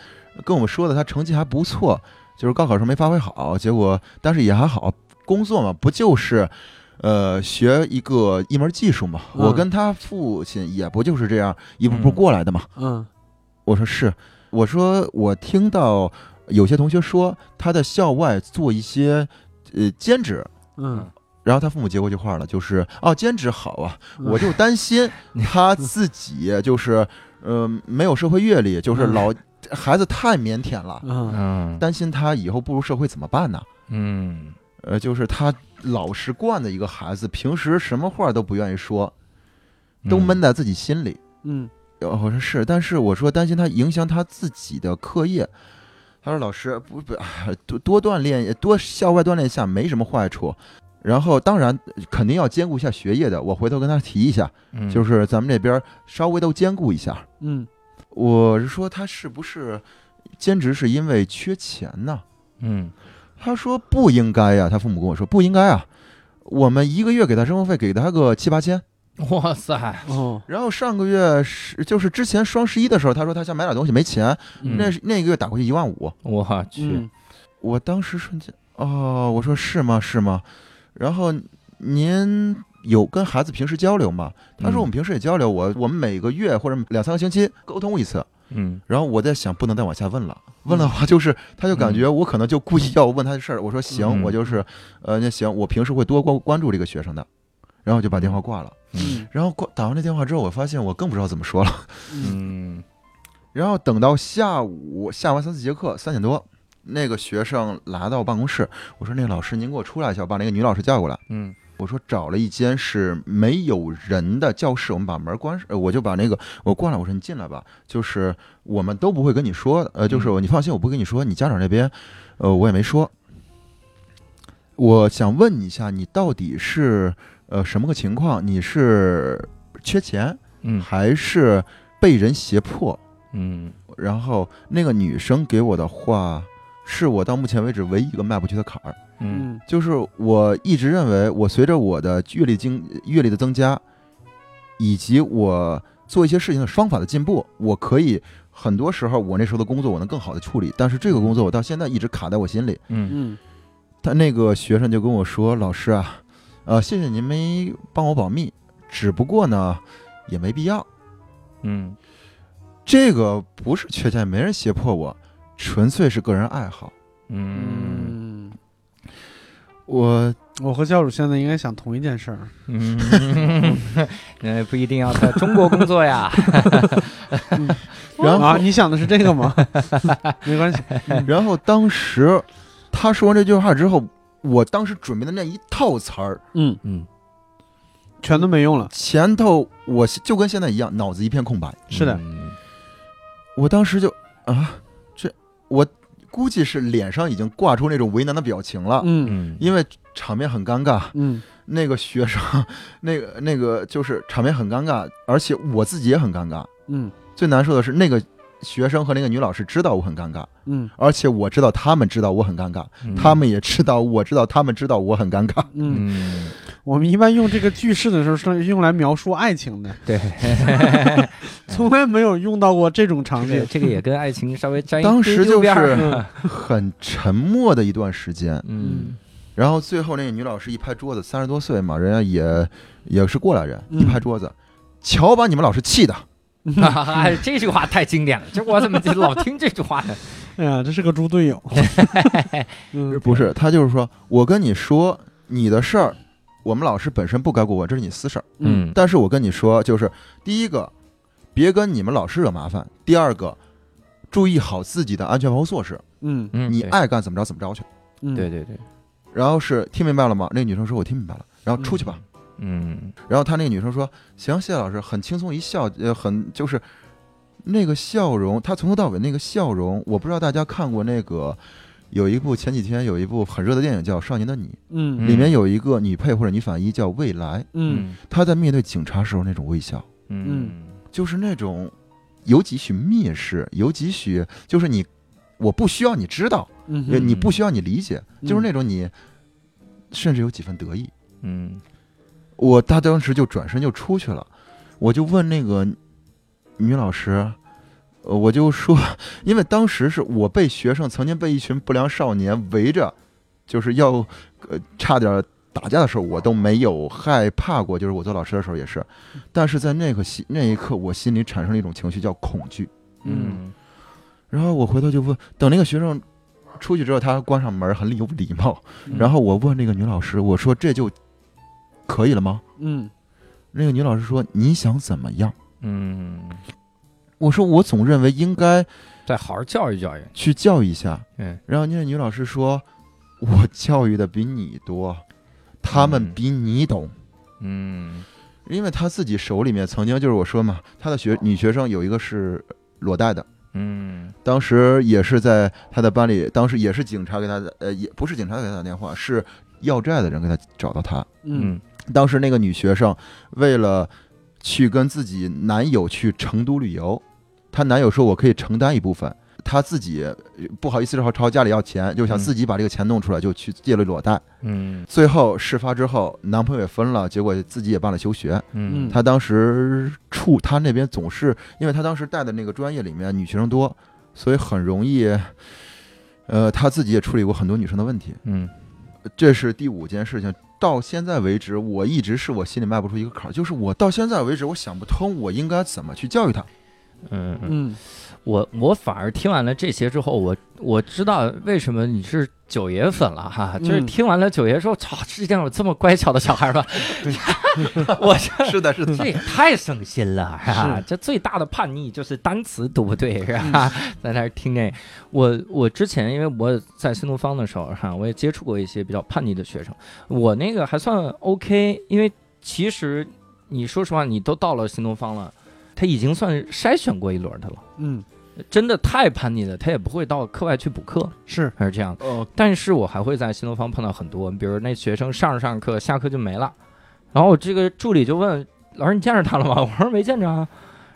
S4: 跟我们说的他成绩还不错，就是高考时候没发挥好，结果但是也还好，工作嘛不就是呃，学一个一门技术嘛。
S3: 嗯
S4: 我跟他父亲也不就是这样一步步
S1: 嗯
S4: 过来的嘛。
S3: 嗯
S4: 我说是，我说我听到有些同学说他在校外做一些呃兼职，
S3: 嗯，
S4: 然后他父母接过句话了，就是哦，兼职好啊，我就担心他自己就是呃没有社会阅历，就是
S3: 嗯
S4: 老孩子太腼腆了，
S3: 嗯
S1: 嗯
S4: 担心他以后步入社会怎么办呢？
S1: 嗯
S4: 呃，就是他老实惯的一个孩子，平时什么话都不愿意说，
S1: 嗯
S4: 都闷在自己心里。
S3: 嗯
S4: 呃我说是，但是我说担心他影响他自己的课业。他说：“老师，不不，哎多多锻炼，多校外锻炼一下没什么坏处。然后当然肯定要兼顾一下学业的，我回头跟他提一下，
S1: 嗯
S4: 就是咱们这边稍微都兼顾一下。
S3: 嗯
S4: 我是说他是不是兼职是因为缺钱呢？
S1: 嗯
S4: 他说不应该呀、他父母跟我说不应该啊，我们一个月给他生活费给他个七八千，
S1: 哇塞，
S3: 哦，
S4: 然后上个月是就是之前双十一的时候，他说他想买点东西没钱，
S1: 嗯
S4: 那是那个月打过去一万五，
S1: 我去，
S3: 嗯
S4: 我当时瞬间哦，我说是吗是吗？然后您有跟孩子平时交流吗？他
S1: 嗯
S4: 说我们平时也交流，我我们每个月或者两三个星期沟通一次。
S1: 嗯
S4: 然后我在想，不能再往下问了，问的话就是，他就感觉我可能就故意要问他的事儿。我说行，
S1: 嗯
S4: 我就是，呃，那行，我平时会多关关注这个学生的，然后就把电话挂了。
S3: 嗯
S4: 然后挂打完这电话之后，我发现我更不知道怎么说了。
S3: 嗯
S1: 嗯
S4: 然后等到下午下完三四节课，三点多，那个学生来到办公室，我说那个老师您给我出来一下，我把那个女老师叫过来。
S1: 嗯
S4: 我说找了一间是没有人的教室，我们把门关上，呃我就把那个我过来，我说你进来吧，就是我们都不会跟你说，呃，就是你放心，我不跟你说，你家长这边，呃，我也没说。我想问你一下，你到底是呃什么个情况？你是缺钱
S1: 嗯
S4: 还是被人胁迫？
S1: 嗯
S4: 然后那个女生给我的话，是我到目前为止唯一一个迈不去的坎儿。
S1: 嗯
S3: 嗯
S4: 就是我一直认为，我随着我的阅历经阅历的增加，以及我做一些事情的方法的进步，我可以很多时候我那时候的工作我能更好的处理，但是这个工作我到现在一直卡在我心里。
S1: 嗯
S3: 嗯
S4: 他那个学生就跟我说：“老师啊，呃，谢谢您没帮我保密，只不过呢，也没必要。
S1: 嗯
S4: 这个不是缺陷，没人胁迫我，纯粹是个人爱好。
S1: 嗯
S3: 嗯，
S4: 我
S3: 我和教主现在应该想同一件事儿，
S1: 嗯，那不一定要在中国工作呀。
S4: 然后
S3: 啊，你想的是这个吗？没关系，
S4: 然后当时他说完这句话之后，我当时准备的那一套词儿，
S3: 嗯，
S1: 嗯，
S3: 全都没用了，
S4: 前头我就跟现在一样，脑子一片空白。
S3: 是的，
S4: 我当时就啊，这我估计是脸上已经挂出那种为难的表情了，
S3: 嗯
S1: 嗯，
S4: 因为场面很尴尬。
S3: 嗯
S4: 那个学生，那个那个就是场面很尴尬，而且我自己也很尴尬。
S3: 嗯
S4: 最难受的是那个。学生和那个女老师知道我很尴尬，
S3: 嗯
S4: 而且我知道他们知道我很尴尬，
S1: 嗯
S4: 他们也知道我知道他们知道我很尴尬。
S3: 嗯，
S1: 嗯，
S3: 我们一般用这个句式的时候是用来描述爱情的，
S1: 对，
S3: 从来没有用到过这种场
S1: 这
S3: 景。
S1: 这个也跟爱情稍微沾一
S4: 当时
S1: 丢丢
S4: 就
S1: 边儿
S4: 是
S3: 嗯
S4: 很沉默的一段时间。
S1: 嗯
S4: 然后最后那个女老师一拍桌子，三十多岁嘛，人家也也是过来人，
S3: 嗯
S4: 一拍桌子，瞧把你们老师气的。
S1: 哎，这句话太经典了，这我怎么就老听这句话呢？
S3: 哎呀，这是个猪队友。嗯
S4: 不是，他就是说我跟你说你的事儿，我们老师本身不该过问，这是你私事儿。
S1: 嗯
S4: 但是我跟你说，就是第一个，别跟你们老师惹麻烦；第二个，注意好自己的安全防护措施，
S3: 嗯
S1: 嗯，
S4: 你
S1: 对
S4: 爱干怎么着怎么着去。
S3: 嗯，
S1: 对对对，
S4: 然后是听明白了吗？那个女生说我听明白了，然后出去吧。
S1: 嗯
S4: 然后他那个女生说：“行，谢谢老师。”很轻松一笑，呃，很就是那个笑容，她从头到尾那个笑容，我不知道大家看过那个有一部前几天有一部很热的电影叫《少年的你》，
S3: 嗯
S1: 嗯
S4: 里面有一个女配或者女反一叫未来，
S3: 嗯
S4: 她在面对警察时候那种微笑，
S1: 嗯
S4: 就是那种有几许蔑视，有几许就是你我不需要你知道，
S3: 嗯
S4: 也
S3: 嗯
S4: 你不需要你理解，
S3: 嗯
S4: 就是那种你甚至有几分得意。
S1: 嗯
S4: 我他当时就转身就出去了，我就问那个女老师，呃我就说，因为当时是我被学生曾经被一群不良少年围着，就是要呃差点打架的时候，我都没有害怕过。就是我做老师的时候也是，但是在那个心那一刻，我心里产生了一种情绪叫恐惧。
S1: 嗯
S4: 然后我回头就问，等那个学生出去之后，他关上门很有礼貌。然后我问那个女老师，我说这就可以了吗？
S3: 嗯
S4: 那个女老师说你想怎么样？
S1: 嗯，
S4: 我说我总认为应该
S1: 再好好教育教育，
S4: 去教育一下。
S1: 嗯，
S4: 然后那个女老师说，我教育的比你多，他们
S1: 嗯
S4: 比你懂。
S1: 嗯
S4: 因为他自己手里面曾经就是我说嘛，他的学女学生有一个是裸贷的，
S1: 嗯
S4: 当时也是在他的班里，当时也是警察给他呃也不是警察给他打电话，是要债的人给他找到他。
S3: 嗯
S4: 当时那个女学生为了去跟自己男友去成都旅游，她男友说我可以承担一部分，她自己呃不好意思朝朝家里要钱，就想
S1: 嗯
S4: 自己把这个钱弄出来，就去借了裸贷。
S1: 嗯
S4: 最后事发之后，男朋友也分了，结果自己也办了休学。
S1: 嗯
S4: 她当时处她那边总是，因为她当时带的那个专业里面女学生多，所以很容易，呃，她自己也处理过很多女生的问题。
S1: 嗯
S4: 这是第五件事情。到现在为止，我一直是我心里迈不出一个坎儿，就是我到现在为止，我想不通我应该怎么去教育他。
S1: 嗯嗯，
S3: 嗯
S1: 我我反而听完了这些之后，我我知道为什么你是九爷粉了哈，就是
S3: 嗯
S1: 听完了九爷说，操，世界上有这么乖巧的小孩吗？ 我这
S4: 是的，是 的
S1: 这也太省心了，是吧
S3: 是？
S1: 这最大的叛逆就是单词读不对，是吧？ 在那儿听那，我我之前因为我在新东方的时候哈，我也接触过一些比较叛逆的学生，我那个还算 OK，因为其实你说实话，你都到了新东方了，他已经算筛选过一轮的了。
S3: 嗯
S1: 真的太叛逆了，他也不会到课外去补课，
S3: 是
S1: 还是这样的。
S4: 哦，
S1: 但是我还会在新东方碰到很多，比如那学生上着上课，下课就没了，然后我这个助理就问老师你见着他了吗？我说没见着啊，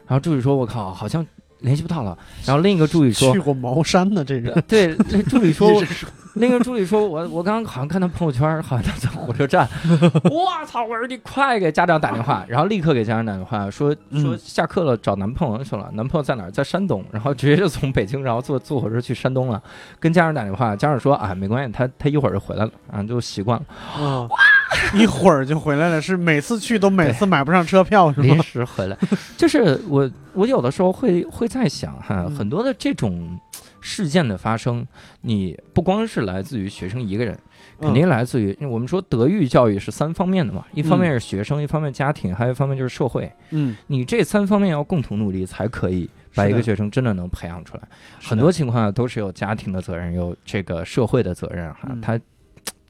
S1: 然后助理说我靠，好像联系不到了。然后另一个助理说
S3: 去过茅山的这人，
S1: 对，这助理说
S4: 你是
S1: 那个助理说我我刚刚好像看他朋友圈，好像他在火车站，我操！我说你快给家长打电话，然后立刻给家长打电话说说
S3: 嗯
S1: 下课了，找男朋友去了，男朋友在哪儿？在山东，然后直接就从北京，然后坐坐火车去山东了，跟家长打电话，家长说啊没关系，他他一会儿就回来了，啊就习惯了，
S3: 啊，一会儿就回来了，是每次去都每次买不上车票是
S1: 临
S3: 吗？
S1: 时回来。 就是我我有的时候会会在想哈，
S3: 嗯
S1: 很多的这种事件的发生，你不光是来自于学生一个人。
S3: 嗯
S1: 肯定来自于我们说德育教育是三方面的嘛，一方面是学生，一方面家庭，还有一方面就是社会。
S3: 嗯，
S1: 你这三方面要共同努力，才可以把一个学生真的能培养出来。很多情况下都是有家庭的责任，有这个社会的责任哈
S3: 嗯。
S1: 他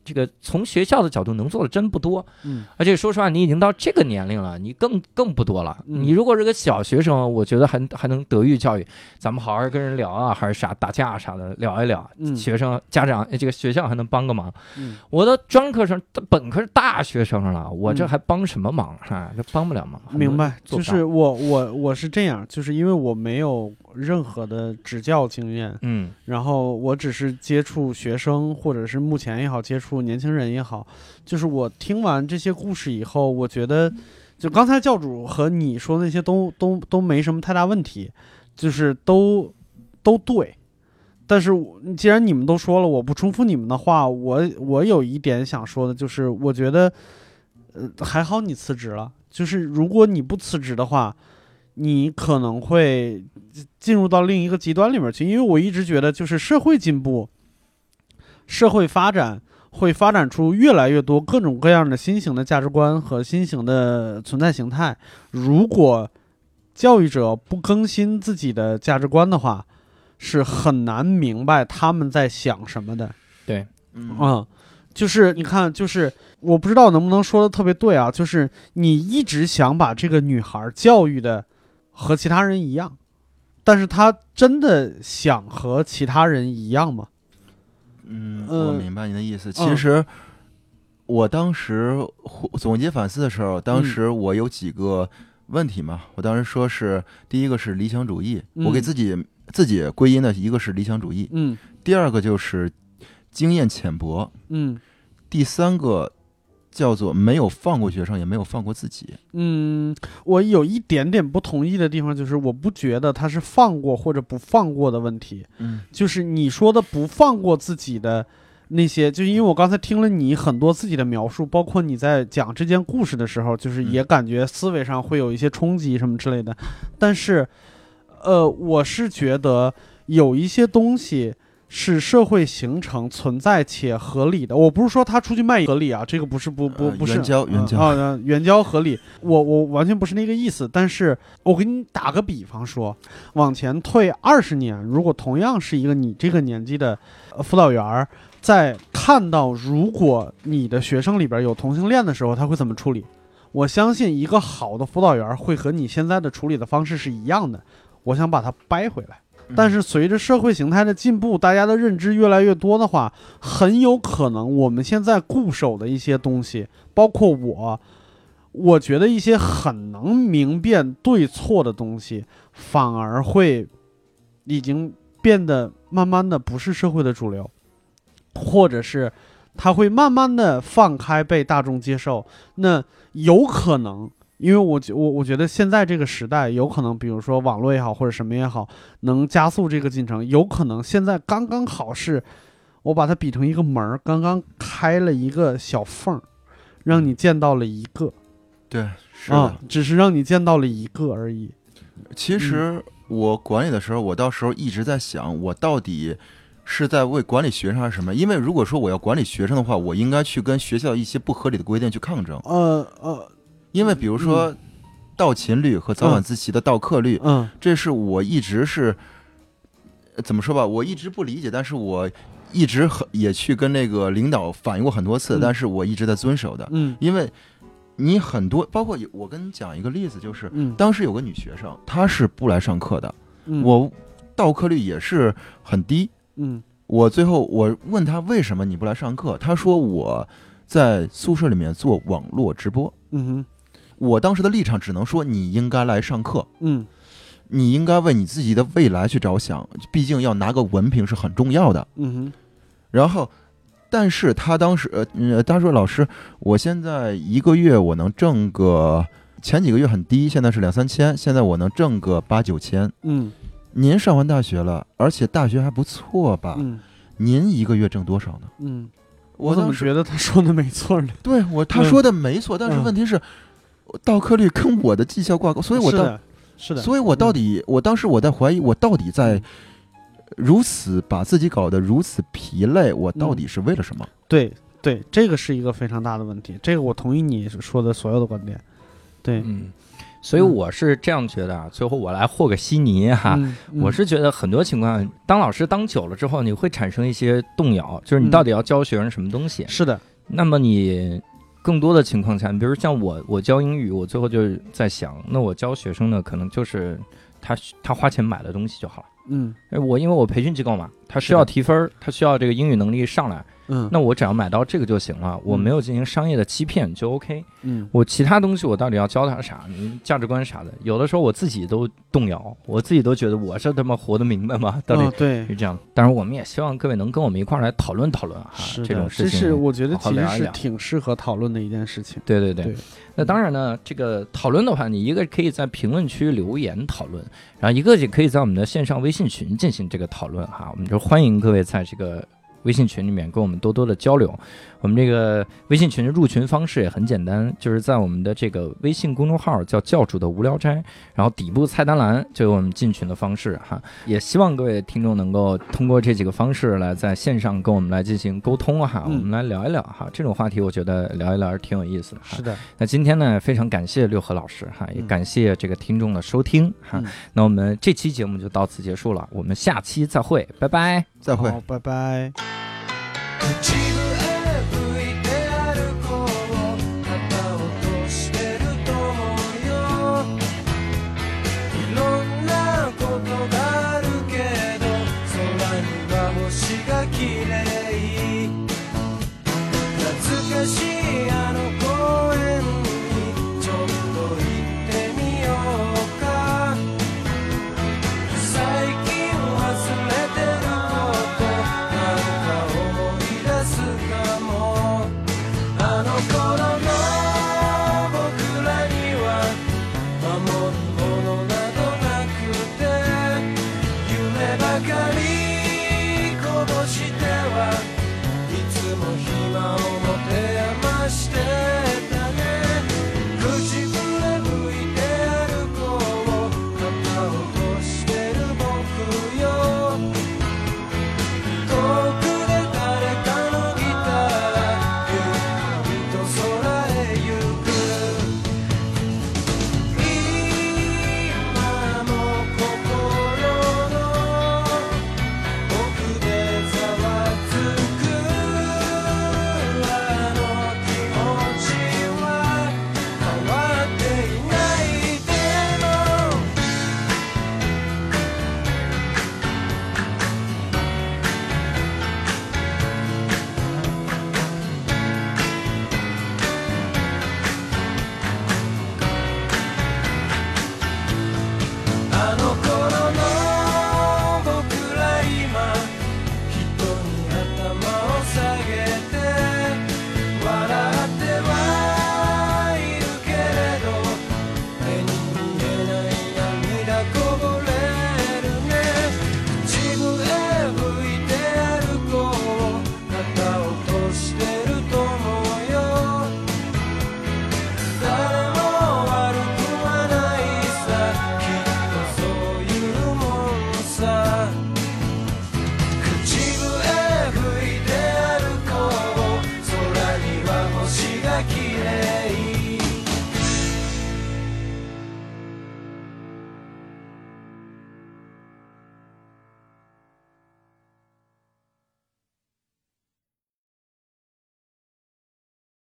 S1: 这个从学校的角度能做的真不多，
S3: 嗯
S1: 而且说实话，你已经到这个年龄了，你更更不多了。
S3: 嗯
S1: 你如果是个小学生，我觉得还还能德育教育，咱们好好跟人聊啊，还是啥打架啥的聊一聊，
S3: 嗯
S1: 学生家长哎这个学校还能帮个忙。
S3: 嗯
S1: 我的专科生、本科是大学生了，我这
S3: 嗯
S1: 还帮什么忙啊？这帮不了忙。
S3: 明白，
S1: 做
S3: 就
S1: 不到
S3: 是我我我是这样，就是因为我没有任何的指教经验，
S1: 嗯
S3: 然后我只是接触学生，或者是目前也好，接触年轻人也好，就是我听完这些故事以后，我觉得，就刚才教主和你说那些都都都没什么太大问题，就是都都对。但是我既然你们都说了，我不重复你们的话，我我有一点想说的就是，我觉得，呃，还好你辞职了，就是如果你不辞职的话，你可能会进入到另一个极端里面去，因为我一直觉得就是社会进步、社会发展会发展出越来越多各种各样的新型的价值观和新型的存在形态。如果教育者不更新自己的价值观的话，是很难明白他们在想什么的。
S4: 嗯
S3: 嗯，就是你看，就是我不知道能不能说的特别对啊，就是你一直想把这个女孩教育的和其他人一样，但是她真的想和其他人一样吗？
S4: 嗯，
S3: 呃
S4: 我明白你的意思。其实我当时回总结反思的时候，当时我有几个问题嘛，我当时说是第一个是理想主义，
S3: 嗯
S4: 我给自己自己归因的一个是理想主义，
S3: 嗯
S4: 第二个就是经验浅薄，
S3: 嗯
S4: 第三个叫做没有放过学生，也没有放过自己。
S3: 嗯，我有一点点不同意的地方，就是我不觉得她是放过或者不放过的问题，
S4: 嗯
S3: 就是你说的不放过自己的那些，就因为我刚才听了你很多自己的描述，包括你在讲这件故事的时候，就是也感觉思维上会有一些冲击什么之类的。但是，呃，我是觉得有一些东西是社会形成、存在且合理的。我不是说他出去卖合理啊，这个不是不不
S4: 呃
S3: 不是
S4: 援交援交
S3: 嗯啊、呃援交合理，我我完全不是那个意思。但是我给你打个比方说，往前退二十年，如果同样是一个你这个年纪的呃辅导员儿，在看到如果你的学生里边有同性恋的时候，他会怎么处理？我相信一个好的辅导员会和你现在的处理的方式是一样的。我想把它掰回来，
S4: 嗯
S3: 但是随着社会形态的进步，大家的认知越来越多的话，很有可能我们现在固守的一些东西，包括我，我觉得一些很能明辨对错的东西，反而会已经变得慢慢的不是社会的主流，或者是它会慢慢的放开被大众接受。那有可能，因为我觉我我觉得现在这个时代有可能，比如说网络也好或者什么也好，能加速这个进程。有可能现在刚刚好是，我把它比成一个门儿，刚刚开了一个小缝儿，让你见到了一个
S4: 对，是的
S3: 啊、。只是让你见到了一个而已。
S4: 其实
S3: 嗯
S4: 我管理的时候，我到时候一直在想，我到底是在为管理学生还是什么？因为如果说我要管理学生的话，我应该去跟学校一些不合理的规定去抗争。
S3: 呃呃
S4: 因为比如说到勤率和早晚自习的到课率，
S3: 嗯
S4: 这是我一直是呃怎么说吧，我一直不理解，但是我一直很也去跟那个领导反映过很多次，
S3: 嗯
S4: 但是我一直在遵守的，
S3: 嗯
S4: 因为你很多，包括有我跟你讲一个例子，就是
S3: 嗯，
S4: 当时有个女学生，她是不来上课的，
S3: 嗯
S4: 我到课率也是很低。
S3: 嗯
S4: 我最后我问她为什么你不来上课，她说我在宿舍里面做网络直播。
S3: 嗯哼
S4: 我当时的立场只能说你应该来上课，
S3: 嗯
S4: 你应该为你自己的未来去着想，毕竟要拿个文凭是很重要的。
S3: 嗯哼
S4: 然后，但是他当时呃嗯，他说老师，我现在一个月我能挣个，前几个月很低，现在是两三千，现在我能挣个八九千。
S3: 嗯
S4: 您上完大学了，而且大学还不错吧？
S3: 嗯
S4: 您一个月挣多少呢？
S3: 嗯，
S4: 我
S3: 怎么
S4: 当时
S3: 觉得他说的没错呢？
S4: 对我他
S3: 嗯
S4: 说的没错，但是
S3: 嗯
S4: 问题是，到课率跟我的绩效挂钩，所以我
S3: 是
S4: 到
S3: 的，是的，
S4: 所以我到底，我当时我在怀疑，我到底在
S3: 嗯
S4: 如此把自己搞得如此疲累，我
S3: 嗯
S4: 到底是为了什么？
S3: 对对，这个是一个非常大的问题，这个我同意你说的所有的观点。对，
S1: 嗯，所以我是这样觉得啊，最后我来和个稀泥
S4: 啊
S1: 哈。
S3: 嗯，
S1: 我是觉得很多情况，当老师当久了之后，你会产生一些动摇，就是你到底要教学生什么东西
S3: 嗯。是的，
S1: 那么你更多的情况下，比如像我，我教英语，我最后就在想，那我教学生呢，可能就是他他花钱买的东西就好了。
S3: 嗯
S1: 哎我因为我培训机构嘛，他需
S3: 是的
S1: 要提分儿，他需要这个英语能力上来，
S3: 嗯，
S1: 那我只要买到这个就行了，我没有进行商业的欺骗就 OK。
S3: 嗯
S1: 我其他东西我到底要教他啥？你价值观啥的，有的时候我自己都动摇，我自己都觉得我是他妈活得明白吗？到底
S3: 哦对
S1: 是这样？当然，我们也希望各位能跟我们一块儿来讨论讨论啊，
S3: 是
S1: 这
S3: 的，
S1: 种
S3: 这
S1: 事情。
S3: 是我觉得
S1: 好好
S3: 其实
S1: 聊一
S3: 是
S1: 聊
S3: 挺适合讨论的一件事情。
S1: 对对对，
S3: 对
S1: 那当然呢，这个讨论的话，你一个可以在评论区留言讨论，然后一个也可以在我们的线上微信群进行这个讨论哈。我们就欢迎各位在这个微信群里面跟我们多多的交流。我们这个微信群的入群方式也很简单，就是在我们的这个微信公众号叫“教主的无聊斋”，然后底部菜单栏就有我们进群的方式哈。也希望各位听众能够通过这几个方式来在线上跟我们来进行沟通哈，
S3: 嗯
S1: 我们来聊一聊哈这种话题，我觉得聊一聊是挺有意思的哈。
S3: 是的，
S1: 那今天呢，非常感谢六合老师哈，也
S3: 嗯
S1: 感谢这个听众的收听哈。
S3: 嗯
S1: 那我们这期节目就到此结束了，我们下期再会，拜拜。
S4: 再会。
S3: 好，拜拜。
S5: 口笛笛いて歩こう肩を落としてると思うよいろんなことがあるけど空には星が綺麗懐かしいあの公園にちょっと行ってみようか最近忘れてることなんか思い出すもひ